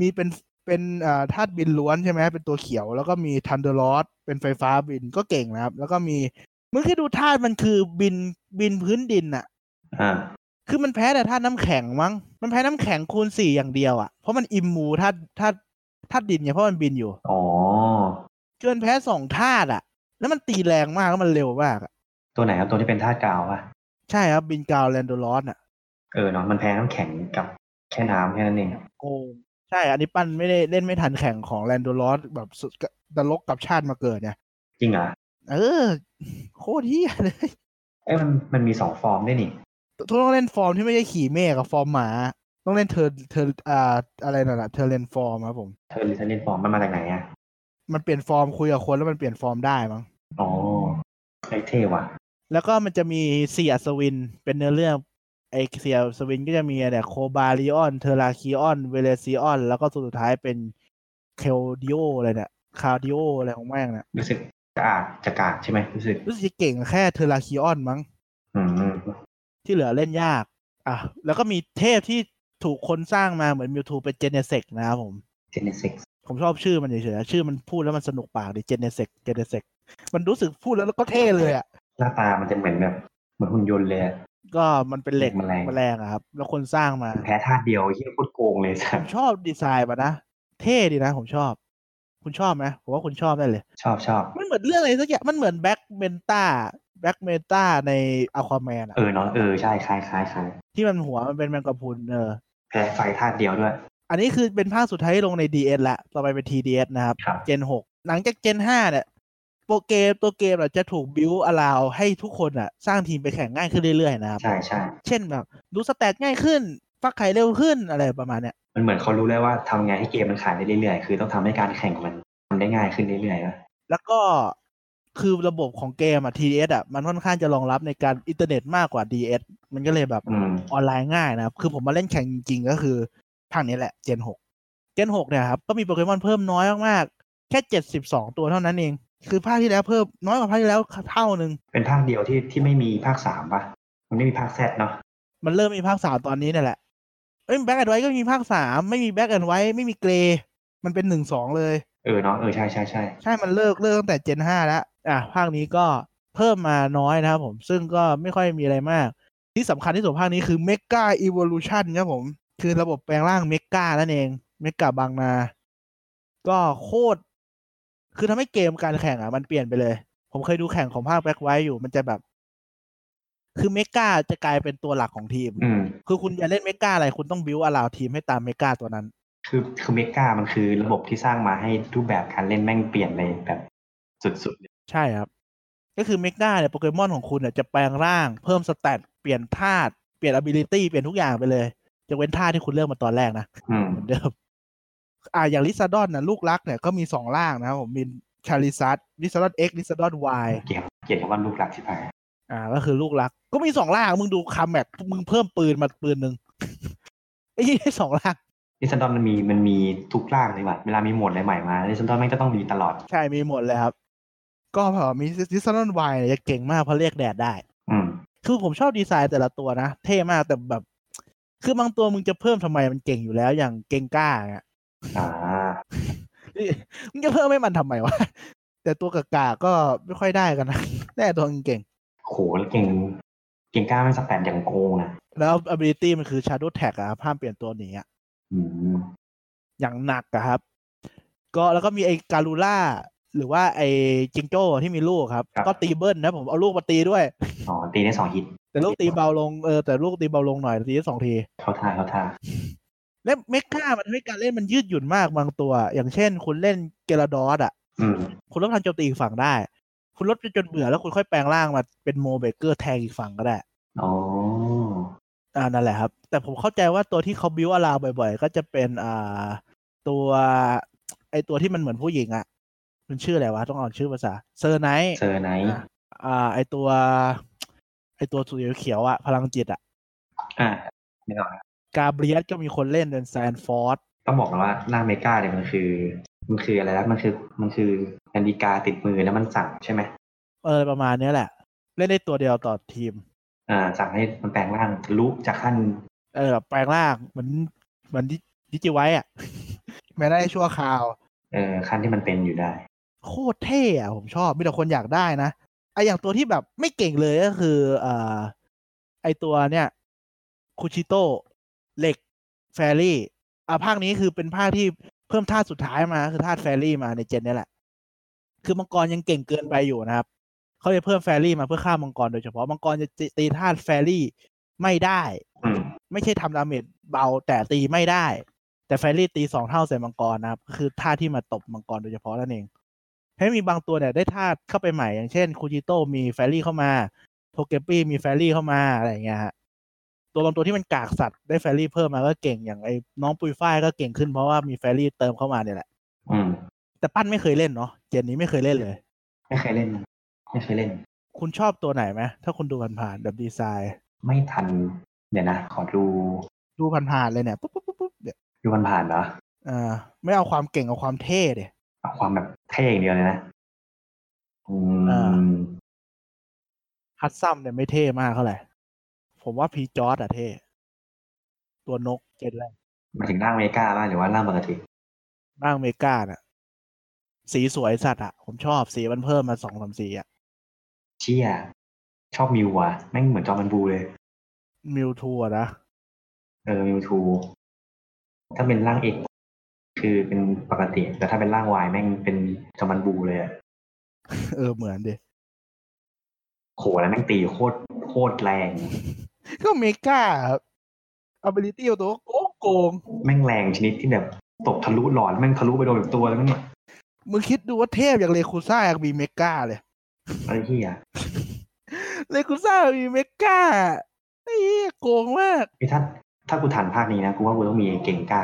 S1: มีเป็นเป็นอ่าธาตุบินล้วนใช่ไหมเป็นตัวเขียว แล้วก็มีทันเดอร์ลอสเป็นไฟฟ้าบินก็เก่งนะครับ แล้วก็มีมึงคิดดูธาตุมันคือบินบินพื้นดินอ่ะ
S2: อ่า
S1: คือมันแพ้แต่ธาตุน้ำแข็งมั้ง มันแพ้น้ำแข็งคูณสี่อย่างเดียวอะ่ะ เพราะมันอิมมูธาตุธาตุธาตุดินไงเพราะมันบินอยู่
S2: อ๋อ
S1: เกินแพ้สองธาตุอ่ะ แล้วมันตีแรงมากแล้วมันเร็วมากอะ
S2: ตัวไหนครับตัวที่เป็นธาตุกาวป่ะ
S1: ใช่ครับบินกาวแลนโดลอสอ่ะ
S2: เออเนาะมันแพ้น้ำแข็งกับแค่น้ำแค่นั้นเอง
S1: โกงใช่ อันนี้ปั้นไม่ได้เล่นไม่ทันแข่งของแลนโดลอสแบบสุดตลกกับชาติมาเกิดเนี่ย
S2: จริงเหรอ
S1: เออ โคตรเฮีย เลย
S2: เอ้ยมันมันมีสองฟอร์มได้วยนี่
S1: ทุกต้องเล่นฟอร์มที่ไม่ใช่ขี่เมฆกับฟอร์มหมา ต้องเล่นเธอเธออ่าอะไรน่นน่ะเธอเล่นฟอร์มครับผม
S2: เธอริทันเลนฟอร์มมันมาจากไหนอ่ะ
S1: มันเปลี่ยนฟอร์มคุยกับคนแล้วมันเปลี่ยนฟอร์มได้มั้ง
S2: อ๋อไอเท่ว่ะ
S1: แล้วก็มันจะมีเสียสวิน เป็นเนื้อเรื่องไอเสียสวินก็จะมีเนี่ยโคบาลิออน เทราคิออน เวเลซิออน แล้วก็สุดท้ายเป็นเคลดิโออะไรเนี่ยคาดิโออะไรของแม่งเนี่ย
S2: รู้สึกจะอาดจะกาดใช่ไหมรู้สึก
S1: รู้สึกจะเก่งแค่เทราคิออนมั้ง
S2: อืม
S1: ที่เหลือเล่นยาก อ่ะ แล้วก็มีเทพที่ถูกคนสร้างมาเหมือนมิวทูเป็นเจเนเซกนะครับผม
S2: เจเนซิก
S1: ผมชอบชื่อมันเฉยๆชื่อมันพูดแล้วมันสนุกปากดิเจเนเซกเจเนเซกมันรู้สึกพูดแล้วก็เท่เลยอ่ะ
S2: หน้าตามันจะเหมือนแบบ เหมือนหุ่นยนต์เลยอะ
S1: ก็มันเป็นเหล็ก
S2: แมลง
S1: แมลงอะครับ แล้วคนสร้างมา
S2: แพ้ธาตุเดียวไอ้เฮียโคตรโกงเลยสั
S1: ผ
S2: ส
S1: มชอบดีไซน์มันนะ เท่ดีนะ ผมชอบ คุณชอบไหมผมว่าคุณชอบได้เลย
S2: ชอบชอบ
S1: มันเหมือนเรื่องอะไรสักอย่างมันเหมือนแบ็กเมนตาแบ็กเมนตาในอควาแมนอะ
S2: เออเนาะเออใช่คล้ายคล้ายคล้าย
S1: ที่มันหัวมันเป็นแมงกะพรุนเออ
S2: แพ้ไฟธาตุเดียวด้วย
S1: อันนี้คือเป็นภาคสุดท้ายที่ลงใน DS ละ ต่อไปเป็น TDS นะครับ
S2: ครับ
S1: เจน 6 หลังจากเจน 5 เนี่ยโปรเกมตัวเกมอะจะถูกบิวอลาวให้ทุกคนอะสร้างทีมไปแข่งง่ายขึ้นเรื่อยๆนะครับ
S2: ใช่ใช่
S1: เช่นแบบดูสแตทง่ายขึ้น ฟักไข่เร็วขึ้นอะไรประมาณเนี้ย
S2: มันเหมือนเขารู้แล้วว่าทำไงให้เกมมันขายได้เรื่อยๆ คือต้องทำให้การแข่งมันทำได้ง่ายขึ้นเรื่อยๆนะ
S1: แล้วก็คือระบบของเกมอ่ะ TDS อ่ะ มันค่อนข้างจะรองรับในการอินเทอร์เน็ตมากกว่า DS มันก็เลยแบบ
S2: อืม
S1: ออนไลน์ง่ายนะครับ คือผมมาเล่นแข่งจริงๆ ก็คือภาคนี้แหละ Gen 6 Gen 6 เนี่ยครับ ก็มีโปเกมอนเพิ่มน้อยมากๆ แค่ 72 ตัวเท่านั้นเอง คือภาคที่แล้วเพิ่มน้อยกว่าภาคที่แล้วเท่านึง
S2: เป็นภาคเดียวที่ที่ไม่มีภาคสามป่ะ มันไม่มีภาคแซดเนาะ
S1: มันเริ่มมีภาคสามตอนนี้เนี่ยแหละเอ้ยแบ็กแอนด์ไว้ก็มีภาคสามไม่มีแบ็กแอนด์ไว้ไม่มีเกรมันเป็นหนึ่งสองเลย
S2: เออเนาะเออใช่ใช่ใช่
S1: ใช่ มันเลิกเลิกตั้งแต่ Gen 5 แล้ว อ่ะ ภาคนี้ก็เพิ่มมาน้อยนะครับผม ซึ่งก็ไม่ค่อยมีอะไรมาก ที่สำคัญที่สุดภาคนี้คือ Mega Evolution ครับผม คือระบบแปลงร่างเมกานั่นเอง เมกาบางนา ก็โคตร คือทำให้เกมการแข่งอ่ะ มันเปลี่ยนไปเลย ผมเคยดูแข่งของภาคแบ็คไว้อยู่ มันจะแบบ คือเมกาจะกลายเป็นตัวหลักของทีม
S2: อืม
S1: คือคุณจะเล่นเมกาอะไร คุณต้องบิวอาราวทีมให้ตามเมกาตัวนั้น
S2: คือคือเมกามันคือระบบที่สร้างมาให้รูปแบบการเล่นแม่งเปลี่ยนเลยแบบสุดๆเลย
S1: ใช่ครับ ก็คือเมกาเนี่ยโปเกมอนของคุณเนี่ยจะแปลงร่าง เพิ่มสแตทเปลี่ยนธาตุเปลี่ยนอ b บิลิตี้เปลี่ยนทุกอย่างไปเลยจะเว้นธาตุที่คุณเลือกมาตอนแรกนะ
S2: อืม
S1: เหมือนเดิม อ่าอย่างลิซาดอนนะลูกรักเนี่ยก็มีสองร่างนะครับผมมีชาลิซัสลิซาดอนเอ็กลิซาดอนว
S2: เกี่ยวเกี่ยวกับว่าลูกหลักที่ผ่าน
S1: อ่า ก็คือลูกรัก ก็มีสองร่าง มึงดูคัมแมทมึงเพิ่มปืนมาปืนหนึ่ง ไอ้ยี่สองร่าง
S2: ลิซันดอนมันมีมันมีทุกร่างเลยว่ะเวลามีหมวดอะไรใหม่มาลิซันดอนแม่งก็ต้องมีตลอด
S1: ใช่มีหมดเลยครับ ก็พอมีลิซาดอนวเนี่ยจะเก่งมากเพราะเรียกแดดได้
S2: อืม
S1: คือผมชอบดีไซน์แต่ละตัวนะ เท่มากแต่แบบ คือบางตัวมึงจะเพิ่มทำไมมันเก่งอยู่แล้วอย่างเกงก้าเงี้ย
S2: อ่า
S1: มึงจะเพิ่มให้มันทำไมวะ แต่ตัวกากาก็ไม่ค่อยได้กันนะ แน่ตัวเก่ง
S2: โหแล้วเก่ง เก่งกล้าแม่งสแตนอย่างโกงอ่ะ
S1: ๆแล้ว ability มันคือ shadow tag อะครับห้ามเปลี่ยนตัวหนีอะ
S2: อืม
S1: อย่างหนักอะครับ ก็แล้วก็มีไอ้การูล่า หรือว่าไอ้จิงโจ้ที่มีลูกครับ
S2: ครับ
S1: ก็ตีเบิ้ลนะผมเอาลูกมาตีด้วย
S2: อ๋อตีได้สองฮิต
S1: แต่ลูกตีเบาลงเออแต่ลูกตีเบาลงหน่อยตีได้สองที
S2: เข้าท่าเข้าท่า
S1: และเมกามันทำให้การเล่นมันยืดหยุ่นมากบางตัว อย่างเช่น คุณเล่นเกลาดอสอะ
S2: อืม
S1: คุณลดพลังโจมตีอีกฝั่งได้ คุณลดไปจนเบื่อแล้วคุณค่อยแปลงร่างมาเป็นโมเบเกอร์แทงอีกฝั่งก็ได้
S2: อ๋อ
S1: อ่า นั่นแหละครับ แต่ผมเข้าใจว่าตัวที่เขาบิวอาราวบ่อยๆ ก็จะเป็นอ่าตัวไอตัวที่มันเหมือนผู้หญิงอะ่ะ มันชื่ออะไรวะ ต้องอ่านชื่อภาษา เซอร์ไนท์
S2: เจอไหน
S1: อ่ะ อ่า ไอตัว ไอตัวสีเขียวๆอะ่ะ พลังจิตอะ่ะ
S2: อ่าไม่ออกนะ
S1: กาเบรียสก็มีคนเล่นเป็นแซนฟอร์ด
S2: ต้องบอกก่อนว่าหน้าเมกาเนี่ยมันคือ มันคืออะไรนะมันคือมันคือนาฬิกาติดมือแล้วมันสั่งใช่ไหม
S1: เออประมาณเนี้ยแหละ เล่นได้ตัวเดียวต่อทีม
S2: อ่าสั่งให้มันแปลงร่างทะลุจากขั้น
S1: เออแปลงร่างเหมือนเหมือนดิดิจิไว้อะ แม้ได้ชั่วคราว
S2: เอ่อขั้นที่มันเป็นอยู่ได้
S1: โคตรเท่อะผมชอบมีแต่คนอยากได้นะไออย่างตัวที่แบบไม่เก่งเลยก็คือเอ่อไอตัวเนี่ยคูชิโตเหล็กแฟรี่อ่ะภาคนี้คือเป็นภาคที่เพิ่มธาตุสุดท้ายมาคือธาตุแฟรี่มาในเจนเนี่ยแหละ คือมังกรยังเก่งเกินไปอยู่นะครับเขาเลยเพิ่มแฟรี่มาเพื่อฆ่ามังกรโดยเฉพาะมังกรจะตีธาตุแฟรี่ไม่ได้
S2: อืม
S1: ไม่ใช่ทำดาเมจเบาแต่ตีไม่ได้ แต่แฟรี่ตีสองเท่าใส่มังกรนะครับ คือท่าที่มาตบมังกรโดยเฉพาะนั่นเองให้มีบางตัวเนี่ยได้ท่าเข้าไปใหม่ อย่างเช่นคูจิโต้มีแฟรี่เข้ามา โทเกปปี้มีแฟรี่เข้ามาอะไรอย่างเงี้ยฮะตัวบางตัวที่มันกากสัตว์ได้แฟรี่เพิ่มมาก็เก่งอย่างไอ้น้องปุยฝ้ายก็เก่งขึ้นเพราะว่ามีแฟรี่เติมเข้ามาเนี่ยแหละ
S2: อืม
S1: แต่ปั้นไม่เคยเล่นเนาะเจนนี้ไม่เคยเล่นเลย
S2: ไม่เคยเล่นนะไม่เคยเล่น
S1: คุณชอบตัวไหนไหมถ้าคุณดูผ่านๆแบบดีไซน์
S2: ไม่ทัน เดี๋ยวนะ ขอดู
S1: ดูผ่านๆเลยเนี่ยปุ๊บปุ๊บปุ๊บปุ๊บเดี๋ยว
S2: ดูมันผ่านๆเหรอ
S1: อ่าไม่เอาความเก่งเอาความเท่เดีย
S2: เอาความแบบเท่อย่างเดียวเลยนะ อื
S1: อ่า
S2: ม
S1: ฮัตซัมเนี่ยไม่เท่มากเท่าไหร่ ผมว่าพีจอร์ดอะเท่ ตัวนกเจ็ดแรก
S2: หมายถึงร่างเมกาบ้างหรือว่าร่างปกติ
S1: บ้างเมกาน่ะ สีสวยสัตว์อะผมชอบสีมันเพิ่มมาสองสามสีอะ
S2: เชี่ยชอบมิวอ่ะแม่งเหมือนจอมันบูเลย
S1: มิวทัวนะ
S2: เออมิวทูถ้าเป็นร่างเอกคือเป็นปกติ แต่ถ้าเป็นร่างวายแม่งเป็นจอมันบูเลยอะ
S1: เออเหมือนดิ
S2: โหแล้วแม่งตีโคตรโคตรแรง
S1: ก็เมกาครับอาบิลิตี้ตัวโกงโกง
S2: แม่งแรงชนิดที่แบบตกทะลุหลอดแม่งทะลุไปโดนแบบตัวแล้วแม่งแบบ
S1: มึงคิดดูว่าเทพอย่างเลคูซ่ายังมีเมกาเลย
S2: ไอ้เหี้ย
S1: เลคูซ่ามีเมกาไอ้เหี้ยโกงมาก
S2: ไอ้ถ้าถ้ากูทันภาคนี้นะกูว่ากูต้องมีเก่งกล้า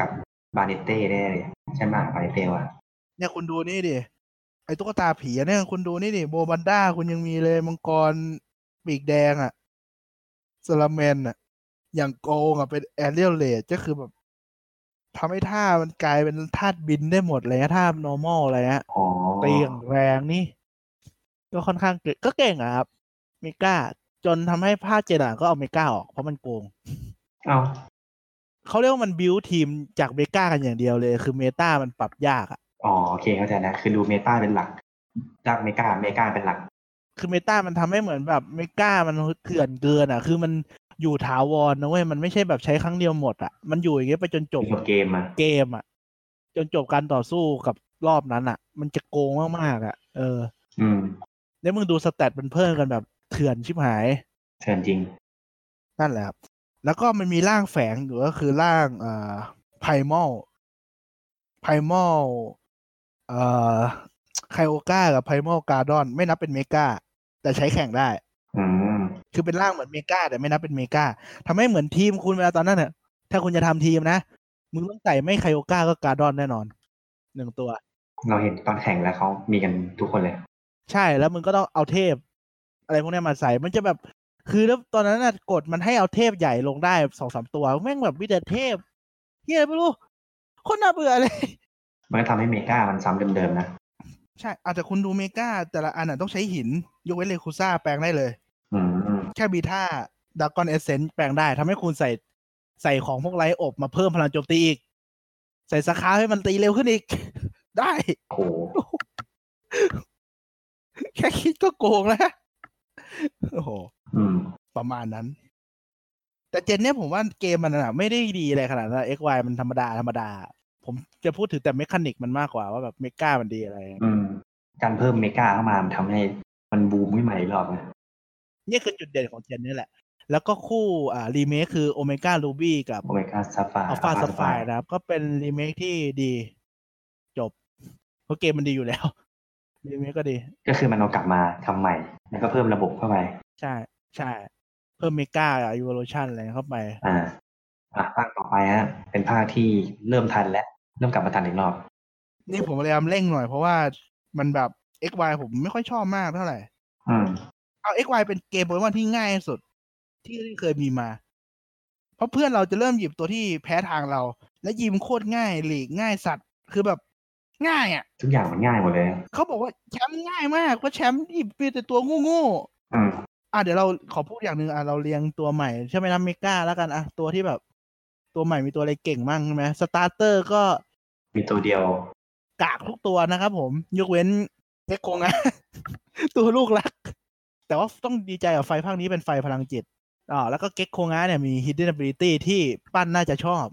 S2: กับบาเนเต้ได้เลยใช่ไหมบาเนเต้วะ
S1: เนี่ยคุณดูนี่ดิ ไอ้ตุ๊กตาผีอะเนี่ยคุณดูนี่ดิ โบบันด้าคุณยังมีเลยมังกรปีกแดงอะสลาแมนอะอย่างโกงอะเป็นแอเรียลเลดก็คือแบบทำให้ท่ามันกลายเป็นท่าตุบินได้หมดเลยนะท่า normal อะไรฮะ
S2: อ๋อ
S1: ตีอย่างแรงนี่ ก็ค่อนข้างเก่งก็เก่งอะครับเมก้าจนทำให้ภาคเจดหลังก็เอาเมก้าออกเพราะมันโกง
S2: เอ้า
S1: เขาเรียกว่ามันบิวทีมจากเมก้ากันอย่างเดียวเลย คือเมตามันปรับยากอะ
S2: อ๋อโอเคเข้าใจแล้วคือดูเมตาเป็นหลักรักเมกาเมกาเป็นหลัก
S1: คือเมตามันทำให้เหมือนแบบเมกามันเถื่อนเกินอ่ะ คือมันอยู่ถาวรนะเว้ย มันไม่ใช่แบบใช้ครั้งเดียวหมดอ่ะ มันอยู่อย่างเงี้ยไปจนจบ
S2: จบเกมอ่ะ
S1: เกมอ่ะ จนจบการต่อสู้กับรอบนั้นอ่ะ มันจะโกงมากๆอ่ะ เออ
S2: อืม
S1: แล้วมึงดูสแตทมันเพิ่มกันแบบเถื่อนชิบหาย
S2: เถื่อนจริง
S1: นั่นแหละครับ แล้วก็มันมีร่างแฝงอยู่ก็คือร่างเอ่อไพมอลไพมอลเอ่อไคโอกากับไพมอลการ์ดอน ไม่นับเป็นเมกาแต่ใช้แข่งได้
S2: อืม
S1: คือเป็นร่างเหมือนเมกาแต่ไม่นับเป็นเมกาทำให้เหมือนทีมคุณเวลาตอนนั้นเนี่ยถ้าคุณจะทำทีมนะมึงต้องใส่ไม่ไคโอก้าก็การ์ดอนแน่นอนหนึ่งตัว
S2: เราเห็นตอนแข่งแล้วเขามีกันทุกคนเลย
S1: ใช่แล้วมึงก็ต้องเอาเทพ อะไรพวกเนี้ยมาใส่มันจะแบบ คือแล้วตอนนั้นน่ะกดมันให้เอาเทพใหญ่ลงได้สองสามตัวแม่งแบบวิเดเทพเฮียอะไรไม่รู้โคนน่าเบื่อเลย
S2: มันก็ทำให้เมกามันซ้ำเดิมๆนะ
S1: ใช่อาจจะคุณดูเมกาแต่ละอันน่ะต้องใช้หิน ยกเว้นเลคูซ่าแปลงได้เลย
S2: อืม
S1: แค่บีท่าดากอนเอเซนแปลงได้ทำให้คุณใส่ใส่ของพวกไรอบมาเพิ่มพลังโจมตีอีก ใส่สคาให้มันตีเร็วขึ้นอีก ได้
S2: โห
S1: แค่คิดก็โกงแล้ว โอ้โห
S2: อืม
S1: ประมาณนั้น แต่เจนเนี่ยผมว่าเกมมันน่ะไม่ได้ดีอะไรขนาดนั้นเอ็กวมันธรรมดาธรรมดา ผมจะพูดถึงแต่เมคานิกมันมากกว่าว่าแบบเมกามันดีอะไร
S2: อืม การเพิ่มเมกาเข้ามามันทำให้มันบูมขึ้นมาอีกรอบนะ
S1: นี่คือจุดเด่นของเจนนี่แหละ แล้วก็คู่อ่ารีเมคคือโอเมก้ารูบี้กับ
S2: โอเมกาซัฟฟา
S1: อัลฟาสไฟนะครับ ก็เป็นรีเมคที่ดีจบ เพราะเกมมันดีอยู่แล้ว รีเมคก็ดี
S2: ก็คือมันเอากลับมาทำใหม่ แล้วก็เพิ่มระบบเข้าไป
S1: ใช่ใช่ เพิ่มเมกาอีวอลชันอะไรเข้าไป
S2: อ่า อ่ะภาคต่อไปฮะ เป็นภาคที่เริ่มทันแล้ว เริ่มกลับมาทันอีกรอบ
S1: นี่ผมพยายามเร่งหน่อยเพราะว่ามันแบบ XY ผมไม่ค่อยชอบมากเท่าไหร่
S2: อืม
S1: เอา XY เป็นเกมโปเกมอนที่ง่ายที่สุด ที่เคยมีมา เพราะเพื่อนเราจะเริ่มหยิบตัวที่แพ้ทางเรา และยิมโคตรง่ายหลีกง่ายสัตว์ คือแบบง่ายอ่ะ
S2: ทุกอย่างมันง่ายหมดเลย
S1: เขาบอกว่าแชมป์ง่ายมากเพราะแชมป์นี่เป็นแต่ตัวงูงู
S2: อืม
S1: ๆอ่ะเดี๋ยวเราขอพูดอย่างหนึ่งอ่ะเราเรียงตัวใหม่ใช่ไหมนะเมกาแล้วกันอ่ะตัวที่แบบ ตัวใหม่มีตัวอะไรเก่งมั่งใช่ไหมสตาร์เตอร์ก็
S2: มีตัวเดียว
S1: กากทุกตัวนะครับผม ยกเว้นเทคโคงะ ตัวลูกรัก แต่ว่าต้องดีใจกับไฟภาคนี้เป็นไฟพลังจิตอ่าแล้วก็เก็กโคงะเนี่ยมี hidden ability ที่ปั้นน่าจะชอบ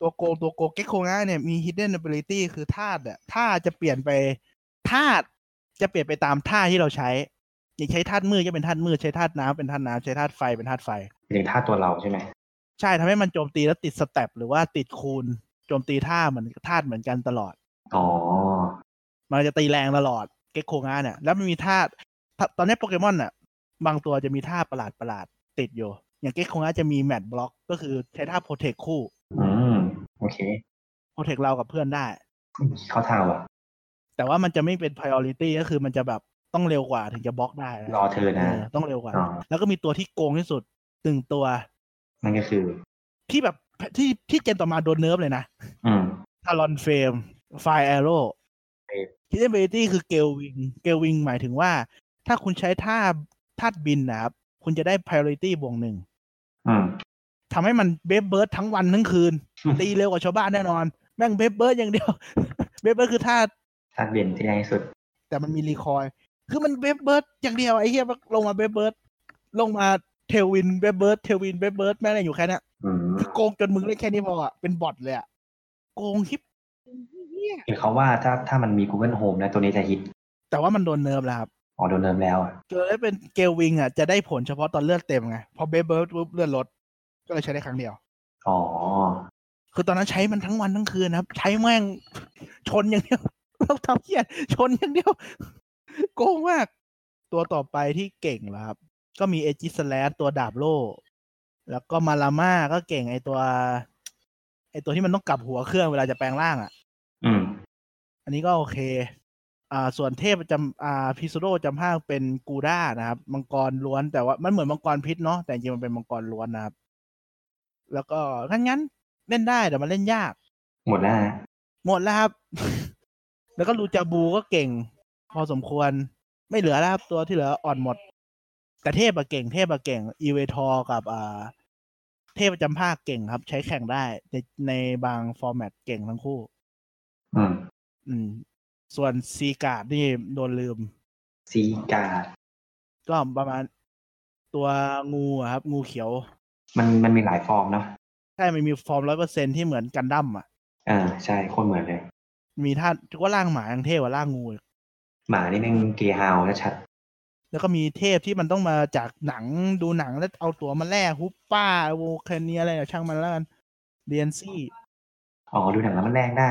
S1: ตัวโกงตัวโกงเก็กโคงะเนี่ยมี hidden ability คือธาตุอะธาตุจะเปลี่ยนไปธาตุจะเปลี่ยนไปตามท่าที่เราใช้อย่างใช้ธาตุมืดก็เป็นธาตุมืดใช้ธาตุน้ำเป็นธาตุน้ำใช้ธาตุไฟเป็นธาตุไฟ
S2: เป็นถึงท่าตัวเราใช่ไหม
S1: ใช่ทำให้มันโจมตีแล้วติดสเต็ปหรือว่าติดคูณโจมตีท่าเหมือนธาตุเหมือนกันตลอด
S2: อ๋อ
S1: มันจะตีแรงตลอดเก็กโคงาเนี่ยแล้วมันมีท่าถ้าตอนนี้โปเกมอนน่ะ บางตัวจะมีท่าประหลาดประหลาดติดอยู่ อย่างเก็กโคงาจะมีแมทบล็อก ก็คือใช้ท่าโปรเทคคู่
S2: อืม โอเค
S1: โปรเทคเรากับเพื่อนได้
S2: เข้าทางว่ะ
S1: แต่ว่ามันจะไม่เป็น priority ก็คือมันจะแบบต้องเร็วกว่าถึงจะบล็อกได้นะ
S2: รอเธอ
S1: เอ
S2: นะ
S1: อต้องเร็วกว่า
S2: อ๋อ
S1: แล้วก็มีตัวที่โกงที่สุดตึงตัว
S2: นั่นก็คือ
S1: ที่แบบที่ที่เจนต่อมาโดนเนิร์ฟเลยนะ
S2: อืม
S1: ทารอนเฟมไฟแอโร่
S2: ครับ
S1: คิดเอนเบตี้คือเกลวิง เกลวิงหมายถึงว่า ถ้าคุณใช้ท่าท่าบินนะครับ คุณจะได้ priority บวกหนึ่ง
S2: อืม
S1: ทำให้มันเบฟเบิร์ดทั้งวันทั้ง คืน ตีเร็วกว่าชาวบ้านแน่นอน แม่งเบฟเบิร์ดอย่างเดียว เบฟเบิร์ดคือท่า
S2: ท่าเด่นที่ง่ายที่สุด
S1: แต่มันมีรีคอยล์คือมันเบฟเบิร์ดอย่างเดียว ไอ้เหี้ยลงมาเบฟเบิร์ดลงมาเทลวินเบฟเบิร์ดเทลวินเบฟเบิร์ดแม่งอะไรอยู่แค่เนี้ย
S2: อืม
S1: คือโกงจนมึงเล่นแค่นี้พออะเป็นบอทเลยอะโกงคลิปเหี้ย
S2: เห็นเขาว่าถ้าถ้ามันมี Google Home นะตัวนี้จะฮิต
S1: แต่ว่ามันโดนเนิร์ฟแล้วครับ
S2: อ๋อโดนเริ่มแล้วอ่ะ
S1: เกิดได้เป็นเกลวิงอ่ะจะได้ผลเฉพาะตอนเลือดเต็มไง พอเบเบิร์ดปุ๊บเลือดลด ก็เลยใช้ได้ครั้งเดียว
S2: อ๋อ
S1: คือตอนนั้นใช้มันทั้งวันทั้งคืนนะครับ ใช้แม่ง ชนอย่างเดียว เราทำเพี้ยนชนอย่างเดียว โกงมาก ตัวต่อไปที่เก่งเหรอครับ ก็มีเอจิสแลตตัวดาบโล่ แล้วก็มาลาม่าก็เก่งไอตัว ไอตัวที่มันต้องกลับหัวเครื่องเวลาจะแปลงร่างอ่ะ
S2: อืม
S1: อันนี้ก็โอเค อ่า ส่วนเทพประจำอ่าพิซูโดจำห้างเป็นกูด้านะครับ มังกรล้วนแต่ว่ามันเหมือนมังกรพิษเนาะ แต่จริงๆมันเป็นมังกรล้วนนะครับ แล้วก็งั้นงั้นเล่นได้แต่มันเล่นยาก
S2: หมดแล้วนะ
S1: หมดแล้วครับ แล้วก็ลูจาบูก็เก่ง พอสมควร ไม่เหลือแล้วครับตัวที่เหลืออ่อนหมด แต่เทพอะเก่ง เทพอะเก่ง อีเวทอร์กับอ่าเทพประจำภาคเก่งครับ ใช้แข่งได้ในในบางฟอร์แมตเก่งทั้งคู่
S2: อืม
S1: อืม ส่วนซีการ์ดนี่โดนลืม
S2: ซีการ์ด
S1: ก็ประมาณตัวงูอะครับ งูเขียว
S2: มันมันมีหลายฟอร์มเนาะ
S1: ใช่ มันมีฟอร์มร้อยเปอร์เซ็นที่เหมือนกันดั้มอ่ะ
S2: อ่าใช่โคนเหมือนเลย
S1: มีท่าก็ร่างหมายังเทพกว่าร่างงูอีก
S2: หมานี่แม่งเกย์ฮาวนะชัด
S1: แล้วก็มีเทพที่มันต้องมาจากหนังดูหนังแล้วเอาตัวมาแลกฮุปป้าโวเคเนียอะไรเนี่ยช่างมันแล้วกันเดียนซี่
S2: อ๋อ ดูหนังแล้วมันแลกได้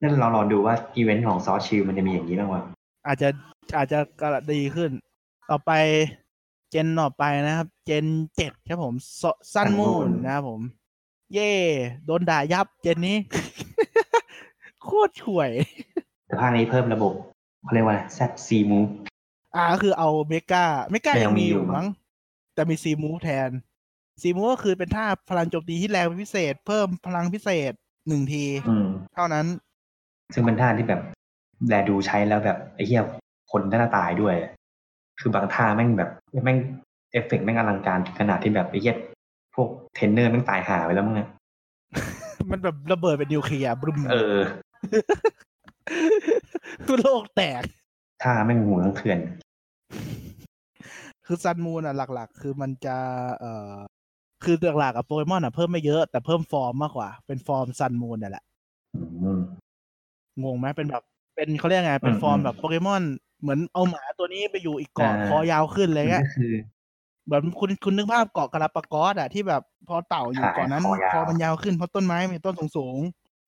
S2: นั่นเรารอดูว่าอีเวนต์ของซอชิลมันจะมีอย่างนี้บ้างวะ
S1: อาจจะอาจจะกระดีขึ้น ต่อไปเจนต่อไปนะครับ เจนเจ็ดครับผมซันมูนนะครับผม เย่โดนด่ายับเจนนี้ โคตรห่วย
S2: แต่ภาคนี้เพิ่มระบบเขาเรียกว่าแซดซีมู
S1: อ่าก็คือเอาเมกาเมกา
S2: แต่ยั
S1: ยัง
S2: งมี
S1: มีอ
S2: อยู่
S1: ยู่
S2: มั้
S1: มั้ง
S2: ง
S1: แต่มีซีมูฟแทนซีมูฟก็คือเป็นท่าพลังโจมตีที่แรงเป็นพิเศษ เพิ่มพลังพิเศษหนึ่งที
S2: อืม
S1: เท่านั้น
S2: ซึ่งเป็นท่าที่แบบแลดูใช้แล้วแบบไอ้เหี้ยคนน่าจะตายด้วย คือบางท่าแม่งแบบแม่งเอฟเฟกต์แม่งอลังการถึงขนาดที่แบบไอ้เหี้ยพวกเทรนเนอร์แม่งตายหาไปแล้วมั้งอะ
S1: มันแบบระเบิดเป็นนิวเคลียร์บรุม
S2: เออ
S1: ทุโลกแตก
S2: ท่าแม่งหูทั้งเถื่อน
S1: คือซันมูนอ่ะหลัก ๆ คือมันจะเอ่อคือหลักๆกับโปเกมอนอ่ะเพิ่มไม่เยอะแต่เพิ่มฟอร์มมากกว่า เป็นฟอร์มซันมูนนี่นแหละ
S2: อืม
S1: งงไหมเป็นแบบ เป็นเขาเรียกไง เป็น
S2: อืม
S1: ฟอร์ม
S2: อืม
S1: แบบโปเกมอน เหมือนเอาหมาตัวนี้ไปอยู่อีกเกาะ
S2: อ่า
S1: คอยาวขึ้นเลย
S2: นั่
S1: เงี้ย
S2: นก็คือ
S1: เหมือนคุณคุณนึกภาพเกาะกาลาปากอสอะที่แบบพอเต่าอยู่
S2: ใช่
S1: เกาะนั้น
S2: คอยาว
S1: คอมันยาวขึ้นเพราะต้นไม้มีต้นสูงสูง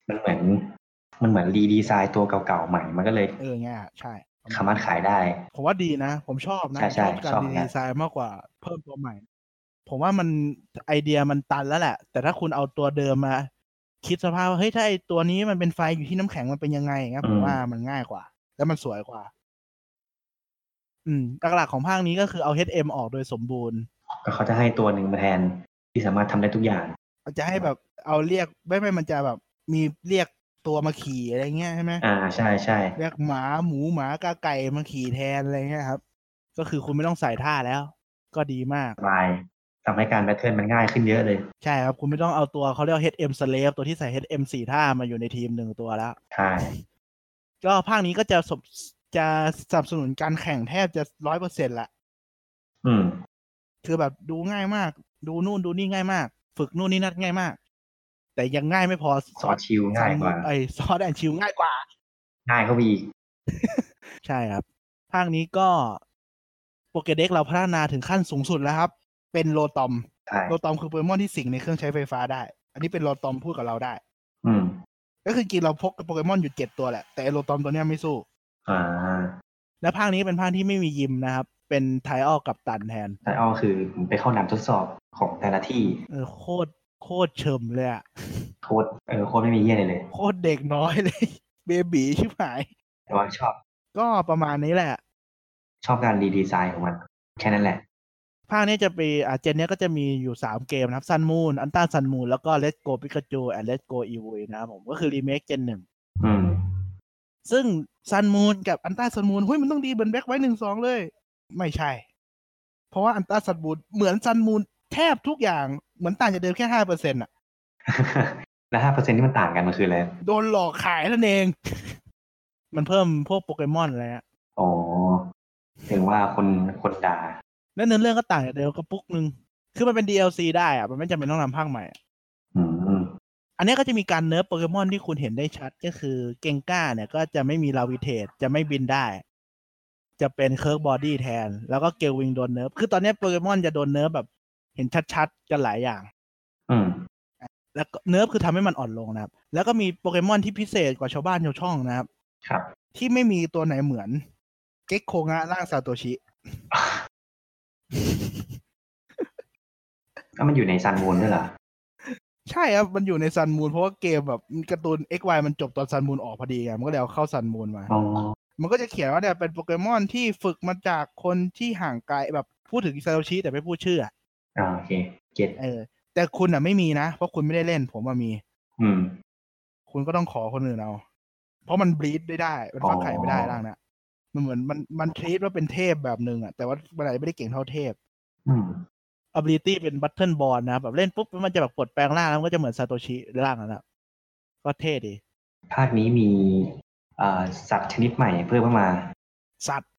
S2: มันเหมือน มันเหมือนรีดีไซน์ตัวเก่าๆใหม่ มันก็เลย
S1: ๆเออเงี้ยใช่ประ
S2: สา
S1: มาณ
S2: มารถขายได้
S1: ผมว่าดีนะ ผมชอบนะ
S2: ใช่ใช่
S1: อบการ
S2: ชอบนะ
S1: ดีไซน์มากกว่าเพิ่มตัวใหม่ ผมว่ามันไอเดียมันตันแล้วแหละ แต่ถ้าคุณเอาตัวเดิมมา คิดสภาพว่าเฮ้ยถ้าไอตัวนี้มันเป็นไฟอยู่ที่น้ำแข็งมันเป็นยังไงอย่างเงี้ยผมว่ามันง่ายกว่า แล้วมันสวยกว่า อืมหลักๆของภาคนี้ก็คือเอา HM ออกโดยสมบูรณ์
S2: ก็เขาจะให้ตัวหนึ่งมาแทนที่สามารถทำได้ทุกอย่าง
S1: มันจะให้แบบเอาเรียกไม่ไม่มันจะแบบมีเรียกตัวมาขี่อะไรเงี้ยใช่ไหม
S2: อ่าใช่ใช่
S1: เรียกหมาหมูหมากาไก่มาขี่แทนอะไรเงี้ยครับ ก็คือคุณไม่ต้องใส่ท่าแล้ว ก็ดีมาก
S2: สบายทำให้การแบทเทิลมันง่ายขึ้นเยอะเลย
S1: ใช่ครับ คุณไม่ต้องเอาตัวเขาเรียกว่า HM slave ตัวที่ใส่ HM สี่ท่ามาอยู่ในทีมหนึ่งตัวแล้ว
S2: ใช่
S1: ก็ภาคนี้ก็จะสบจะสนับสนุนการแข่งแทบจะร้อยเปอร์เซ็นต์ละ
S2: อืม
S1: คือแบบดูง่ายมาก ดูนู่นดูนี่ง่ายมาก ฝึกนู่นนี่นั่นง่ายมาก แต่ยังง่ายไม่พอ
S2: ซอสชิลง่ายกว่า
S1: ไอซอสแอนชิลง่ายกว่า
S2: ง่ายเข้าไปอีก
S1: ใช่ครับ ภาคนี้ก็โปเกเด็กเราพัฒนาถึงขั้นสูงสุดแล้วครับ เป็นโลตอม
S2: ใช่
S1: โลตอมคือโปเกมอนที่สิงในเครื่องใช้ไฟฟ้าได้ อันนี้เป็นโลตอมพูดกับเราได้
S2: อืม
S1: ก็คือกินเราพกโปเกมอนอยู่เจ็ดตัวแหละ แต่ไอ้โลตอมตัวเนี้ยไม่สู้
S2: อ่า
S1: และภาคนี้เป็นภาคที่ไม่มียิมนะครับ เป็นไทออลกับตันแทน
S2: แต่เอาคือผมไปเข้าหนามทดสอบของแต่ละที่
S1: เออโคตรโคตรเฉิมเลยอะ
S2: โค้ดเออโค้ดไม่มีเยี่ยอะไรเลย
S1: โคตรเด็กน้อยเลย เบบีชิบหาย
S2: แต่ว่าชอบ
S1: ก็ประมาณนี้แหละ
S2: ชอบการรีดีไซน์ของมัน แค่นั้นแหละ
S1: ภาคนี้จะไปอ่าเจนเนี้ยก็จะมีอยู่ 3 เกมนะครับซันมูนอันต้าซันมูนแล้วก็เลตโกปิกาจูแอนเลตโกอีวนะครับผมก็คือรีเมคเจนหนึ่ง
S2: อืม
S1: ซึ่งซันมูนกับอันต้าซันมูนเฮ้ยมันต้องดีเหมือนแบ็คไว้หนึ่งสองเลย ไม่ใช่ เพราะว่าอันต้าซันมูนเหมือนซันมูนแทบทุกอย่างเหมือนต่างจากเดิมแค่ห้าเปอร์เซ็นต์อะ
S2: แล้วห้าเปอร์เซ็นที่มันต่างกันมันคืออะไร
S1: โดนหลอกขายนั่นเอง มันเพิ่มพวกโปเกมอนอะไรอะ
S2: อ๋อ ถึงว่าคนคนด่า
S1: แล้วเนื้อเรื่องก็ต่างจากเดิมกระปุกนึง คือมันเป็น DLC ได้อะมันไม่จำเป็นต้องทำภาคใหม่อะ
S2: อืม
S1: อันเนี้ยก็จะมีการเนิร์ฟโปเกมอนที่คุณเห็นได้ชัดก็คือเกงก้าเนี่ยก็จะไม่มีลาวิเทตจะไม่บินได้ จะเป็นเคิร์กบอดี้แทน แล้วก็เกลวิงโดนเนิร์ฟ คือตอนเนี้ยโปเกมอนจะโดนเนิร์ฟแบบเห็นชัดๆกันหลายอย่าง
S2: อืม
S1: แล้วก็เนิร์ฟคือทำให้มันอ่อนลงนะครับ แล้วก็มีโปเกมอนที่พิเศษกว่าชาวบ้านชาวช่องนะครับ
S2: ครับ
S1: ที่ไม่มีตัวไหนเหมือน เก็กโคงะร่างซาโตชิ
S2: แล้วมันอยู่ในซันมูนด้วยเหรอ
S1: ใช่ครับ มันอยู่ในซันมูนเพราะว่าเกมแบบการ์ตูน XY มันจบตอนซันมูนออกพอดีไง มันก็เลยเอาเข้าซันมูนมา
S2: อ๋อ
S1: มันก็จะเขียนว่าเนี่ยเป็นโปเกมอนที่ฝึกมาจากคนที่ห่างไกลแบบพูดถึงอิซาโรชิแต่ไม่พูดชื่ออะ
S2: อ่าโอเค เก็ต
S1: เออ แต่คุณอ่ะไม่มีนะ เพราะคุณไม่ได้เล่น ผมว่ามี
S2: อืม
S1: คุณก็ต้องขอคนอื่นเอา เพราะมันบลีดไม่ได้ มันฟักไข่ไม่ได้ร่างนะมันเหมือนมันมันทรีตว่าเป็นเทพแบบหนึ่งอะแต่ว่ามันอาจจะไม่ได้เก่งเท่าเทพ
S2: อืม
S1: ability เป็นบัตเทิลบอลนะครับแบบเล่นปุ๊บมันจะแบบปลดแปลงร่างแล้วมันก็จะเหมือนซาโตชิร่างนั่นแหละก็เท่ดี
S2: ภาคนี้มีเอ่อสัตว์ชนิดใหม่เพิ่มเข้ามา
S1: สัตว์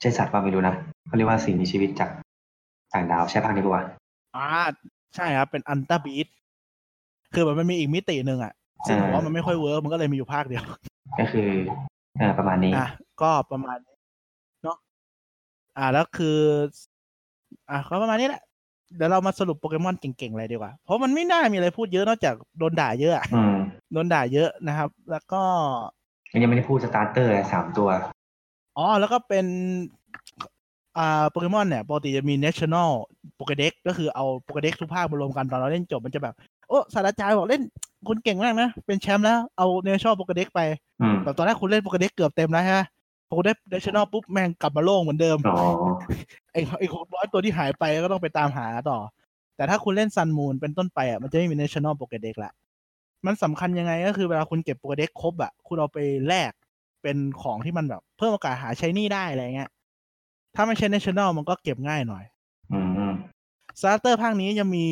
S2: ใช่สัตว์ป่าไม่รู้นะเขาเรียกว่าสิ่งมีชีวิตจากต่างดาวใช่ภาคนี้ปะวะ
S1: อ่าใช่ครับ เป็นอันตาบีดคือแบบมันมีอีกมิติหนึ่งอ่ะ ซึ่งผมว่ามันไม่ค่อยเวิร์กมันก็เลยมีอยู่ภาคเดียว
S2: ก็คือเอ่อประมาณนี้
S1: อ่ะก็ประมาณนี้เนาะอ่าแล้วคือ อ่ะก็ประมาณนี้แหละ เดี๋ยวเรามาสรุปโปเกมอนเก่งๆเลยดีกว่า เพราะมันไม่น่ามีอะไรพูดเยอะนอกจากโดนด่าเยอะอะ
S2: อืม
S1: โดนด่าเยอะนะครับ แล้วก็
S2: มันยังไม่ได้พูดสตาร์เตอร์เลยสามตัว
S1: อ๋อ แล้วก็เป็น อ่า โปเกมอนเนี่ย ปกติจะมี national โปเกเด็กก็คือเอาโปเกเด็กทุกภาคมารวมกันตอนเราเล่นจบมันจะแบบ โอ้ศาสตราจารย์บอกเล่น คุณเก่งมากนะ เป็นแชมป์แล้ว เอา national โปเกเด็กไป
S2: อืม
S1: แบบตอนแรกคุณเล่นโปเกเด็กเกือบเต็มแล้วฮะพอคุณได้ national ปุ๊บ แม่งกลับมาโล่งเหมือนเดิม
S2: อ๋อ
S1: ไอ้ ไอ้หกร้อยตัวที่หายไปก็ต้องไปตามหาต่อ แต่ถ้าคุณเล่นซันมูนเป็นต้นไปอ่ะ มันจะไม่มี national โปเกเด็กละ มันสำคัญยังไงก็คือเวลาคุณเก็บโปเกเด็กครบอ่ะ คุณเอาไปแลกเป็นของที่มันแบบ เพิ่มโอกาสหาใช้หนี่ได้อะไรเงี้ย ถ้าไม่ใช่ national มันก็เก็บง่ายหน่อย
S2: อืม
S1: สตาร์เตอร์ภาคนี้ยังมี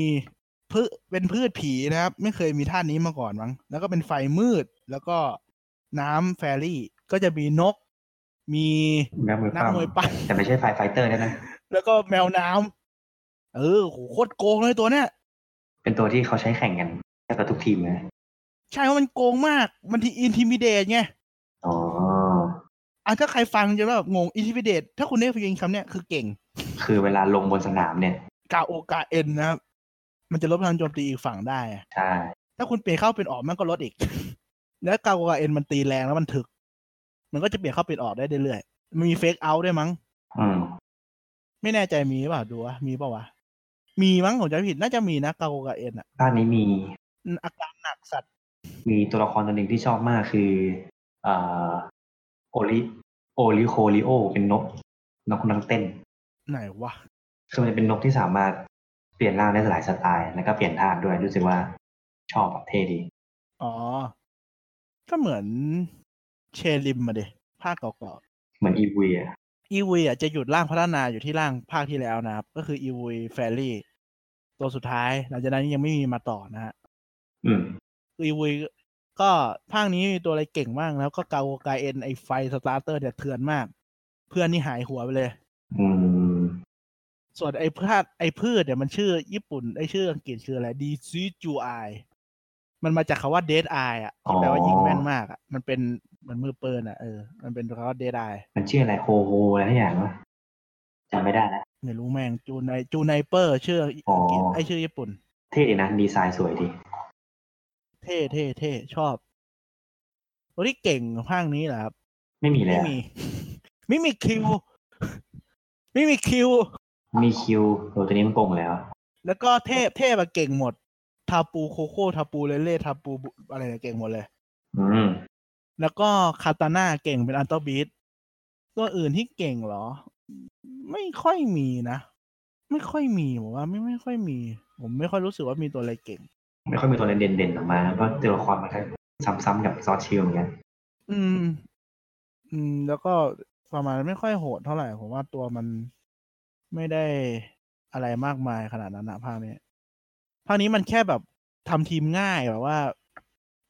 S1: พืชเป็นพืชผีนะครับ ไม่เคยมีท่านี้มาก่อนมั้ง แล้วก็เป็นไฟมืด แล้วก็น้ำแฟรี่ ก็จะมีนก มี
S2: นักมวย
S1: นัก
S2: ปั้ม
S1: มวยปั้ม
S2: แต่ไม่ใช่ไฟไฟเตอร์แน่นะ
S1: แล้วก็แมวน้ำเออโหโคตรโกงเลยตัวเนี้ย
S2: เป็นตัวที่เขาใช้แข่งกันแทบจะทุกทีมเลย
S1: ใช่ว่ามันโกงมาก มันที่อินทิมิเดตไง
S2: อ๋อ
S1: อ่ะถ้าใครฟังจะแบบงงอินทิมิเดตถ้าคุณได้ยินคำเนี้ยคือเก่ง
S2: คือเวลาลงบนสนามเนี่ย
S1: กาโอกาเอ็นนะครับ มันจะลดพลังโจมตีอีกฝั่งได้อะ
S2: ใช่
S1: ถ้าคุณเปลี่ยนเข้าเป็นออกมันก็ลดอีก แล้วกาโอกาเอ็นมันตีแรงแล้วมันถึก มันก็จะเปลี่ยนเข้าเปลี่ยนออกได้เรื่อยๆ มันมีเฟกเอาด้วยมั้ง
S2: อืม
S1: ไม่แน่ใจมีหรือเปล่าดูวะมีเปล่าวะ มีมั้งผมจำไม่ผิดน่าจะมีนะกาโอกาเอ็นอะ
S2: ภาคนี้มี
S1: อาการหนักสัตว์
S2: มีตัวละครตัวหนึ่งที่ชอบมากคือเอ่อโอริโอริโคลิโอ เป็นนก นกนักเต้น
S1: ไหนวะ
S2: คือมันจะเป็นนกที่สามารถเปลี่ยนร่างได้หลายสไตล์ แล้วก็เปลี่ยนท่าด้วย รู้สึกว่า ชอบอะเท่ดี
S1: อ๋อ ก็เหมือนเชลิมมาเดยภาคเก่า
S2: เหมือนอีเวีย
S1: ๆอีวีอ่ะจะหยุดร่างพัฒนาอยู่ที่ร่างภาคที่แล้วนะครับ ก็คืออีวีแฟรี่ตัวสุดท้าย หลังจากนั้นยังไม่มีมาต่อนะฮะ
S2: อืม
S1: อีวีก็ภาคนี้มีตัวอะไรเก่งมากแล้วก็เกาโกไกเอ็นไอไฟสตาร์เตอร์เนี่ยเถื่อนมาก เพื่อนนี่หายหัวไปเลย
S2: อืม
S1: ส่วนไอ้พืชไอ้พืชเนี่ยมันชื่อญี่ปุ่นไอ้ชื่ออังกฤษคืออะไรดีซีจูไอมันมาจากคาว่าเดดไออ่ะที่แปลว่ายิงแม่นมากอ่ะมันเป็นเหมือนมือปืนอ่ะเออมันเป็นคำว่าเดดไอ
S2: มันชื่ออะไรโฮโฮอะไรทุกอย่างวะจำไม่ได้นะ
S1: ไม่รู้แม่งจูไนจูไนเปอร์ ชื่ออังกฤษ
S2: อ๋อ
S1: ไอชื่อญี่ปุ่น
S2: เท่ดีนะ ดีไซน์สวยดี
S1: เท่เท่เท่ชอบตัวที่เก่งภาคนี้แหละครับ
S2: ไม่มีเลย
S1: ไม่
S2: อะ
S1: มี ไม่มีคิว ไม่มีคิว
S2: มีคิวโหตัวนี้มันโกงแล้ว
S1: แล้วก็เทพเทพอะเก่งหมด ทาปูโคโค่ทาปูเลเล่ทาปูบุอะไรเนี่ยเก่งหมดเลย
S2: อืม
S1: แล้วก็คาตาน่าเก่งเป็นอัลตอบีทตัวอื่นที่เก่งเหรอ ไม่ค่อยมีนะ ไม่ค่อยมีผมว่าไม่ไม่ค่อยมี ผมไม่ค่อยรู้สึกว่ามีตัวอะไรเก่ง
S2: ไม่ค่อยมีตัวเด่นเด่นๆออกมาเพราะตัวละครมันก็ซ้ำๆกับซอสชิลเหมือนกัน
S1: อืม อืม แล้วก็ประมาณไม่ค่อยโหดเท่าไหร่ ผมว่าตัวมันไม่ได้อะไรมากมายขนาดนั้นนะภาคนี้ภาคนี้มันแค่แบบทำทีมง่ายแบบว่า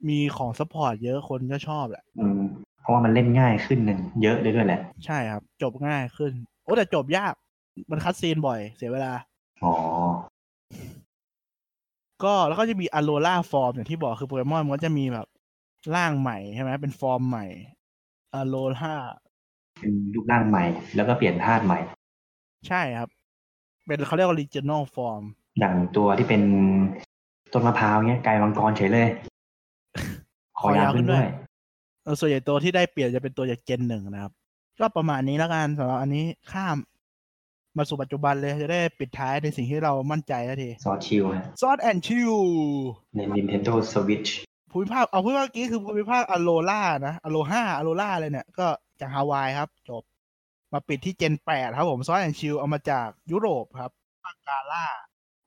S1: มีของซัพพอร์ตเยอะคนก็ชอบแหละ
S2: อืม เพราะว่ามันเล่นง่ายขึ้นนึงเยอะด้วยด้วยแหละ
S1: ใช่ครับ จบง่ายขึ้น โอ้แต่จบยาก มันคัดซีนบ่อย เสียเวลา
S2: อ๋อ
S1: ก็แล้วก็จะมีอโลล่าฟอร์มอย่างที่บอกคือโปเกมอนมันก็จะมีแบบร่างใหม่ใช่ไหมเป็นฟอร์มใหม่อโลล่า
S2: เป็นรูปร่างใหม่ แล้วก็เปลี่ยนธาตุใหม่
S1: ใช่ครับ เป็นเขาเรียกว่า regional form
S2: อย่างตัวที่เป็นต้นมะพร้าวเนี้ยกลายมังกรเฉยเลย คอยาวขึ้นด้วย
S1: เออส่วนใหญ่ตัวที่ได้เปลี่ยนจะเป็นตัวจากเจนหนึ่งนะครับ ก็ประมาณนี้แล้วกันสำหรับอันนี้ข้ามมาสู่ปัจจุบันเลยจะได้ปิดท้ายในสิ่งที่เรามั่นใจแล้วที
S2: ซอสชิลฮะ
S1: ซอสแอนชิว
S2: ใน Nintendo Switch
S1: ภูมิภาคเอาพูดว่าเมื่อกี้คือภูมิภาคอโลล่านะอโลฮาอโลล่าเลยเนี่ยก็จากฮาวายครับ จบ มาปิดที่เจนแปดครับผมซอสแอนชิวเอามาจากยุโรปครับปากกาล่า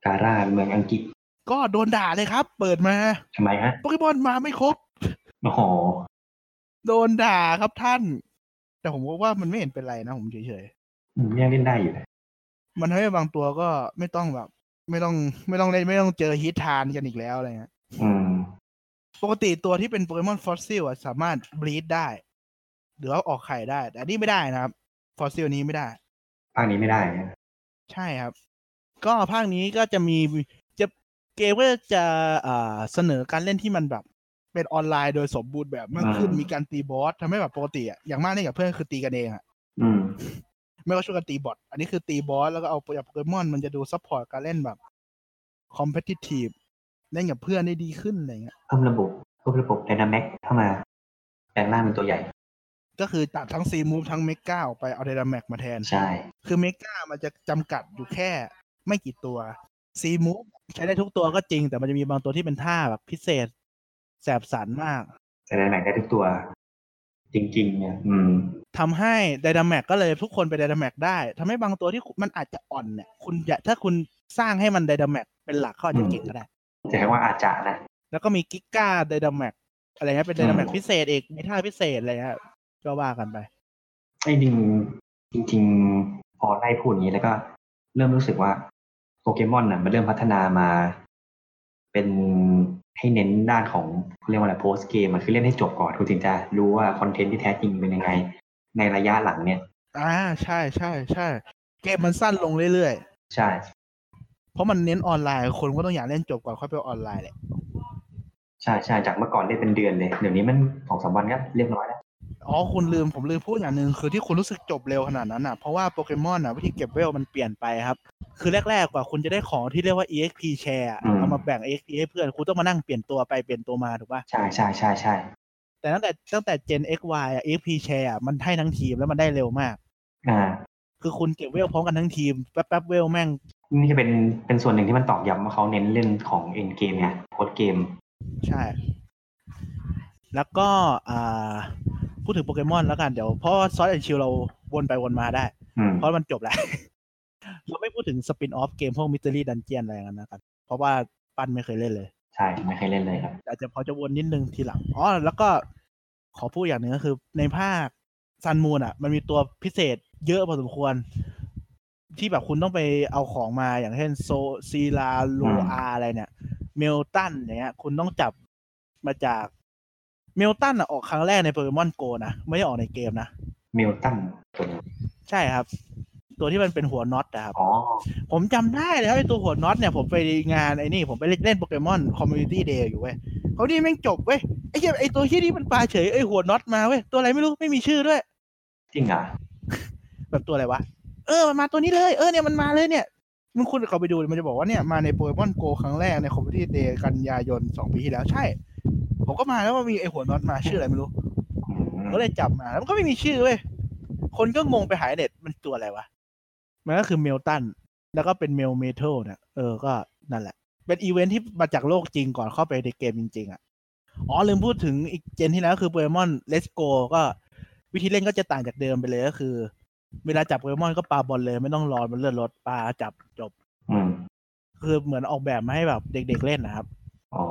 S2: การ่าเมืองอังกฤษ
S1: ก็โดนด่าเลยครับ เปิดมา
S2: ทำไมฮะ
S1: โปเกมอนมาไม่ครบ
S2: โอ้โห
S1: โดนด่าครับท่าน แต่ผมก็ว่ามันไม่เห็นเป็นไรนะผมเฉยๆ
S2: อืมยังเล่นได้อยู่นะ
S1: มันทำให้บางตัวก็ไม่ต้องแบบ ไม่ต้องไม่ต้องเล่นไม่ต้องเจอฮิตทานกันอีกแล้วอะไรเงี้ย
S2: อืม
S1: ปกติตัวที่เป็นโปเกมอนฟอสซิลอะสามารถบลีดได้ หรือว่าออกไข่ได้ แต่อันนี้ไม่ได้นะครับฟอสซิลนี้ไม่ได้
S2: ภาคนี้ไม่ได้นะ
S1: ใช่ครับ ก็ภาคนี้ก็จะมีจะเกมก็จะอ่าเสนอการเล่นที่มันแบบ เป็นออนไลน์โดยสมบูรณ์แบบมากขึ้นมีการตีบอสทำให้แบบปกติอะอย่างมากเล่นกับเพื่อนคือตีกันเองอะ
S2: อืม
S1: ไม่ว่าช่วยกันตีบอสอันนี้คือตีบอสแล้วก็เอาโปเกมอนมันจะดูซัพพอร์ตการเล่นแบบคอมเพติทีฟเล่นกับเพื่อนได้ดีขึ้นอะไรเงี้ย
S2: เพิ่มระบบเพิ่มระบบไดนามิกเข้ามาแปลงร่างเป็นตัวใหญ่
S1: ก็คือตัดทั้งซีมูฟทั้งเมกาออกไปเอาเดนาแม็กมาแทน
S2: ใช่
S1: คือเมกามันจะจำกัดอยู่แค่ไม่กี่ตัวซีมูฟใช้ได้ทุกตัวก็จริง แต่มันจะมีบางตัวที่เป็นท่าแบบพิเศษ แสบสันมาก
S2: แต่ไดนามิกได้ทุกตัว จริง ๆ เนี่ย อืม
S1: ทำให้ไดนาแม็กก็เลยทุกคนไปไดนาแม็กได้ทำให้บางตัวที่มันอาจจะอ่อนเนี่ยคุณอย่าถ้าคุณสร้างให้มันไดนาแม็กเป็นหลักเขาอาจจะเก่งก็ได้
S2: แต่ว่าอาจจะนะ
S1: แล้วก็มีกิก้าไดนาแม็กอะไรเงี้ยเป็นไดนาแม็กพิเศษเอกมีท่าพิเศษอะไรเงี้ยก็ว่ากันไป
S2: ไอ้จริงจริง ๆ พอได้พูดอย่างนี้แล้วก็ เริ่มรู้สึกว่าโปเกมอนน่ะมันเริ่มพัฒนามา เป็นให้เน้นด้านของเขาเรียกว่าอะไรโพสเกมมันคือเล่นให้จบก่อนคุณถึงจะรู้ว่าคอนเทนต์ที่แท้จริงเป็นยังไง ในระยะหลังเนี่ย
S1: อ่าใช่ใช่ใช่เกมมันสั้นลงเรื่อย
S2: ใช่
S1: ๆ เพราะมันเน้นออนไลน์ คนก็ต้องอยากเล่นจบก่อนค่อยไปออนไลน์แหละ
S2: ใช่ใช่จากเมื่อก่อนเล่นเป็นเดือนเลยเดี๋ยวนี้มันสองสามวันก็เรียบร้อยแล้ว
S1: อ๋อคุณลืมผมลืมพูดอย่างหนึ่งคือที่คุณรู้สึกจบเร็วขนาดนั้นอ่ะ เพราะว่าโปเกมอนอ่ะวิธีเก็บเวลมันเปลี่ยนไปครับ คือแรกๆกว่าคุณจะได้ของที่เรียกว่า exp share อะเอามาแบ่ง exp ให้เพื่อน คุณต้องมานั่งเปลี่ยนตัวไปเปลี่ยนตัวมาถูกป่ะ
S2: ใช่ใช่ใช่ใช่
S1: แต่ตั้งแต่ตั้งแต่ gen xy อ่ะ exp share อะมันให้ทั้งทีมแล้วมันได้เร็วมาก
S2: อ่า
S1: คือคุณเก็บเวลพร้อมกันทั้งทีมแป๊บๆเวลแม่ง
S2: นี่จะเป็นเป็นส่วนหนึ่งที่มันตอกย้ำว่าเขาเน้นเล่นของเอ็นเกมไงโพสเกม
S1: ใช่ แล้วก็อ่าพูดถึงโปเกมอนแล้วกันเดี๋ยวเพราะซอสแอนชิลเราวนไปวนมาได้
S2: อืม
S1: เพราะมันจบแล้ว เราไม่พูดถึงสปินออฟเกมพวกมิ s เตอรี่ดันเจียนอะไรกันนะครับ เพราะว่าปั้นไม่เคยเล่นเลย
S2: ใช่ไม่เคยเล่นเลยครับ
S1: อาจจะพอจะวนนิดนึงทีหลังอ๋อแล้วก็ขอพูดอย่างหนึ่งก็คือ ในภาคซันมูนอ่ะ มันมีตัวพิเศษเยอะพอสมควร ที่แบบคุณต้องไปเอาของมาอย่างเช่นโซซีลาลูอาอะไรเนี่ย เมลตันอย่างเงี้ย คุณต้องจับมาจากเมลตันอ่ะออกครั้งแรกในโปเกมอนโกนะ ไม่ได้ออกในเกมนะ
S2: มิลตันตัวนี้
S1: ใช่ครับ ตัวที่มันเป็นหัวน็อตนะครับ
S2: อ๋อ
S1: ผมจำได้เลยครับไอตัวหัวน็อตเนี่ยผมไปงานไอ้นี่ ผมไปเล่นโปเกมอนคอมมูนิตี้เดย์อยู่เว้ยเขาดีแม่งจบเว้ยไอ้เหี้ยไอ้ตัวที่นี่มันปลาเฉยไอ้หัวน็อตมาเว้ยตัวอะไรไม่รู้ไม่มีชื่อด้วย
S2: จริงเหรอ่ะ
S1: แบบตัวอะไรวะเออมันมาตัวนี้เลยเออเนี่ยมันมาเลยเนี่ยมึงคุณเขาไปดูมันจะบอกว่าเนี่ยมาในโปเกมอนโกครั้งแรกในคอมมูนิตี้เดย์กันยายนสองปีที่แล้วใช่ ผมก็มาแล้วมันมีไอ้หัวน็อตมาชื่ออะไรไม่รู้ผมก็เลยจับมาแล้วมันก็ไม่มีชื่อเว้ยคนก็งงไปหายเน็ตมันตัวอะไรวะมันก็คือเมลตัน แล้วก็เป็นเมลเมทัลเนี่ยเออก็นั่นแหละ เป็นอีเวนท์ที่มาจากโลกจริงก่อนเข้าไปในเกมจริง ๆ อ่ะ อ๋อ ลืมพูดถึงอีกเจนที่แล้วคือโปเกมอนเลสโกก็วิธีเล่นก็จะต่างจากเดิมไปเลยก็คือ เวลาจับโปเกมอนก็ปาบอลเลย ไม่ต้องรอมันเลื่อนรถปาจับจบ
S2: อืม
S1: คือเหมือนออกแบบมาให้แบบเด็ก ๆ เล่นนะครับ
S2: อ๋อ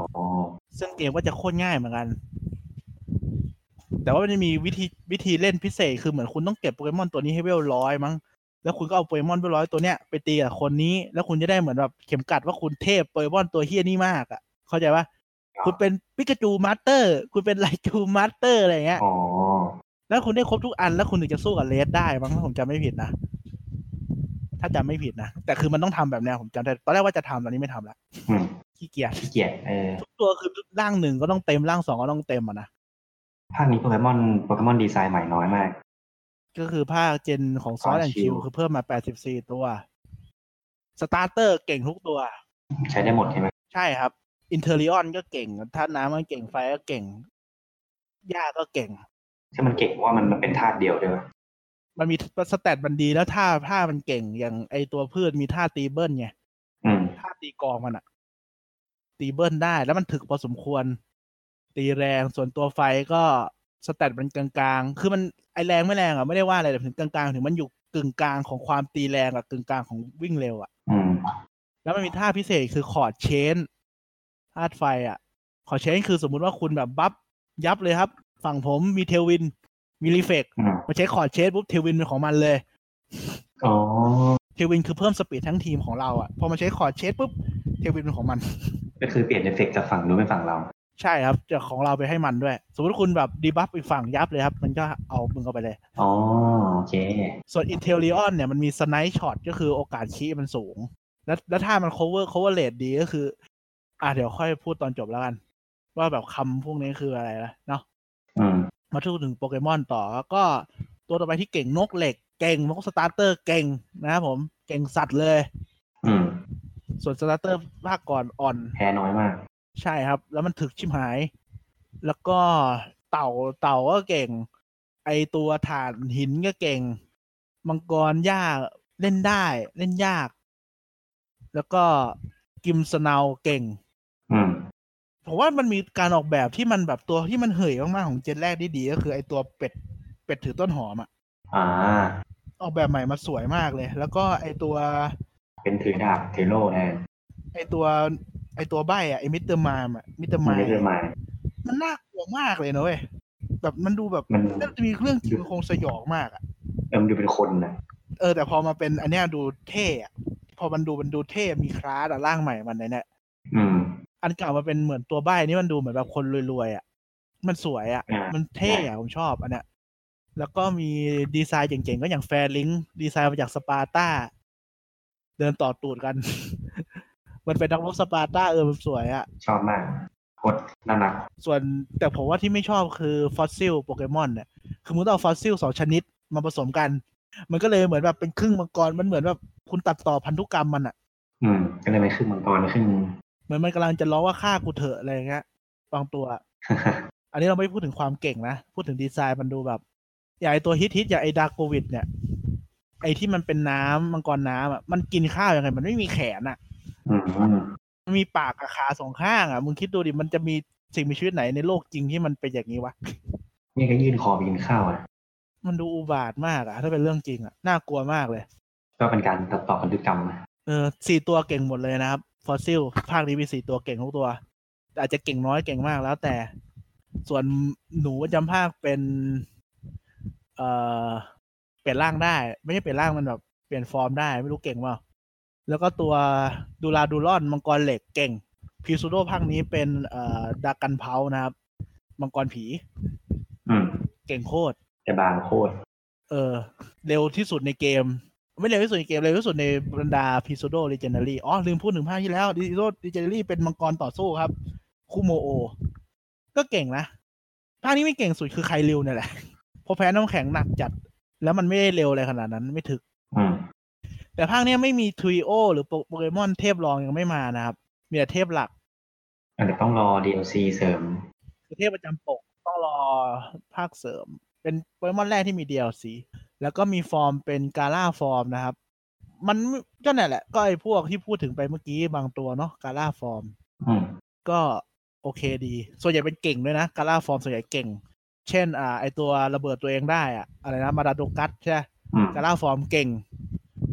S1: ซึ่งเกมก็จะโคตรง่ายเหมือนกัน แต่ว่ามันจะมีวิธีวิธีเล่นพิเศษคือเหมือนคุณต้องเก็บโปเกมอนตัวนี้ให้เวลร้อยมั้ง แล้วคุณก็เอาโปเกมอนเวลร้อยตัวเนี้ยไปตีกับคนนี้ แล้วคุณจะได้เหมือนแบบเข็มกัดว่าคุณเทพโปเกมอนตัวเฮี้ยนี่มากอ่ะ เข้าใจปะคุณเป็นปิกาจูมาสเตอร์ คุณเป็นไลจูมาสเตอร์อะไรอย่างเงี้ย
S2: อ๋อ
S1: แล้วคุณได้ครบทุกอันแล้วคุณถึงจะสู้กับเลสได้มั้งถ้าผมจำไม่ผิดนะ ถ้าจำไม่ผิดนะ แต่คือมันต้องทำแบบเนี้ยผมจำได้ตอนแรกว่าจะทำตอนนี้ไม่ทำละ
S2: อืม
S1: ขี้เกียจ
S2: ขี้เกียจเออ
S1: ทุกตัวคือร่างหนึ่งก็ต้องเต็มร่างสองก็ต้องเต็มอะนะ
S2: ภาคนี้โปเกมอนโปเกมอนดีไซน์ใหม่น้อยมาก
S1: ก็คือภาคเจนของซอสแอนคิว
S2: Shield
S1: คือเพิ่มมา 84 ตัว สตาร์เตอร์เก่งทุกตัว
S2: ใช้ได้หมดใช่ไหม
S1: ใช่ครับ อินเทอร์ลิออนก็เก่งธาตุน้ำก็เก่งไฟก็เก่งหญ้าก็เก่ง
S2: ที่มันเก่งเพราะว่ามันมันเป็นธาตุเดียวด้วยวะ
S1: มันมีสแตทมันดีแล้วท่าท่ามันเก่ง อย่างไอตัวพืชมีท่าตีเบิ้ลไง
S2: อืม
S1: ท่าตีกองมันอะตีเบิ้ลได้ แล้วมันถึกพอสมควร ตีแรงส่วนตัวไฟก็สแตทมันกลางๆ คือมันไอแรงไม่แรงอะไม่ได้ว่าอะไรแต่ถึงกลางๆ ถึงมันอยู่กึ่งกลางของความตีแรงกับกึ่งกลางของวิ่งเร็วอะ
S2: อืม
S1: แล้วมันมีท่าพิเศษคือคอร์ดเชนธาตุไฟอ่ะคอร์ดเชนคือสมมุติว่าคุณแบบบัฟยับเลยครับ ฝั่งผมมีเทลวิน มีรีเฟก
S2: อืม
S1: มาใช้คอร์ดเชนปุ๊บเทลวินเป็นของมันเลย
S2: อ๋อ
S1: เทลวินคือเพิ่มสปีดทั้งทีมของเราอ่ะพอมาใช้คอร์ดเชนปุ๊บเทลวินเป็นของมัน
S2: ก็คือเปลี่ยนเอฟเฟกต์จากฝั่งนู้นเป็นฝั่งเรา
S1: ใช่ครับจากของเราไปให้มันด้วย สมมติคุณแบบดีบัฟอีกฝั่งยับเลยครับ มันก็เอามึงเข้าไปเลย
S2: อ๋อโอเค
S1: ส่วนอินเทลลิออนเนี่ยมันมีสไนท์ช็อตก็คือโอกาสชี้มันสูง แล้วแล้วถ้ามัน cover cover rate ดีก็คือ อ่ะเดี๋ยวค่อยพูดตอนจบแล้วกัน ว่าแบบคำพวกนี้คืออะไรนะเนาะ
S2: อืม
S1: มาพูดถึงโปเกมอนต่อก็ตัวต่อไปที่เก่งนกเหล็กเก่งนกสตาร์เตอร์เก่งนะครับผมเก่งสัตว์เลย
S2: อืม
S1: ส่วนสตาร์เตอร์ภาคก่อนอ่อน
S2: แพ้น้อยมาก
S1: ใช่ครับ แล้วมันถึกชิมหาย แล้วก็เต่าเต่าก็เก่ง ไอตัวฐานหินก็เก่ง มังกรยากเล่นได้ เล่นยาก แล้วก็กิมสนาวเก่ง
S2: อืม
S1: ผมว่ามันมีการออกแบบที่มันแบบตัวที่มันเหยมากๆของเจนแรกที่ดีก็คือไอตัวเป็ดเป็ดถือต้นหอมอะ
S2: อ่า
S1: ออกแบบใหม่มาสวยมากเลย แล้วก็ไอตัว
S2: เป็นถือดาบถือโล่แทน
S1: ไอตัว ไอตัวใบอะไอมิสเตอร์มามอะมิสเตอร์
S2: มั
S1: มาน ม
S2: ไม่ได้มา
S1: มันน่ากลัวมากเลยนะเว้ยแบบมันดูแบบ
S2: มัน
S1: น่าจะมีเครื่องจริงคงสยองมากอะ
S2: เออมันดูเป็นคนนะ
S1: เออแต่พอมาเป็นอันเนี้ยดูเท่อะพอมันดูมันดูเท่ มีคลาสอะร่างใหม่มันในเนี่ย
S2: อืม
S1: อันเก่ามาเป็นเหมือนตัวใบ้นี่มันดูเหมือนแบบคนรวยๆอะมันสวยอะ
S2: อ่ามั
S1: มันเท่อะผมชอบอันเนี้ยแล้วก็มีดีไซน์เจ๋งๆ ก็อย่างแฟร์ลิงดีไซน์มาจากสปาร์ตาเดินต่อตูดกัน มันเป็นนักรบสปาร์ตาเออมันสวยอะ
S2: ชอบมากโคตรน่ารัก
S1: ส่วนแต่ผมว่าที่ไม่ชอบคือฟอสซิลโปเกมอนเนี่ยคือมึงต้องเอาฟอสซิลสองชนิดมาผสมกัน มันก็เลยเหมือนแบบเป็นครึ่งมังกรมันเหมือนแบบคุณตัดต่อพันธุกรรมมันอะ
S2: อืม ก็เลยไปขึ้นมังก รขึ้น
S1: เหมือนมันกำลังจะร้องว่าฆ่ากูเถอะอะไรอย่างเงี้ยบางตัว อันนี้เราไม่พูดถึงความเก่งนะ พูดถึงดีไซน์มันดูแบบ อย่างไอตัวฮิตฮิตๆอย่างไอดาโกวิดเนี่ย ไอที่มันเป็นน้ำมังกรน้ำอ่ะมันกินข้าวยังไงมันไม่มีแขนอ่ะ
S2: อืม
S1: มันมีปากกับขาสองข้างอ่ะมึงคิดดูดิมันจะมีสิ่งมีชีวิตไหนในโลกจริงที่มันเป็นอย่างนี้วะ
S2: นี่ก็ยื่นคอไปกินข้าวอ่ะ
S1: มันดูอุบาทมากอะถ้าเป็นเรื่องจริงอะน่ากลัวมากเลย
S2: ก็เป็นการตัดต่อพันธุกรรมนะ
S1: เออสี่ตัวเก่งหมดเลยนะครับ ฟอสซิล ภาคนี้มีสี่ตัวเก่งทุกตัว อาจจะเก่งน้อยเก่งมากแล้วแต่ ส่วนหนูประจำภาคเป็น เอ่อ เปลี่ยนร่างได้ ไม่ใช่เปลี่ยนร่างมันแบบเปลี่ยนฟอร์มได้ไม่รู้เก่งเปล่าแล้วก็ตัวดูลาดูลอนมังกรเหล็กเก่งพีซูโดภาคนี้เป็นเอ่อดากันเพานะครับ มังกรผี
S2: อืม
S1: เก่งโคตร
S2: แต่บางโคตร
S1: เออ เร็วที่สุดในเกม ไม่เร็วที่สุดในเกม เร็วที่สุดในบรรดาพีซูโดเลเจนดารีอ๋อ ลืมพูดถึงภาคที่แล้วพีซูโดเลเจนดารีเป็นมังกรต่อสู้ครับ คูโมโอ ก็เก่งนะ ภาคนี้ไม่เก่งสุดคือไคริวเนี่ยแหละเพราะแพ้น้ำแข็งหนักจัด แล้วมันไม่ได้เร็วอะไรขนาดนั้นไม่ถึก
S2: อืม
S1: แต่ภาคเนี้ยไม่มีทริโอ หรือโปเกมอนเทพรองยังไม่มานะครับ มีแต่เทพหลัก
S2: อันนี้ต้องรอ DLC เสริม
S1: คือเทพประจำปกต้องรอภาคเสริม เป็นโปเกมอนแรกที่มี DLC แล้วก็มีฟอร์มเป็นกาล่าฟอร์มนะครับ มันก็นั่นแหละ ก็ไอ้พวกที่พูดถึงไปเมื่อกี้บางตัวเนาะกาล่าฟอร์ม
S2: อืม
S1: ก็โอเคดี ส่วนใหญ่เป็นเก่งด้วยนะกาล่าฟอร์มส่วนใหญ่เก่ง เช่น อ่า ไอตัวระเบิดตัวเองได้อะอะไรนะมาดาโดกัสใช่ไหม
S2: อืม
S1: กาล่าฟอร์มเก่ง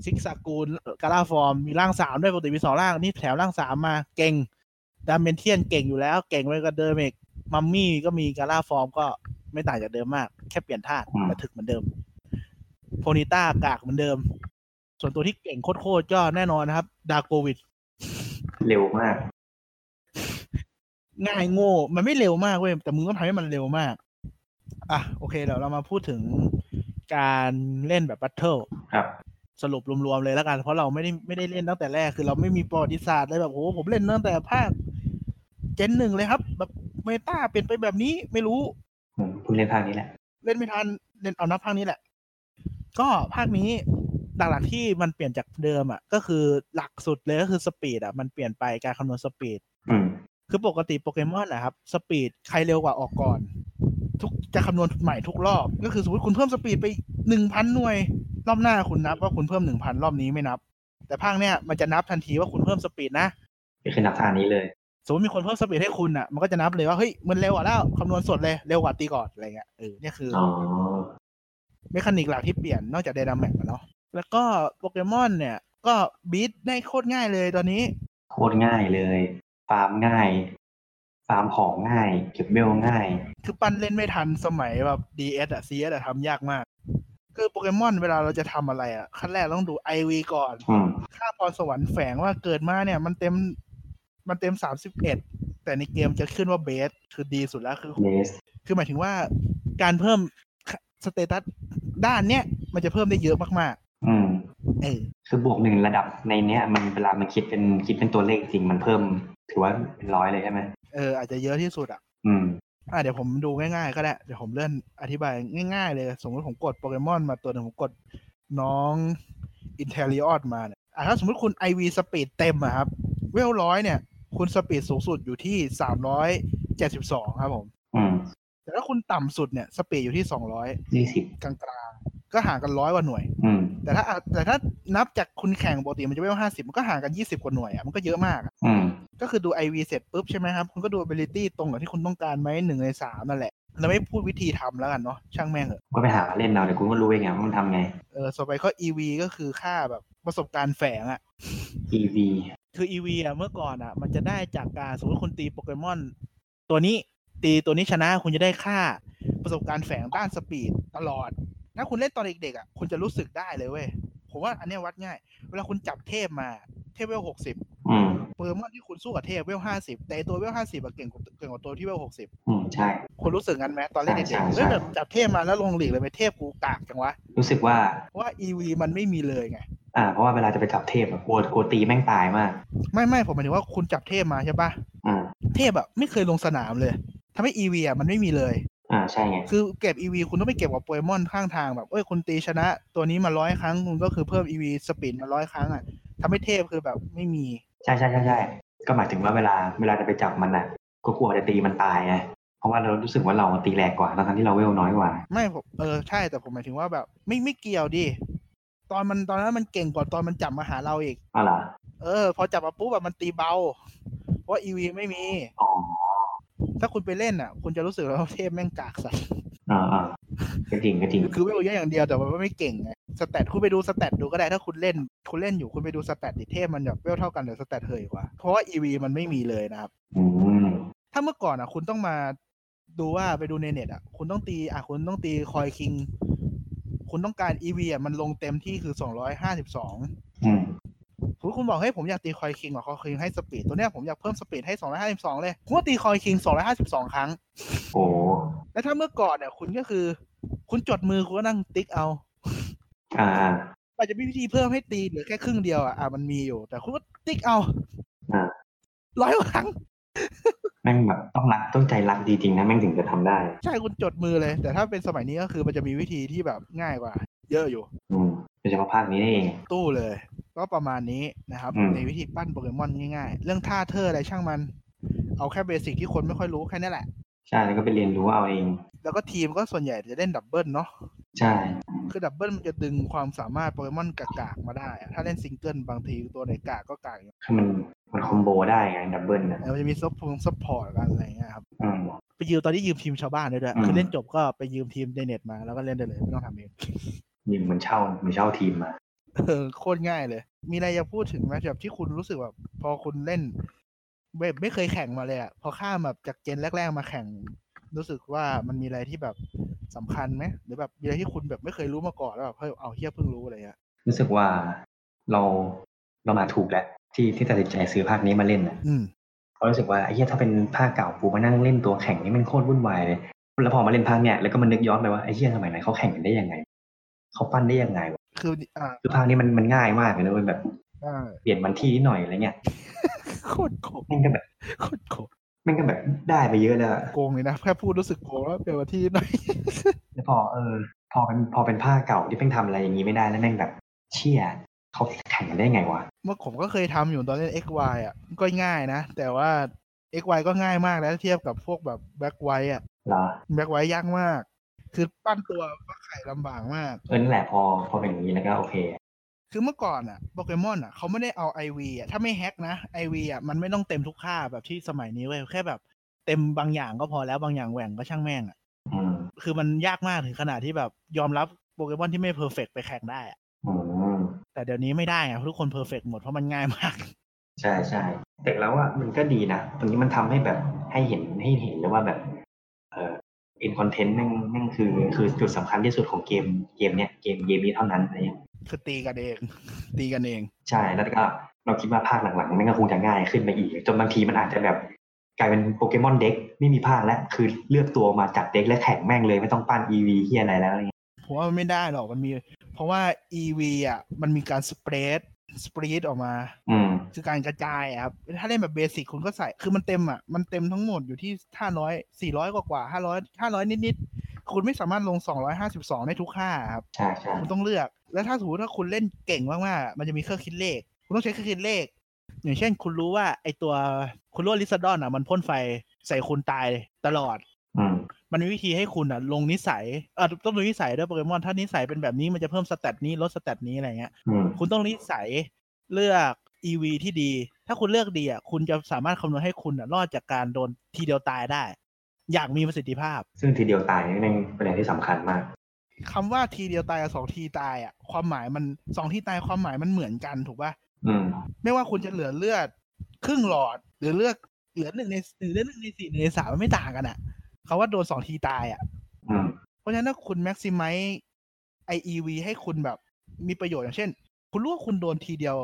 S1: ซิกซากูลกาล่าฟอร์มมีร่างสามด้วยปกติมีสองร่างนี่แถวร่างสามมาเก่งดามเมนเทียนเก่งอยู่แล้ว เก่งไปกว่าเดิมอีกมัมมี่ก็มีกาล่าฟอร์มก็ไม่ต่างจากเดิมมาก แค่เปลี่ยนท่า
S2: อืม
S1: แต่ถึกเหมือนเดิม โพนิต้ากากเหมือนเดิม ส่วนตัวที่เก่งโคตรๆก็แน่นอนนะครับ ดาโกวิด
S2: เร็วมาก
S1: ง่ายโง่ มันไม่เร็วมากเว้ย แต่มึงต้องทำให้มันเร็วมาก อ่ะ โอเค เดี๋ยวเรามาพูดถึงการเล่นแบบบัตเทิล
S2: ครับ
S1: สรุปรวมๆเลยแล้วกัน เพราะเราไม่ได้ไม่ได้เล่นตั้งแต่แรก คือเราไม่มีประวัติศาสตร์เลยแบบโอ้โหผมเล่นตั้งแต่ภาคเจนหนึ่งเลยครับ แบบเมตาเปลี่ยนไปแบบนี้ไม่รู้
S2: อืมเพิ่งเล่นภาคนี้แหละ
S1: เล่นไม่ทันเล่นเอานับภาคนี้แหละ ก็ภาคนี้หลักๆที่มันเปลี่ยนจากเดิมอ่ะ ก็คือหลักสุดเลยก็คือสปีดอ่ะมันเปลี่ยนไปการคำนวณสปีด
S2: อืม
S1: คือปกติโปเกมอนนะครับ สปีดใครเร็วกว่าออกก่อน ทุกจะคำนวณใหม่ทุกรอบ ก็คือสมมติคุณเพิ่มสปีดไปหนึ่งพันหน่วย รอบหน้าคุณนับว่าคุณเพิ่มหนึ่งพันรอบนี้ไม่นับ แต่ภาคเนี้ยมันจะนับทันทีว่าคุณเพิ่มสปีดนะ
S2: ก็คือนับท่านี้เลย
S1: สมมติมีคนเพิ่มสปีดให้คุณอ่ะ มันก็จะนับเลยว่าเฮ้ยมันเร็วกว่าแล้วคำนวณสดเลยเร็วกว่าตีก่อนอะไรเงี้ยเออเนี่ยคืออ
S2: อ๋อ
S1: เมคานิกหลักที่เปลี่ยนนอกจากไดนาแมกเนาะแล้วก็โปเกมอนเนี่ย ก็บีทได้โคตรง่ายเลยตอนนี้
S2: โคตรง่ายเลย ฟาร์มง่าย ฟาร์มของง่าย เก็บเบลง่าย
S1: คือปั้นเล่นไม่ทันสมัยแบบ DS อะ CS อะทำยากมาก คือโปเกมอนเวลาเราจะทำอะไรอะขั้นแรกต้องดู IV ก่อน
S2: อืม
S1: ค่าพรสวรรค์แฝงว่าเกิดมาเนี่ย มันเต็มมันเต็มสามสิบเอ็ดแต่ในเกมจะขึ้นว่าเบสคือดีสุดแล้วคือ
S2: เลส
S1: คือหมายถึงว่าการเพิ่มสเตตัสด้านเนี้ยมันจะเพิ่มได้เยอะมาก
S2: อืม
S1: ๆเออ
S2: คือบวกหนึ่งระดับในเนี้ย มันเวลามันคิดเป็นคิดเป็นตัวเลขจริงมันเพิ่ม ถือว่าเป็นร้อยเลยใช่ไหม
S1: เอออาจจะเยอะที่สุดอะ
S2: อืม
S1: อ่ะเดี๋ยวผมดูง่ายๆก็ได้ เดี๋ยวผมเลื่อนอธิบายง่ายๆเลย สมมติผมกดโปเกมอนมาตัวหนึ่งผมกดน้องอินเทลิออมาเนี่ยอ่ะถ้าสมมติคุณ IV สปีดเต็มอะครับ เวลร้อยเนี่ย คุณสปีดสูงสุดอยู่ที่ 372 ครับผม
S2: อืม
S1: แต่ถ้าคุณต่ำสุดเนี่ย สปีดอยู่ที่
S2: ยี่สิบ
S1: 200 กลางๆ ก็ห่างกันร้อยกว่าหน่วย
S2: อืม
S1: แต่ถ้าอ่ะแต่ถ้านับจากคุณแข่งปกติมันจะเวล50 มันก็ห่างกัน 20 กว่าหน่วยอะมันก็เยอะมากอะ
S2: อืม
S1: ก็คือดู IV เสร็จปุ๊บใช่ไหมครับ คุณก็ดู ability ตรงกับที่คุณต้องการไหมหนึ่งในสามนั่นแหละ เราไม่พูดวิธีทำแล้วกันเนาะช่างแม่งเหอะ
S2: ก็ไปหาเล่นเอาเดี๋ยวคุณก็รู้เองไงว่ามันทำไง
S1: เออต่อไปก็ EV ก็คือค่าแบบประสบการณ์แฝงอะ
S2: EV
S1: คือ EV อะเมื่อก่อนอะมันจะได้จากการสมมติคุณตีโปเกมอน ตัวนี้ตีตัวนี้ชนะคุณจะได้ค่าประสบการณ์แฝงด้านสปีดตลอด ถ้าคุณเล่นตอนเด็กๆอะคุณจะรู้สึกได้เลยเว้ย ผมว่าอันเนี้ยวัดง่าย เวลาคุณจับเทพมาเทพเวลหกสิบ
S2: อืม
S1: โปเกมอนที่คุณสู้กับเทพเวลห้าสิบแต่ไอ้ตัวเวลห้าสิบอะเก่งกว่าเก่งกว่าตัวที่เวลหกสิบ
S2: อืม ใช่
S1: คุณรู้สึกงั้นไหมตอนเล่นเด็ก
S2: ใช่
S1: ๆ
S2: ใช่
S1: เฮ้ยแบบจับเทพมาแล้วลงหลีกเลยไปเทพกูกากจังวะ
S2: รู้สึกว่า
S1: เพราะว่า EV มันไม่มีเลยไง
S2: อ่า เพราะว่าเวลาจะไปจับเทพอะกลัวกลัวตีแม่งตายมาก
S1: ไม่ไม่ผมหมายถึงว่าคุณจับเทพมาใช่ปะ
S2: อ่า
S1: เทพแบบไม่เคยลงสนามเลยทำให้อีวีอ่ะมันไม่มีเลย
S2: อ่า ใช่ไง
S1: คือเก็บอีวีคุณต้องไปเก็บกับโปเกมอนข้างทางแบบเอ้ยคุณตีชนะ ตัวนี้มาร้อยครั้งคุณก็คือเพิ่มอีวีสปีดมาร้อยครั้งอ่ะทำให้เทพคือแบบไม่มี
S2: ใช่ใช่ใช่ใช่ก็หมายถึงว่าเวลาเวลาจะไปจับมันอ่ะ ก็กลัวจะตีมันตายไง เพราะว่าเรารู้สึกว่าเราตีแรงกว่าทั้งๆที่เราเวลน้อยกว่า
S1: ไม่ผมเออใช่แต่ผมหมายถึงว่าแบบ ไม่ไม่เกี่ยวดิตอนมันตอนนั้นมันเก่งกว่าตอนมันจับมาหาเราอีก
S2: อ๋อเหรอ
S1: เออ พอจับมาปุ๊บแบบมันตีเบา เพราะอีวีไม่มี
S2: อ๋อ
S1: ถ้าคุณไปเล่นอ่ะ คุณจะรู้สึกว่าเทพแม่งกากสัส
S2: อ่าอ่าก็จริงก็จริง
S1: คือไม่รู้เยอะอย่างเดียวแต่ว่าไม่เก่งไงสแตทคุณไปดูสแตทดูก็ได้ถ้าคุณเล่น คุณเล่นอยู่คุณไปดูสแตทดิเทพมันแบบเวลเท่ากันแต่สแตทเหยกว่า เพราะว่าอีวีมันไม่มีเลยนะครับ
S2: อืม
S1: ถ้าเมื่อก่อนอ่ะ คุณต้องมาดูว่าไปดูในเน็ตอ่ะ คุณต้องตีอ่ะคุณต้องตีคอยคิง คุณต้องการอีวีอ่ะมันลงเต็มที่คือสองร้อยห้าสิบสอง
S2: อืม
S1: สมมติคุณบอกเฮ้ยผมอยากตีคอยคิงอ่ะคอยคิงให้สปีดตัวเนี้ยผมอยากเพิ่มสปีดให้252เลยคุณก็ตีคอยคิง252 ครั้ง
S2: โอ้
S1: แล้วถ้าเมื่อก่อนเนี่ยคุณก็คือ คุณจดมือคุณก็นั่งติ๊กเอา
S2: อ่า
S1: อาจจะมีวิธีเพิ่มให้ตีเหลือแค่ครึ่งเดียวอ่ะอ่ะมันมีอยู่ แต่คุณก็ติ๊กเอา
S2: อ่า
S1: ร้อยครั้ง
S2: แม่งแบบต้องรักต้องใจรักดีจริงนะแม่งถึงจะทำได้
S1: ใช่คุณจดมือเลย แต่ถ้าเป็นสมัยนี้ก็คือมันจะมีวิธีที่แบบง่ายกว่า เยอะอยู่
S2: อืมโดยเฉพาะภาคนี้นี่เอง
S1: ตู้เลย ก็ประมาณนี้นะครับ
S2: อืม
S1: ในวิธีปั้นโปเกมอนง่ายๆ เรื่องท่าเทอร์อะไรช่างมัน เอาแค่เบสิกที่คนไม่ค่อยรู้แค่นั้นแหละ
S2: ใช่แล้วก็ไปเรียนรู้เอาเอง
S1: แล้วก็ทีมก็ส่วนใหญ่จะเล่นดับเบิลเนาะ
S2: ใช่
S1: คือดับเบิลมันจะดึงความสามารถโปเกมอนกากๆมาได้อะถ้าเล่นซิงเกิลบางทีตัวไหนกากก็กากอยู่
S2: คือมันมันคอมโบได้ไงดับเบิลนะ
S1: แล้วมันจะมีซับพงซับพอร์ตกันอะไรเงี้ยครับ
S2: อืม
S1: ไปยืมตอนที่ยืมทีมชาวบ้านได้ด้วย
S2: อืม
S1: คือเล่นจบก็ไปยืมทีมในเน็ตมาแล้วก็เล่นได้เลยไม่ต้องทำเอง
S2: นี่เหมือนเช่าเหมือนเช่าทีมมา
S1: เออโคตรง่ายเลย มีอะไรจะพูดถึงไหมแบบที่คุณรู้สึกแบบพอคุณเล่นไม่ไม่เคยแข่งมาเลยอะพอข้ามแบบจากเจนแรกๆมาแข่ง รู้สึกว่ามันมีอะไรที่แบบสำคัญไหมหรือแบบมีอะไรที่คุณแบบไม่เคยรู้มาก่อนแล้วแบบเฮ้ยเอาเฮียเพิ่งรู้อะไรเงี้ย
S2: รู้สึกว่าเราเรามาถูกแล้วที่ที่ตัดสินใจซื้อภาคนี้มาเล่นนะ
S1: อืม
S2: เพราะรู้สึกว่าไอ้เหี้ยถ้าเป็นภาคเก่าปูมานั่งเล่นตัวแข่งนี่มันโคตรวุ่นวายเลย แล้วพอมาเล่นภาคเนี้ยแล้วก็มันนึกย้อนไปว่าไอ้เหี้ยสมัยนั้นเขาแข่งกันได้ยังไงเขาปั้นได้ยังไงวะ
S1: คืออ่า
S2: คือภาคนี้มันมันง่ายมากเลยนะเว้ยแบบ
S1: อ่า
S2: เปลี่ยนวันที่นิดหน่อยอะไรเงี้ย
S1: โคตรโกง
S2: แม่งก็แบบ
S1: โคตรโกง
S2: แม่งก็แบบได้ไปเยอะแล้วอะ
S1: โกงเลยนะแค่พูดรู้สึกโกงแล้วเปลี่ยนมาที่หน่อย
S2: แล้วพอเออ พอเป็นพอเป็นภาคเก่าที่แม่งทำอะไรอย่างนี้ไม่ได้แล้วแม่งแบบ เชี่ยเขาแข่งกันได้ไงวะ
S1: เมื่อผมก็เคยทำอยู่ตอนเล่น XY อ่ะก็ง่ายนะ แต่ว่า XY ก็ง่ายมากแล้วเทียบกับพวกแบบแบ็กไวอ่ะ
S2: เหรอ
S1: แบ็กไวยากมาก คือปั้นตัวฟักไข่ลำบากมาก
S2: เออนั่นแหละพอพอเป็นอย่างนี้แล้วก็โอเค
S1: คือเมื่อก่อนอ่ะโปเกมอนอ่ะเขาไม่ได้เอา IV อ่ะถ้าไม่แฮกนะ IV อ่ะมันไม่ต้องเต็มทุกค่าแบบที่สมัยนี้เว้ยแค่แบบเต็มบางอย่างก็พอแล้วบางอย่างแหว่งก็ช่างแม่งอ่ะ
S2: อืม
S1: คือมันยากมากถึงขนาดที่แบบยอมรับโปเกมอนที่ไม่เพอร์เฟกไปแข่งได้อะ
S2: อืม
S1: แต่เดี๋ยวนี้ไม่ได้ไงเพราะทุกคนเพอร์เฟกหมดเพราะมันง่ายมาก
S2: ใช่ใช่แต่แล้วว่ามันก็ดีนะตรงนี้มันทำให้แบบให้เห็นให้เห็นเลยว่าแบบ เอออินคอนเทนต์นั่งนั่งคือคือจุดสำคัญที่สุดของเกมเกมเนี้ยเกมเกมนี้เท่านั้นอะไรเงี้ย
S1: คือตีกันเอง ตีกันเอง
S2: ใช่แล้วก็เราคิดว่าภาคหลังๆมันก็คงจะง่ายขึ้นไปอีก จนบางทีมันอาจจะแบบ กลายเป็นโปเกมอนเด็กไม่มีภาคแล้ว คือเลือกตัวมาจากเด็กและแข่งแม่งเลยไม่ต้องปั้นอีวีเฮียอะไรแล้วอะไรเงี้ย
S1: ผมว่ามันไม่ได้หรอก มันมี เพราะว่า EV อ่ะ มันมีการสเปรด สปรีดออกมา
S2: อืม
S1: คือการกระจายอะครับ ถ้าเล่นแบบเบสิกคุณก็ใส่ คือมันเต็มอ่ะ มันเต็มทั้งหมดอยู่ที่ห้าร้อยสี่ร้อยกว่ากว่าห้าร้อยห้าร้อยนิดนิดๆ คุณไม่สามารถลงสองร้อยห้าสิบสองได้ทุกค่าครับ
S2: ใช่ใช่
S1: คุณต้องเลือก แล้วถ้าสมมติถ้าคุณเล่นเก่งมากๆ มันจะมีเครื่องคิดเลข คุณต้องใช้เครื่องคิดเลข อย่างเช่น คุณรู้ว่าไอตัวคุณรู้ว่าลิซาดอนอ่ะ มันพ่นไฟใส่คุณตายตลอด
S2: อืม
S1: มันมีวิธีให้คุณอ่ะลงนิสัยเออต้องดูนิสัยด้วยโปเกมอน ถ้านิสัยเป็นแบบนี้มันจะเพิ่มสเตตนี้ลดสเตตนี้อะไรเงี้ย
S2: อืม
S1: คุณต้องนิสัยเลือก EV ที่ดี ถ้าคุณเลือกดีอ่ะคุณจะสามารถคำนวณให้คุณอ่ะรอดจากการโดนทีเดียวตายได้ อย่างมีประสิทธิภาพ
S2: ซึ่งทีเดียวตายนี่แม่งเป็นอะไรที่สำคัญมาก
S1: คำว่าทีเดียวตายกับสองทีตายอ่ะความหมายมันสองทีตายความหมายมันเหมือนกันถูกป่ะ
S2: อืม
S1: ไม่ว่าคุณจะเหลือเลือดครึ่งหลอด หรือเลือกเหลือหนึ่งในหรือเหลือหนึ่งในสี่หนึ่งในสามมันไม่ต่างกันอ่ะเขาว่าโดนสองทีตายอ่ะ
S2: อืม
S1: เพราะฉะนั้นถ้าคุณแม็กซิมัยไอวีให้คุณแบบมีประโยชน์อย่างเช่น คุณรู้ว่าคุณโดนทีเดียว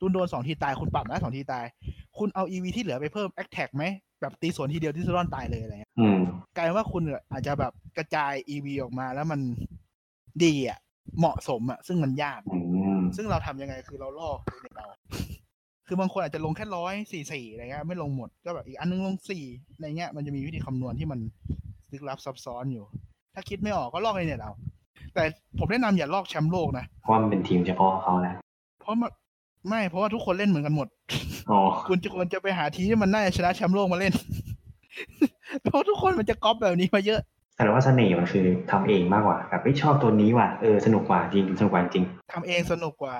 S1: คุณโดนสองทีตายคุณปรับนะสองทีตาย คุณเอาอีวีที่เหลือไปเพิ่มแอคแท็กไหมแบบตีสวนทีเดียวที่ซรอนตายเลยอะไรเงี้ย
S2: อืม
S1: กลายเป็นว่าคุณอาจจะแบบกระจายอีวีออกมาแล้วมันดีอ่ะ เหมาะสมอ่ะ ซึ่งมันยาก
S2: อืม
S1: ซึ่งเราทำยังไงคือเราลอกในเรา คือบางคนอาจจะลงแค่ร้อยสี่สี่อะไรเงี้ยไม่ลงหมดก็แบบอีกอันนึงลงสี่อะไรเงี้ยมันจะมีวิธีคำนวณที่มันลึกลับซับซ้อนอยู่ ถ้าคิดไม่ออกก็ลอกในเน็ตเอาแต่ผมแนะนำอย่าลอกแชมป์โลกนะ
S2: เพราะว่ามันเป็นทีมเฉพาะของเขาแล้ว
S1: เพราะมันไม่เพราะว่าทุกคนเล่นเหมือนกันหมด
S2: อ๋อ
S1: คุณจะควรจะไปหาทีมที่มันน่าจะชนะแชมป์โลกมาเล่น เพราะทุกคนมันจะก๊อปแบบนี้มาเยอะ
S2: แต่เราว่าเสน่ห์มันคือทำเองมากกว่าแบบไม่ชอบตัวนี้ว่ะ เออ สนุกกว่าจริงสนุกกว่าจริง
S1: ทำเองสนุกกว่า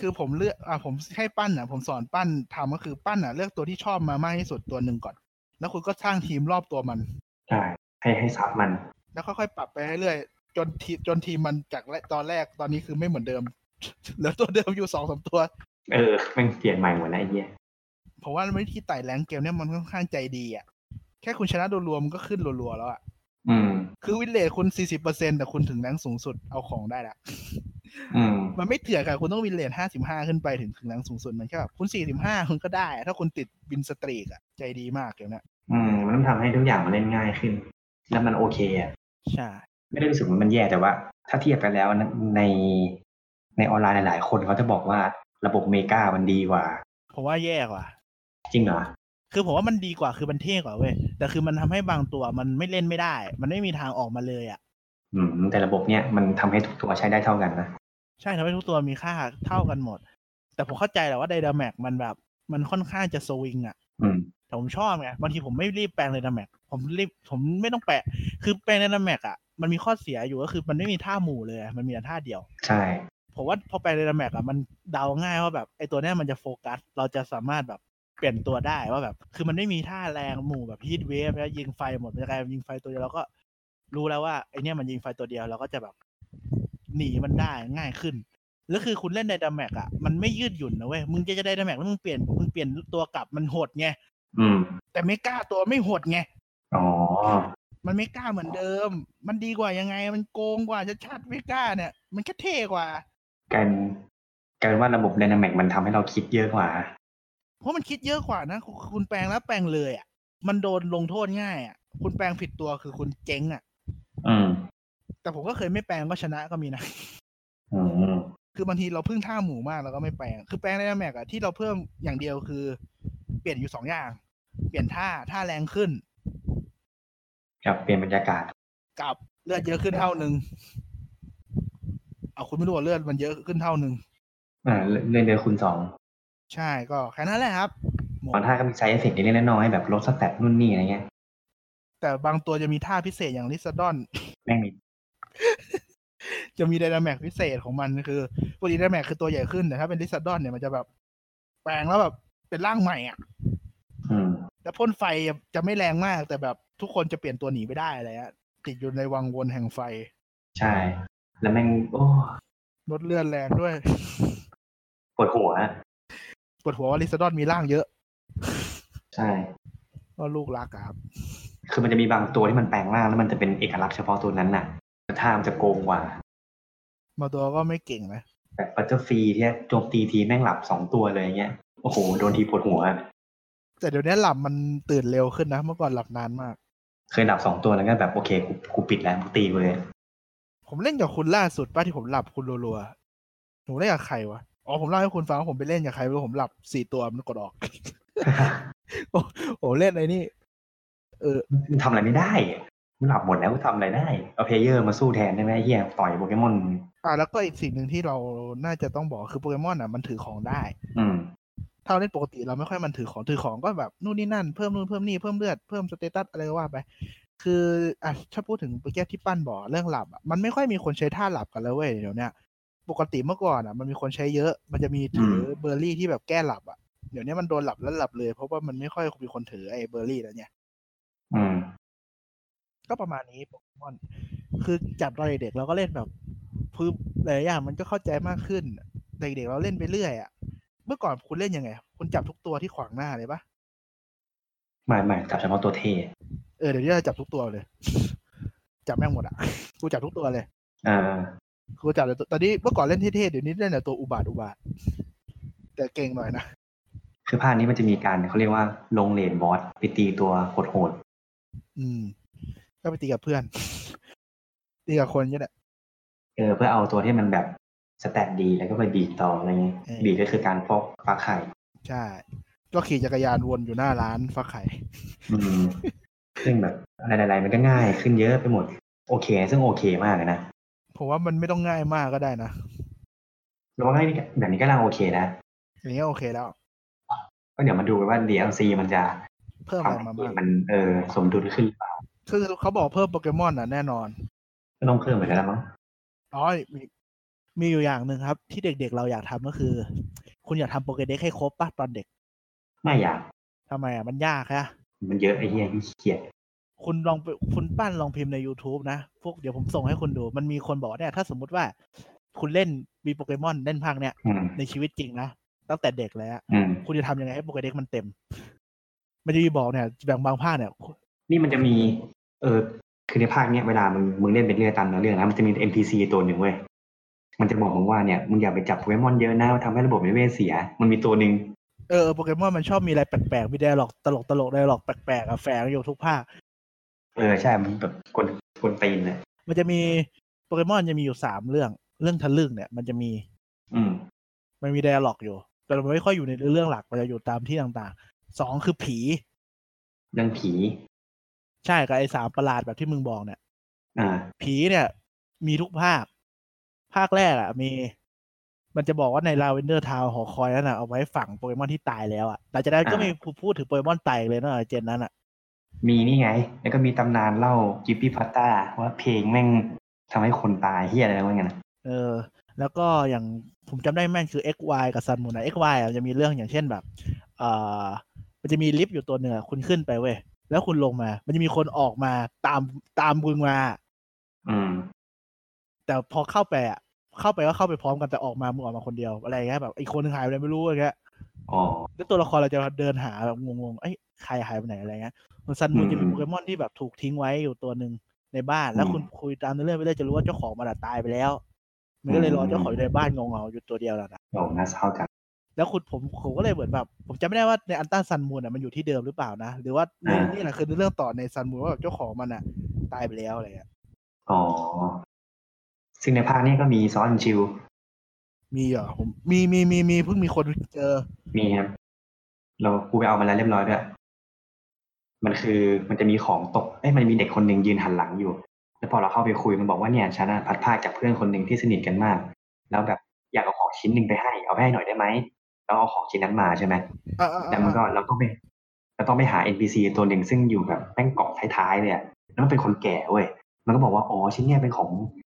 S1: คือผมเลือกอ่าผมให้ปั้นอ่ะ ผมสอนปั้นทำก็คือปั้นอ่ะ เลือกตัวที่ชอบมามากที่สุดตัวหนึ่งก่อน แล้วคุณก็สร้างทีมรอบตัวมัน
S2: ใช่ ให้ให้ซับมัน
S1: แล้วค่อยๆปรับไปเรื่อยๆจนทีจนทีมมันจากแรกตอนแรกตอนนี้คือไม่เหมือนเดิม เหลือตัวเดิมอยู่สองสามตัว
S2: เออแม่งเปลี่ยนใหม่หมดนะไอ้เหี้ย
S1: ผมว่าวิธีไต่แรงเกมเนี่ยมันค่อนข้างใจดีอ่ะ แค่คุณชนะโดยรวมก็ขึ้นรัวๆแล้วอะ
S2: อืม
S1: คือวินเลทคุณสี่สิบเปอร์เซ็นแต่คุณถึงแรงสูงสุดเอาของได้ละ
S2: อืม
S1: มันไม่เถื่อนค่ะ คุณต้องวินเลทห้าสิบห้าขึ้นไปถึงถึงแรงสูงสุดมันแค่แบบคุณสี่สิบห้าคุณก็ได้อะถ้าคุณติดบินสตรีกอะใจดีมากเดี๋ยวนี้
S2: อืม มันต้องทำให้ทุกอย่างมันเล่นง่ายขึ้น แล้วมันโอเคอ่ะ
S1: ใช่
S2: ไม่ได้รู้สึกว่ามันแย่แต่ว่า ถ้าเทียบกันแล้วนะในในออนไลน์หลาย ๆ คนเขาจะบอกว่าระบบเมกามันดีกว่า
S1: ผมว่าแย่กว่า
S2: จริงเหรอ
S1: คือผมว่ามันดีกว่าคือมันเท่กว่าเว้ยแต่คือมันทำให้บางตัวมันไม่เล่นไม่ได้ มันไม่มีทางออกมาเลยอะ
S2: อืม แต่ระบบเนี้ยมันทำให้ทุกตัวใช้ได้เท่ากันนะ
S1: ใช่ทำให้ทุกตัวมีค่าเท่ากันหมด แต่ผมเข้าใจแหละว่าไดนาแม็กมันแบบ มันค่อนข้างจะสวิงอะ
S2: อืม
S1: แต่ผมชอบไงบางทีผมไม่รีบแปลงไดนาแม็กผมรีบผมไม่ต้องแปะ คือแปลงไดนาแม็กอะมันมีข้อเสียอยู่ก็คือมันไม่มีท่าหมู่เลย มันมีแต่ท่าเดียว
S2: ใช่
S1: ผมว่าพอแปลงไดนาแม็กอะมันเดาง่ายว่าแบบไอตัวเนี้ยมันจะโฟกัส เราจะสามารถแบบเปลี่ยนตัวได้ว่าแบบ คือมันไม่มีท่าแรงหมู่แบบฮีทเวฟแล้วยิงไฟหมดมันจะกลายเป็นยิงไฟตัวเดียวเราก็รู้แล้วว่าไอเนี้ยมันยิงไฟตัวเดียวเราก็จะแบบหนีมันได้ง่ายขึ้น แล้วคือคุณเล่นไดนาแม็กอะมันไม่ยืดหยุ่นนะเว้ยมึงจะจะไดนาแม็กแล้วมึงเปลี่ยนมึงเปลี่ยนตัวกลับมันโหดไง
S2: อืม
S1: แต่เมกาตัวไม่โหดไง
S2: อ๋อ
S1: มันไม่กล้าเหมือนเดิม มันดีกว่ายังไง มันโกงกว่าชัดๆเมกาเนี่ย มันแค่เท่กว่า
S2: กลายเป็นกลายเป็นว่าระบบไดนามิกมันทำให้เราคิดเยอะกว่า
S1: เพราะมันคิดเยอะกว่านะคุณคุณแปลงแล้วแปลงเลยอ่ะ มันโดนลงโทษง่ายอ่ะ คุณแปลงผิดตัวคือคุณเจ๊งอ่ะ
S2: อืม
S1: แต่ผมก็เคยไม่แปลงก็ชนะก็มีนะ
S2: อืม
S1: คือบางทีเราพึ่งท่าหมูมากเราก็ไม่แปลง คือแปลงในแม็กอะที่เราเพิ่มอย่างเดียวคือ เปลี่ยนอยู่สองอย่าง เปลี่ยนท่าท่าแรงขึ้น
S2: กับเปลี่ยนบรรยากาศ
S1: กับเลือดเยอะขึ้นเท่าหนึ่งเอาคุณไม่รู้ว่าเลือดมันเยอะขึ้นเท่าหนึ่ง
S2: อ่าเรื่องเรื่องเดือนคูณสอง
S1: ใช่ก็แค่นั้นแหละครับหมด
S2: บางท่าก็มีไซส์เอฟเฟกต์เล็กๆน้อยๆแบบลดสแตทนู่นนี่อะไรเงี้ย
S1: แต่บางตัวจะมีท่าพิเศษอย่างลิซาดอน
S2: แม่งมี
S1: จะมีไดนาแมกพิเศษของมันคือปกติไดนาแมกคือตัวใหญ่ขึ้นแต่ถ้าเป็นลิซาดอนเนี่ยมันจะแบบแปลงแล้วแบบเป็นร่างใหม่อ่ะ
S2: อืม
S1: แล้วพ่นไฟจะไม่แรงมาก แต่แบบทุกคนจะเปลี่ยนตัวหนีไม่ได้อะไรอะติดอยู่ในวังวนแห่งไฟ
S2: ใช่ แล้วแม่ง โอ้
S1: ลดเลือดแรงด้วย
S2: ปวดหัว
S1: ปวดหัวว่าลิซาดอนมีร่างเยอะ
S2: ใช่
S1: ก็ลูกรักอะครับ
S2: คือมันจะมีบางตัวที่มันแปลงร่างแล้วมันจะเป็นเอกลักษณ์เฉพาะตัวนั้นน่ะแต่ท่ามันจะโกงกว่า
S1: มาตัวก็ไม่เก่งนะ
S2: แบบปัตเตอร์ฟรีเนี่ยโจมตีทีแม่งหลับสองตัวเลยอย่างเงี้ย โอ้โห โดนทีปวดหัว
S1: แต่เดี๋ยวนี้หลับมันตื่นเร็วขึ้นนะ เมื่อก่อนหลับนานมาก
S2: เคยหลับสองตัวแล้วก็แบบโอเคกูกูปิดแล้วกูตีกูเลย
S1: ผมเล่นกับคุณล่าสุดป้าที่ผมหลับคุณรัวๆผมเล่นกับใครวะอ๋อผมเล่าให้คุณฟังว่าผมไปเล่นกับใครไม่รู้ผมหลับสี่ตัวมันกดออก โอ้เล่นไอ้นี่ เออ
S2: มันทำอะไรไม่ได้อะมันหลับหมดแล้วกูทำอะไรได้ เอาเพลเยอร์มาสู้แทนได้ไหมไอ้เฮียต่อยโปเกมอน
S1: อ่าแล้วก็อีกสิ่งหนึ่งที่เราน่าจะต้องบอกคือโปเกมอนอ่ะมันถือของได้
S2: อืม
S1: ถ้าเราเล่นปกติเราไม่ค่อยมันถือของถือของก็แบบนู่นนี่นั่นเพิ่มนู่นเพิ่มนี่เพิ่มเลือดเพิ่มสเตตัสอะไรก็ว่าไป คืออ่ะถ้าพูดถึงเมื่อกี้ที่ปั้นบอกเรื่องหลับอ่ะมันไม่ค่อยมีคนใช้ท่าหลับกันแล้วเว้ยเดี๋ยวเนี้ยปกติเมื่อก่อนอ่ะมันมีคนใช้เยอะ มันจะมีถืออเบอร์รี่ที่แบบแก้หลับอ่ะเดี๋ยวนี้มันโดนหลับแล้วหลับเลยเพราะว่ามันไม่ค่อยมีคนถือไอ้เบอร์รี่แล้วเนี่ย
S2: อืม
S1: ก็ประมาณนี้โปเกมอน คือจับตอนเด็กๆเราก็เล่นแบบพื้นหลายๆอย่างมันก็เข้าใจมากขึ้นแต่เด็กๆเราเล่นไปเรื่อยอะเมื่อก่อนคุณเล่นยังไง คุณจับทุกตัวที่ขวางหน้าเลยปะ
S2: ไม่ไม่จับเฉพาะตัวเท
S1: เออเดี๋ยวนี้เราจับทุกตัวเลย จับแม่งหมดอะ กูจับทุกตัวเลย
S2: อ่า
S1: กูจับแต่ตัวตอนนี้เมื่อก่อนเล่นเท่ๆเดี๋ยวนี้เล่นแต่ตัวอุบาทอุบาทแต่เก่งหน่อยนะ
S2: คือภาคนี้มันจะมีการเขาเรียกว่าลงเลนบอสไปตีตัวโหด
S1: อืม ก็ไปตีกับเพื่อน ตีกับคนเนี่ยแหละ
S2: ๆเออเพื่อเอาตัวที่มันแบบสแตตดีแล้วก็ไปบีดต่ออะไรเงี้ย
S1: เออ
S2: บีดก็คือการฟอกฟักไข่
S1: ใช่ ก็ขี่จักรยานวนอยู่หน้าร้านฟักไข่
S2: อืม ซึ่งแบบอะไรๆมันก็ง่ายขึ้นเยอะไปหมด โอเค ซึ่งโอเคมากเลยนะ
S1: ผมว่ามันไม่ต้องง่ายมากก็ได้นะ
S2: แล้วว่าง่ายนี่แบบนี้ก็ร่างโอเคนะ
S1: อย่างเงี้ยโอเคแล้ว
S2: ก็เดี๋ยวมาดูกันว่า DLC มันจะ
S1: เพิ่ม
S2: ทำ
S1: อะไร
S2: ให้
S1: มา
S2: เก
S1: บ้าม ง
S2: มันเออสมดุลขึ้นหรือเปล่า
S1: คือเขาบอกเพิ่มโปเกมอนอ่ะแน่นอน
S2: ก็ต้องเพิ่มไปแล้วละมั้ง
S1: อ๋อ มีมีอยู่อย่างหนึ่งครับ ที่เด็กๆเราอยากทำก็คือ คุณอยากทำโปเกเด็กให้ครบป่ะตอนเด็ก
S2: ไม่อยาก
S1: ทำไมอ่ะ มันยากฮะ
S2: มันเยอะไอ้เหี้ยขี้เกียจ
S1: คุณลองไปคุณปั้นลองพิมพ์ใน youtube นะ พวกเดี๋ยวผมส่งให้คุณดู มันมีคนบอกว่าเนี่ย ถ้าสมมุติว่า คุณเล่นมีโปเกมอนเล่นภาคเนี่ย
S2: อืม
S1: ในชีวิตจริงนะ ตั้งแต่เด็กเลยอะ
S2: อืม
S1: คุณจะทำยังไงให้โปเกเด็กมันเต็ม มันจะมีบอกเนี่ยแบ่งบางภาคเนี่ย
S2: นี่มันจะมี เออคือในภาคเนี้ยเวลามึงมึงเล่นเป็นเรื่องตามเนื้อเรื่องนะมันจะมี NPC ตัวหนึ่งเว้ยมันจะบอกมึงว่าเนี่ยมึงอย่าไปจับโปเกมอนเยอะนะมันทำให้ระบบนิเวศเสีย มันมีตัวหนึ่ง
S1: เออโปเกมอนมันชอบมีอะไรแปลกๆมีไดร์ล็อกตลกตลกไดร์ล็อกแปลกๆอะแฝงอยู่ทุกภาค
S2: เออใช่มันแบบกวนกวนตีนเลย
S1: มันจะมีโปเกมอนจะมีอยู่สามเรื่อง เรื่องทะลึ่งเนี่ยมันจะมี
S2: อืม
S1: มันมีไดร์ล็อกอยู่ แต่มันไม่ค่อยอยู่ในเรื่องหลักมันจะอยู่ตามที่ต่างๆสองคือผี
S2: เรื่องผี
S1: ใช่กับไอ้สามประหลาดแบบที่มึงบอกเนี่ย
S2: อ่า
S1: ผีเนี่ยมีทุกภาค ภาคแรกอะ่ะ มี มันจะบอกว่าในลาเวนเดอร์ทาวหอคอยนั่นอ่ะเอาไว้ฝังโปเกมอนที่ตายแล้วอะ่ะหลังจากนั้นก็
S2: อ่ามี
S1: มีพูดถึงโปเกมอนตายอีกเลยนะเจนนั้นอะ่ะ
S2: มีนี่ไง แล้วก็มีตำนานเล่าจิปปี้พัตตาว่าเพลงแม่งทำให้คนตายเฮียอะไรนะว่าไงนะ
S1: เออ แล้วก็อย่างผมจำได้แม่นคือ XY กับซันมูนนะ XY อะมันจะมีเรื่องอย่างเช่นแบบเออมันจะมีลิฟต์อยู่ตัวหนึ่งอะคุณขึ้นไปเว้ยแล้วคุณลงมา มันจะมีคนออกมาตามตามมึงมา
S2: อืม
S1: แต่พอเข้าไปอ่ะ เข้าไปก็เข้าไปพร้อมกันแต่ออกมามึงออกมาคนเดียวอะไรอย่างเงี้ยแบบอีกคนหนึ่งหายไปไหนไม่รู้อะไรเงี้ย
S2: อ๋อ
S1: แล้วตัวละครเราจะเดินหาแบบงงๆ เอ้ยใครหายไปไหนอะไรเงี้ยมันซันมูน
S2: อืม
S1: จะเป็นโปเกมอนที่แบบถูกทิ้งไว้อยู่ตัวหนึ่งในบ้าน แล้ว
S2: อืม
S1: คุณคุยตามเรื่องไปเรื่อยจะรู้ว่าเจ้าของมันอะตายไปแล้ว มันก็เลยรอ
S2: อืม
S1: เจ้าของอยู่ในบ้านงงเงาๆอยู่ตัวเดียวแล้วนะ
S2: โหน่าเศร้าจัง
S1: แล้วคุณผมผมก็เลยเหมือนแบบ ผมจำไม่ได้ว่าในอันต้าซันมูนอะมันอยู่ที่เดิมหรือเปล่านะ หรือว่า
S2: อ่า
S1: นี่แหละคือเรื่องต่อในซันมูนว่าแบบเจ้าของมันอะตายไปแล้วอะไรเงี้ย
S2: อ๋อ ซึ่งในภาคนี้ก็มีซ้อนชิว
S1: มีเหรอผมมีมีมีมีเพิ่งมีคนเจอ
S2: มีครับ เรากูไปเอามาแล้วเรียบร้อยด้วยมันคือมันจะมีของตก เอ้ยมันมีเด็กคนหนึ่งยืนหันหลังอยู่ แล้วพอเราเข้าไปคุยมันบอกว่าเนี่ยฉันน่ะพัดพรากจากเพื่อนคนหนึ่งที่สนิทกันมาก แล้วแบบอยากเอาของชิ้นหนึ่งไปให้ เอาไปให้หน่อยได้ไหมเราเอาของชิ้นนั้นมาใช่ไหม
S1: อ่าอ่า
S2: แต่มันก็เราต้องไปเราต้องไปหา NPC ตัวหนึ่งซึ่งอยู่แบบแป้งเกาะท้ายๆเลยอะแล้วมันเป็นคนแก่เว้ยมันก็บอกว่าอ๋อชิ้นเนี้ยเป็นของ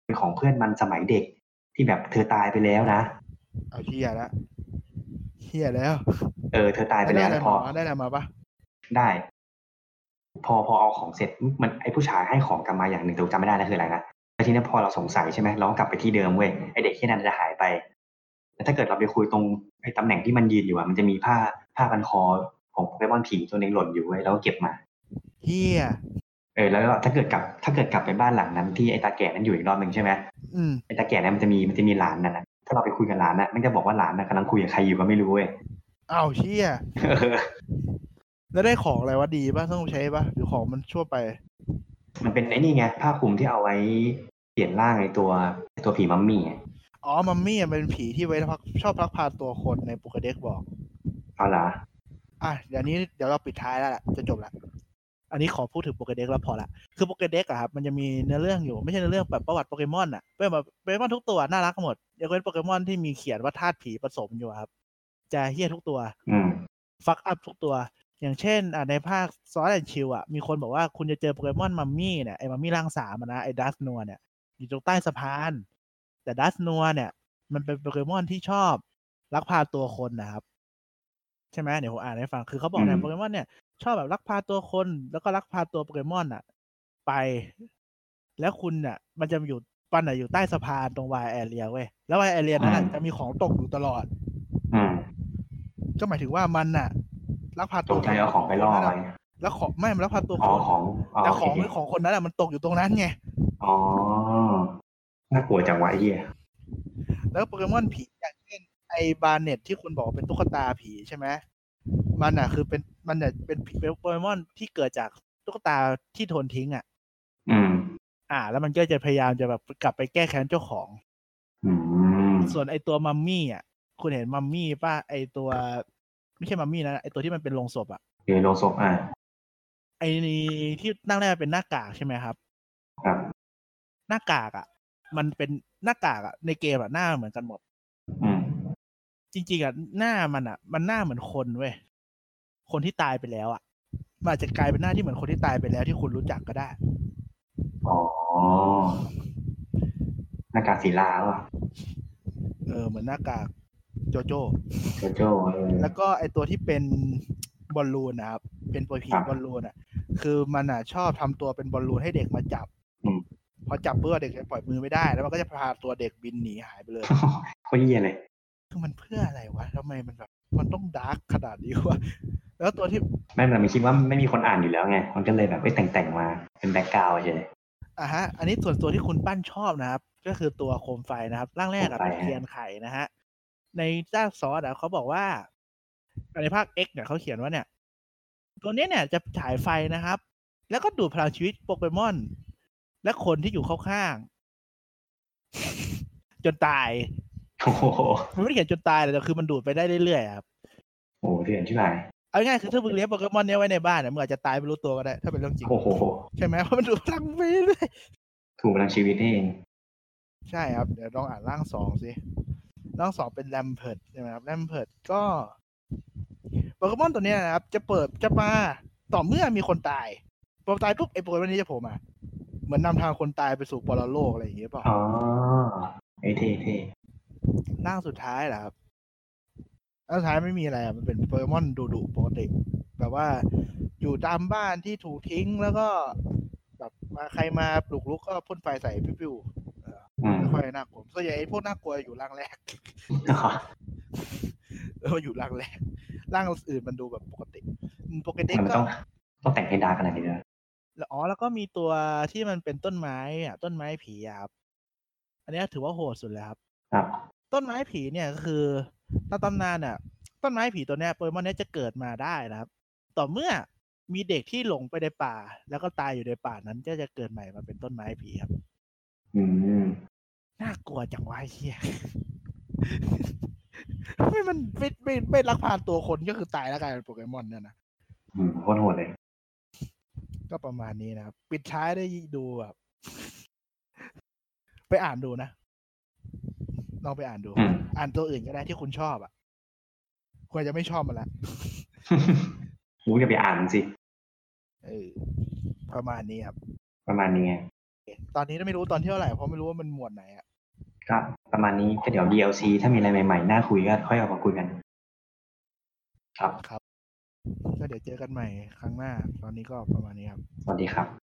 S2: เป็นของเพื่อนมันสมัยเด็ก ที่แบบเธอตายไปแล้วนะ
S1: เอาเฮียละเฮียแล้ว
S2: เออเธอตายไป
S1: ได้
S2: แล้ว
S1: อะไร
S2: พอ
S1: มาได้อะไรมาปะ
S2: ได้ พอพอเอาของเสร็จมันไอ้ผู้ชายให้ของกลับมาอย่างหนึ่งแต่จำไม่ได้แล้วคืออะไรนะแล้วทีนี้พอเราสงสัยใช่ไหมเราก็กลับไปที่เดิมเว้ยไอเด็กที่นั่นจะหายไปแล้วถ้าเกิดเราไปคุยตรงไอ้ตำแหน่งที่มันยืนอยู่อะมันจะมีผ้าผ้าพันคอของโปเกมอนผีตัวหนึ่งหล่นอยู่เว้ยแล้วก็เก็บมา
S1: เฮีย
S2: เออแล้วก็ถ้าเกิดกลับ ถ้าเกิดกลับไปบ้านหลังนั้นที่ไอ้ตาแก่นั้นอยู่อีกรอบหนึ่งใช่ไหม
S1: อืม
S2: ไอ้ตาแก่นั้นมันจะมีมันจะมีหลานนั่นนะถ้าเราไปคุยกับหลานน่ะมันจะบอกว่าหลานน่ะกำลังคุยกับใครอยู่ก็ไม่รู้เว้ย
S1: อ้าวเฮียแล้วได้ของอะไรวะดีป่ะต้องใช้ป่ะ หรือของมันชั่วไป
S2: มันเป็นไอ้นี่ไงผ้าคลุมที่เอาไว้เปลี่ยนร่างไอ้ตัวไอ้ตัวผีมัมมี่อะ
S1: อ๋อ มัมมี่อะมันเป็นผีที่ไว้พักชอบพักพาตัวคนในปุกเด็กบอก
S2: เอาล่ะ
S1: อ่ะ เดี๋ยวนี้เดี๋ยวเราปิดท้ายแล้วล่ะ จะจบละ อันนี้ขอพูดถึงโปเกเด็กแล้วพอละ คือโปเกเด็กอะครับ มันจะมีเนื้อเรื่องอยู่ ไม่ใช่เนื้อเรื่องแบบประวัติโปเกมอนอะเป็นแบบโปเกมอนทุกตัวน่ารักหมดยกเว้นโปเกมอนที่มีเขียนว่าธาตุผีผสมอยู่อะครับ จะเฮี้ยทุกตัว
S2: อืม
S1: ฟักอัพทุกตัว อย่างเช่นอ่ะในภาคซอสแอนชิลอ่ะ มีคนบอกว่าคุณจะเจอโปเกมอนมัมมี่เนี่ย ไอ้มัมมี่ร่างสามอะนะ ไอ้ดัสนัวเนี่ย อยู่ตรงใต้สะพาน แต่ดัสนัวเนี่ย มันเป็นโปเกมอนที่ชอบลักพาตัวคนนะครับ ใช่ไหมเดี๋ยวผมอ่านให้ฟัง คือเขาบอกเนี่ย
S2: อืม
S1: โปเกมอนเนี่ย ชอบแบบลักพาตัวคน แล้วก็ลักพาตัวโปเกมอนอ่ะ ไป แล้วคุณอ่ะ มันจะอยู่ปันอ่ะอยู่ใต้สะพานตรงวายแอเรียเว้ย แล้ววายแอเรียนั้นอะจะมีของตกอยู่ตลอด
S2: อืม
S1: ก็หมายถึงว่ามันน่ะลักพา
S2: ต
S1: ตัว
S2: กใจเอาของไปล่อไว้
S1: แล้วของไม่มันลักพาตัว
S2: อ๋อ
S1: คน
S2: ของอ๋อ
S1: แต่
S2: โอ
S1: ของ
S2: เค
S1: ของคนนั้นอ่ะมันตกอยู่ตรงนั้นไง
S2: อ๋อน่ากลัวจังวะไอ้เหี้ย
S1: แล้วโปเกมอนผีอย่างเช่นไอบาเน็ตที่คุณบอกว่าเป็นตุ๊กตาผีใช่ไหมมันอ่ะคือเป็นมันอ่ะเป็นผีเป็นโปเกมอนที่เกิดจากตุ๊กตาที่โดนทิ้งอ่ะ
S2: อืม
S1: อ่า แล้วมันก็จะพยายามจะแบบกลับไปแก้แค้นเจ้าของ
S2: อืม
S1: ส่วนไอตัวมัมมี่อ่ะคุณเห็นมัมมี่ป่ะไอตัว ไม่ใช่มัมมี่นะไอตัวที่มันเป็นโลงศพอ่ะ
S2: อยู่ในโรงศพอ่ะ
S1: ไอที่นั่งได้เป็นหน้ากากใช่ไหมครับ
S2: ครับ
S1: หน้ากากอะ่ะ มันเป็นหน้ากากอะ่ะในเกมอะ่ะหน้าเหมือนกันหมด
S2: อืม
S1: จริงๆอะ่ะหน้ามันอะ่ะ มันหน้าเหมือนคนเว้ยคนที่ตายไปแล้วอะ่ะมันอาจจะกลายเป็นหน้าที่เหมือนคนที่ตายไปแล้วที่คุณรู้จักก็ได้
S2: อ๋อหน้ากากศิลาว่ะ
S1: เออเหมือนหน้ากากโจโจ้
S2: โจโจ้เออ
S1: แล้วก็ไอตัวที่เป็นบอลลูนนะครับเป็นตัวผี
S2: ครับ
S1: บอลลูนอะ่ะ คือมันอะ่ะชอบทำตัวเป็นบอลลูนให้เด็กมาจับ
S2: อืม
S1: พอจับเพื่อเด็กจะปล่อยมือไม่ได้ แล้วมันก็จะพาตัวเด็กบินหนีหายไปเลย
S2: โคตรเหี้ยเลย
S1: คือมันเพื่ออะไรวะทำไมมันแบบ มันต้องดาร์กขนาดนี้วะแล้วตัวที่
S2: ไม่แต่มันคิดว่าไม่มีคนอ่านอยู่แล้วไง มันก็เลยแบบไปแต่งๆมาเป็นแบ็กกราวด์เฉย
S1: อ่ะฮะ อันนี้ส่วนตัวที่คุณปั้นชอบนะครับ ก็คือตัวโคมไฟนะครับ ร่างแรกอะ
S2: โคมไฟ
S1: เป็นเทียนไข่นะฮะ ในจ้างซอสอะเขาบอกว่าในภาค X เนี่ยเขาเขียนว่าเนี่ย ตัวเนี้ยเนี่ยจะฉายไฟนะครับ แล้วก็ดูดพลังชีวิตโปเกมอน และคนที่อยู่ข้างๆ จนตาย
S2: โอ้โห
S1: มันไม่ได้เขียนจนตายแต่คือมันดูดไปได้เรื่อยๆอะครับ
S2: โอ้โหเถื่อนที่ไหน
S1: เอาง่ายๆคือถ้ามึงเลี้ยงโปเกมอนเนี้ยไว้ในบ้านเนี่ยมึงอาจจะตายไม่รู้ตัวก็ได้ ถ้าเป็นเรื่องจริง
S2: โอ้โห
S1: ใช่ไหมเพราะมันดูดพลังไปเรื่อย
S2: ถูกพลังชีวิตนี่เอง
S1: ใช่ครับ เดี๋ยวลองอ่านร่างสองสิร่างสองเป็นแ a มเพิร์ดใช่ไหมครับแ a มเพิร์ดก็โปเกมอนตัวเนี้ยนะครับ จะเปิดจะมาต่อเมื่อมีคนตายพอตายปุ๊บไอ้โปเกมอนนี้จะโผล่มาเหมือนนำทางคนตายไปสู่ปรโลกอะไรอย่างเงี้ยเปล่า
S2: อ๋อไอเท่เท่
S1: ร่างสุดท้ายเหรอครับร่างสุดท้ายไม่มีอะไรอะมันเป็นโปเกมอนดุดุๆปกติแบบว่าอยู่ตามบ้านที่ถูกทิ้งแล้วก็แบบมาใครมาปลุกลุกก็พ่นไฟใส่ปิ้ว
S2: อื
S1: ๆ
S2: ม
S1: ไม่ค่อยน่ากลัวส่วนใหญ่ไอ้พวกน่ากลัวอยู่ร่างแรก เอออยู่ร่างแร กร่างอื่นมันดูแบบปกติอืมโปเกเด็ก
S2: มั
S1: ก็
S2: นต้องต้องแต่งให้ดาร์กขนาดนี้เลย
S1: แล้วอ๋อแล้วก็มีตัวที่มันเป็นต้นไม้อะต้นไม้ผีอะครับ อันเนี้ยถือว่าโหดสุดแล้วครับ
S2: ครับ
S1: ต้นไม้ผีเนี่ยก็คือตามตำนานอ่ะ ต้นไม้ผีตัวเนี้ยโปเกมอนเนี้ยจะเกิดมาได้นะครับ ต่อเมื่อมีเด็กที่หลงไปในป่า แล้วก็ตายอยู่ในป่านั้นก็จะเกิดใหม่มาเป็นต้นไม้ผีครับ
S2: อืม
S1: น่ากลัวจังวะไอ้เฮีย ไม่มันไม่ไม่ไม่รักพาตัวคนก็คือตายแล้วกลายเป็นโปเกมอนเนี่ยนะ
S2: อืมโคตรโหดเลย
S1: ก็ประมาณนี้นะครับ ปิดท้ายได้ดูแบบ ไปอ่านดูนะลองไปอ่านดู
S2: อืม
S1: อ่านตัวอื่นก็ได้ที่คุณชอบอ่ะควรจะไม่ชอบมันละ
S2: รู้จะไปอ่านมันสิ
S1: เออประมาณนี้ครับ
S2: ประมาณนี้ไง
S1: ตอนนี้ไม่รู้ตอนเที่ยวไหร่เพราะไม่รู้ว่ามันหมวดไหนอ่ะ
S2: ก็ประมาณนี้ก็เดี๋ยว DLC ถ้ามีอะไรใหม่ๆ น่าคุยก็ค่อยเอามาคุยกัน ครับ
S1: ก็เดี๋ยวเจอกันใหม่ครั้งหน้า ตอนนี้ก็ประมาณนี้ครับ
S2: สวัสดีครับ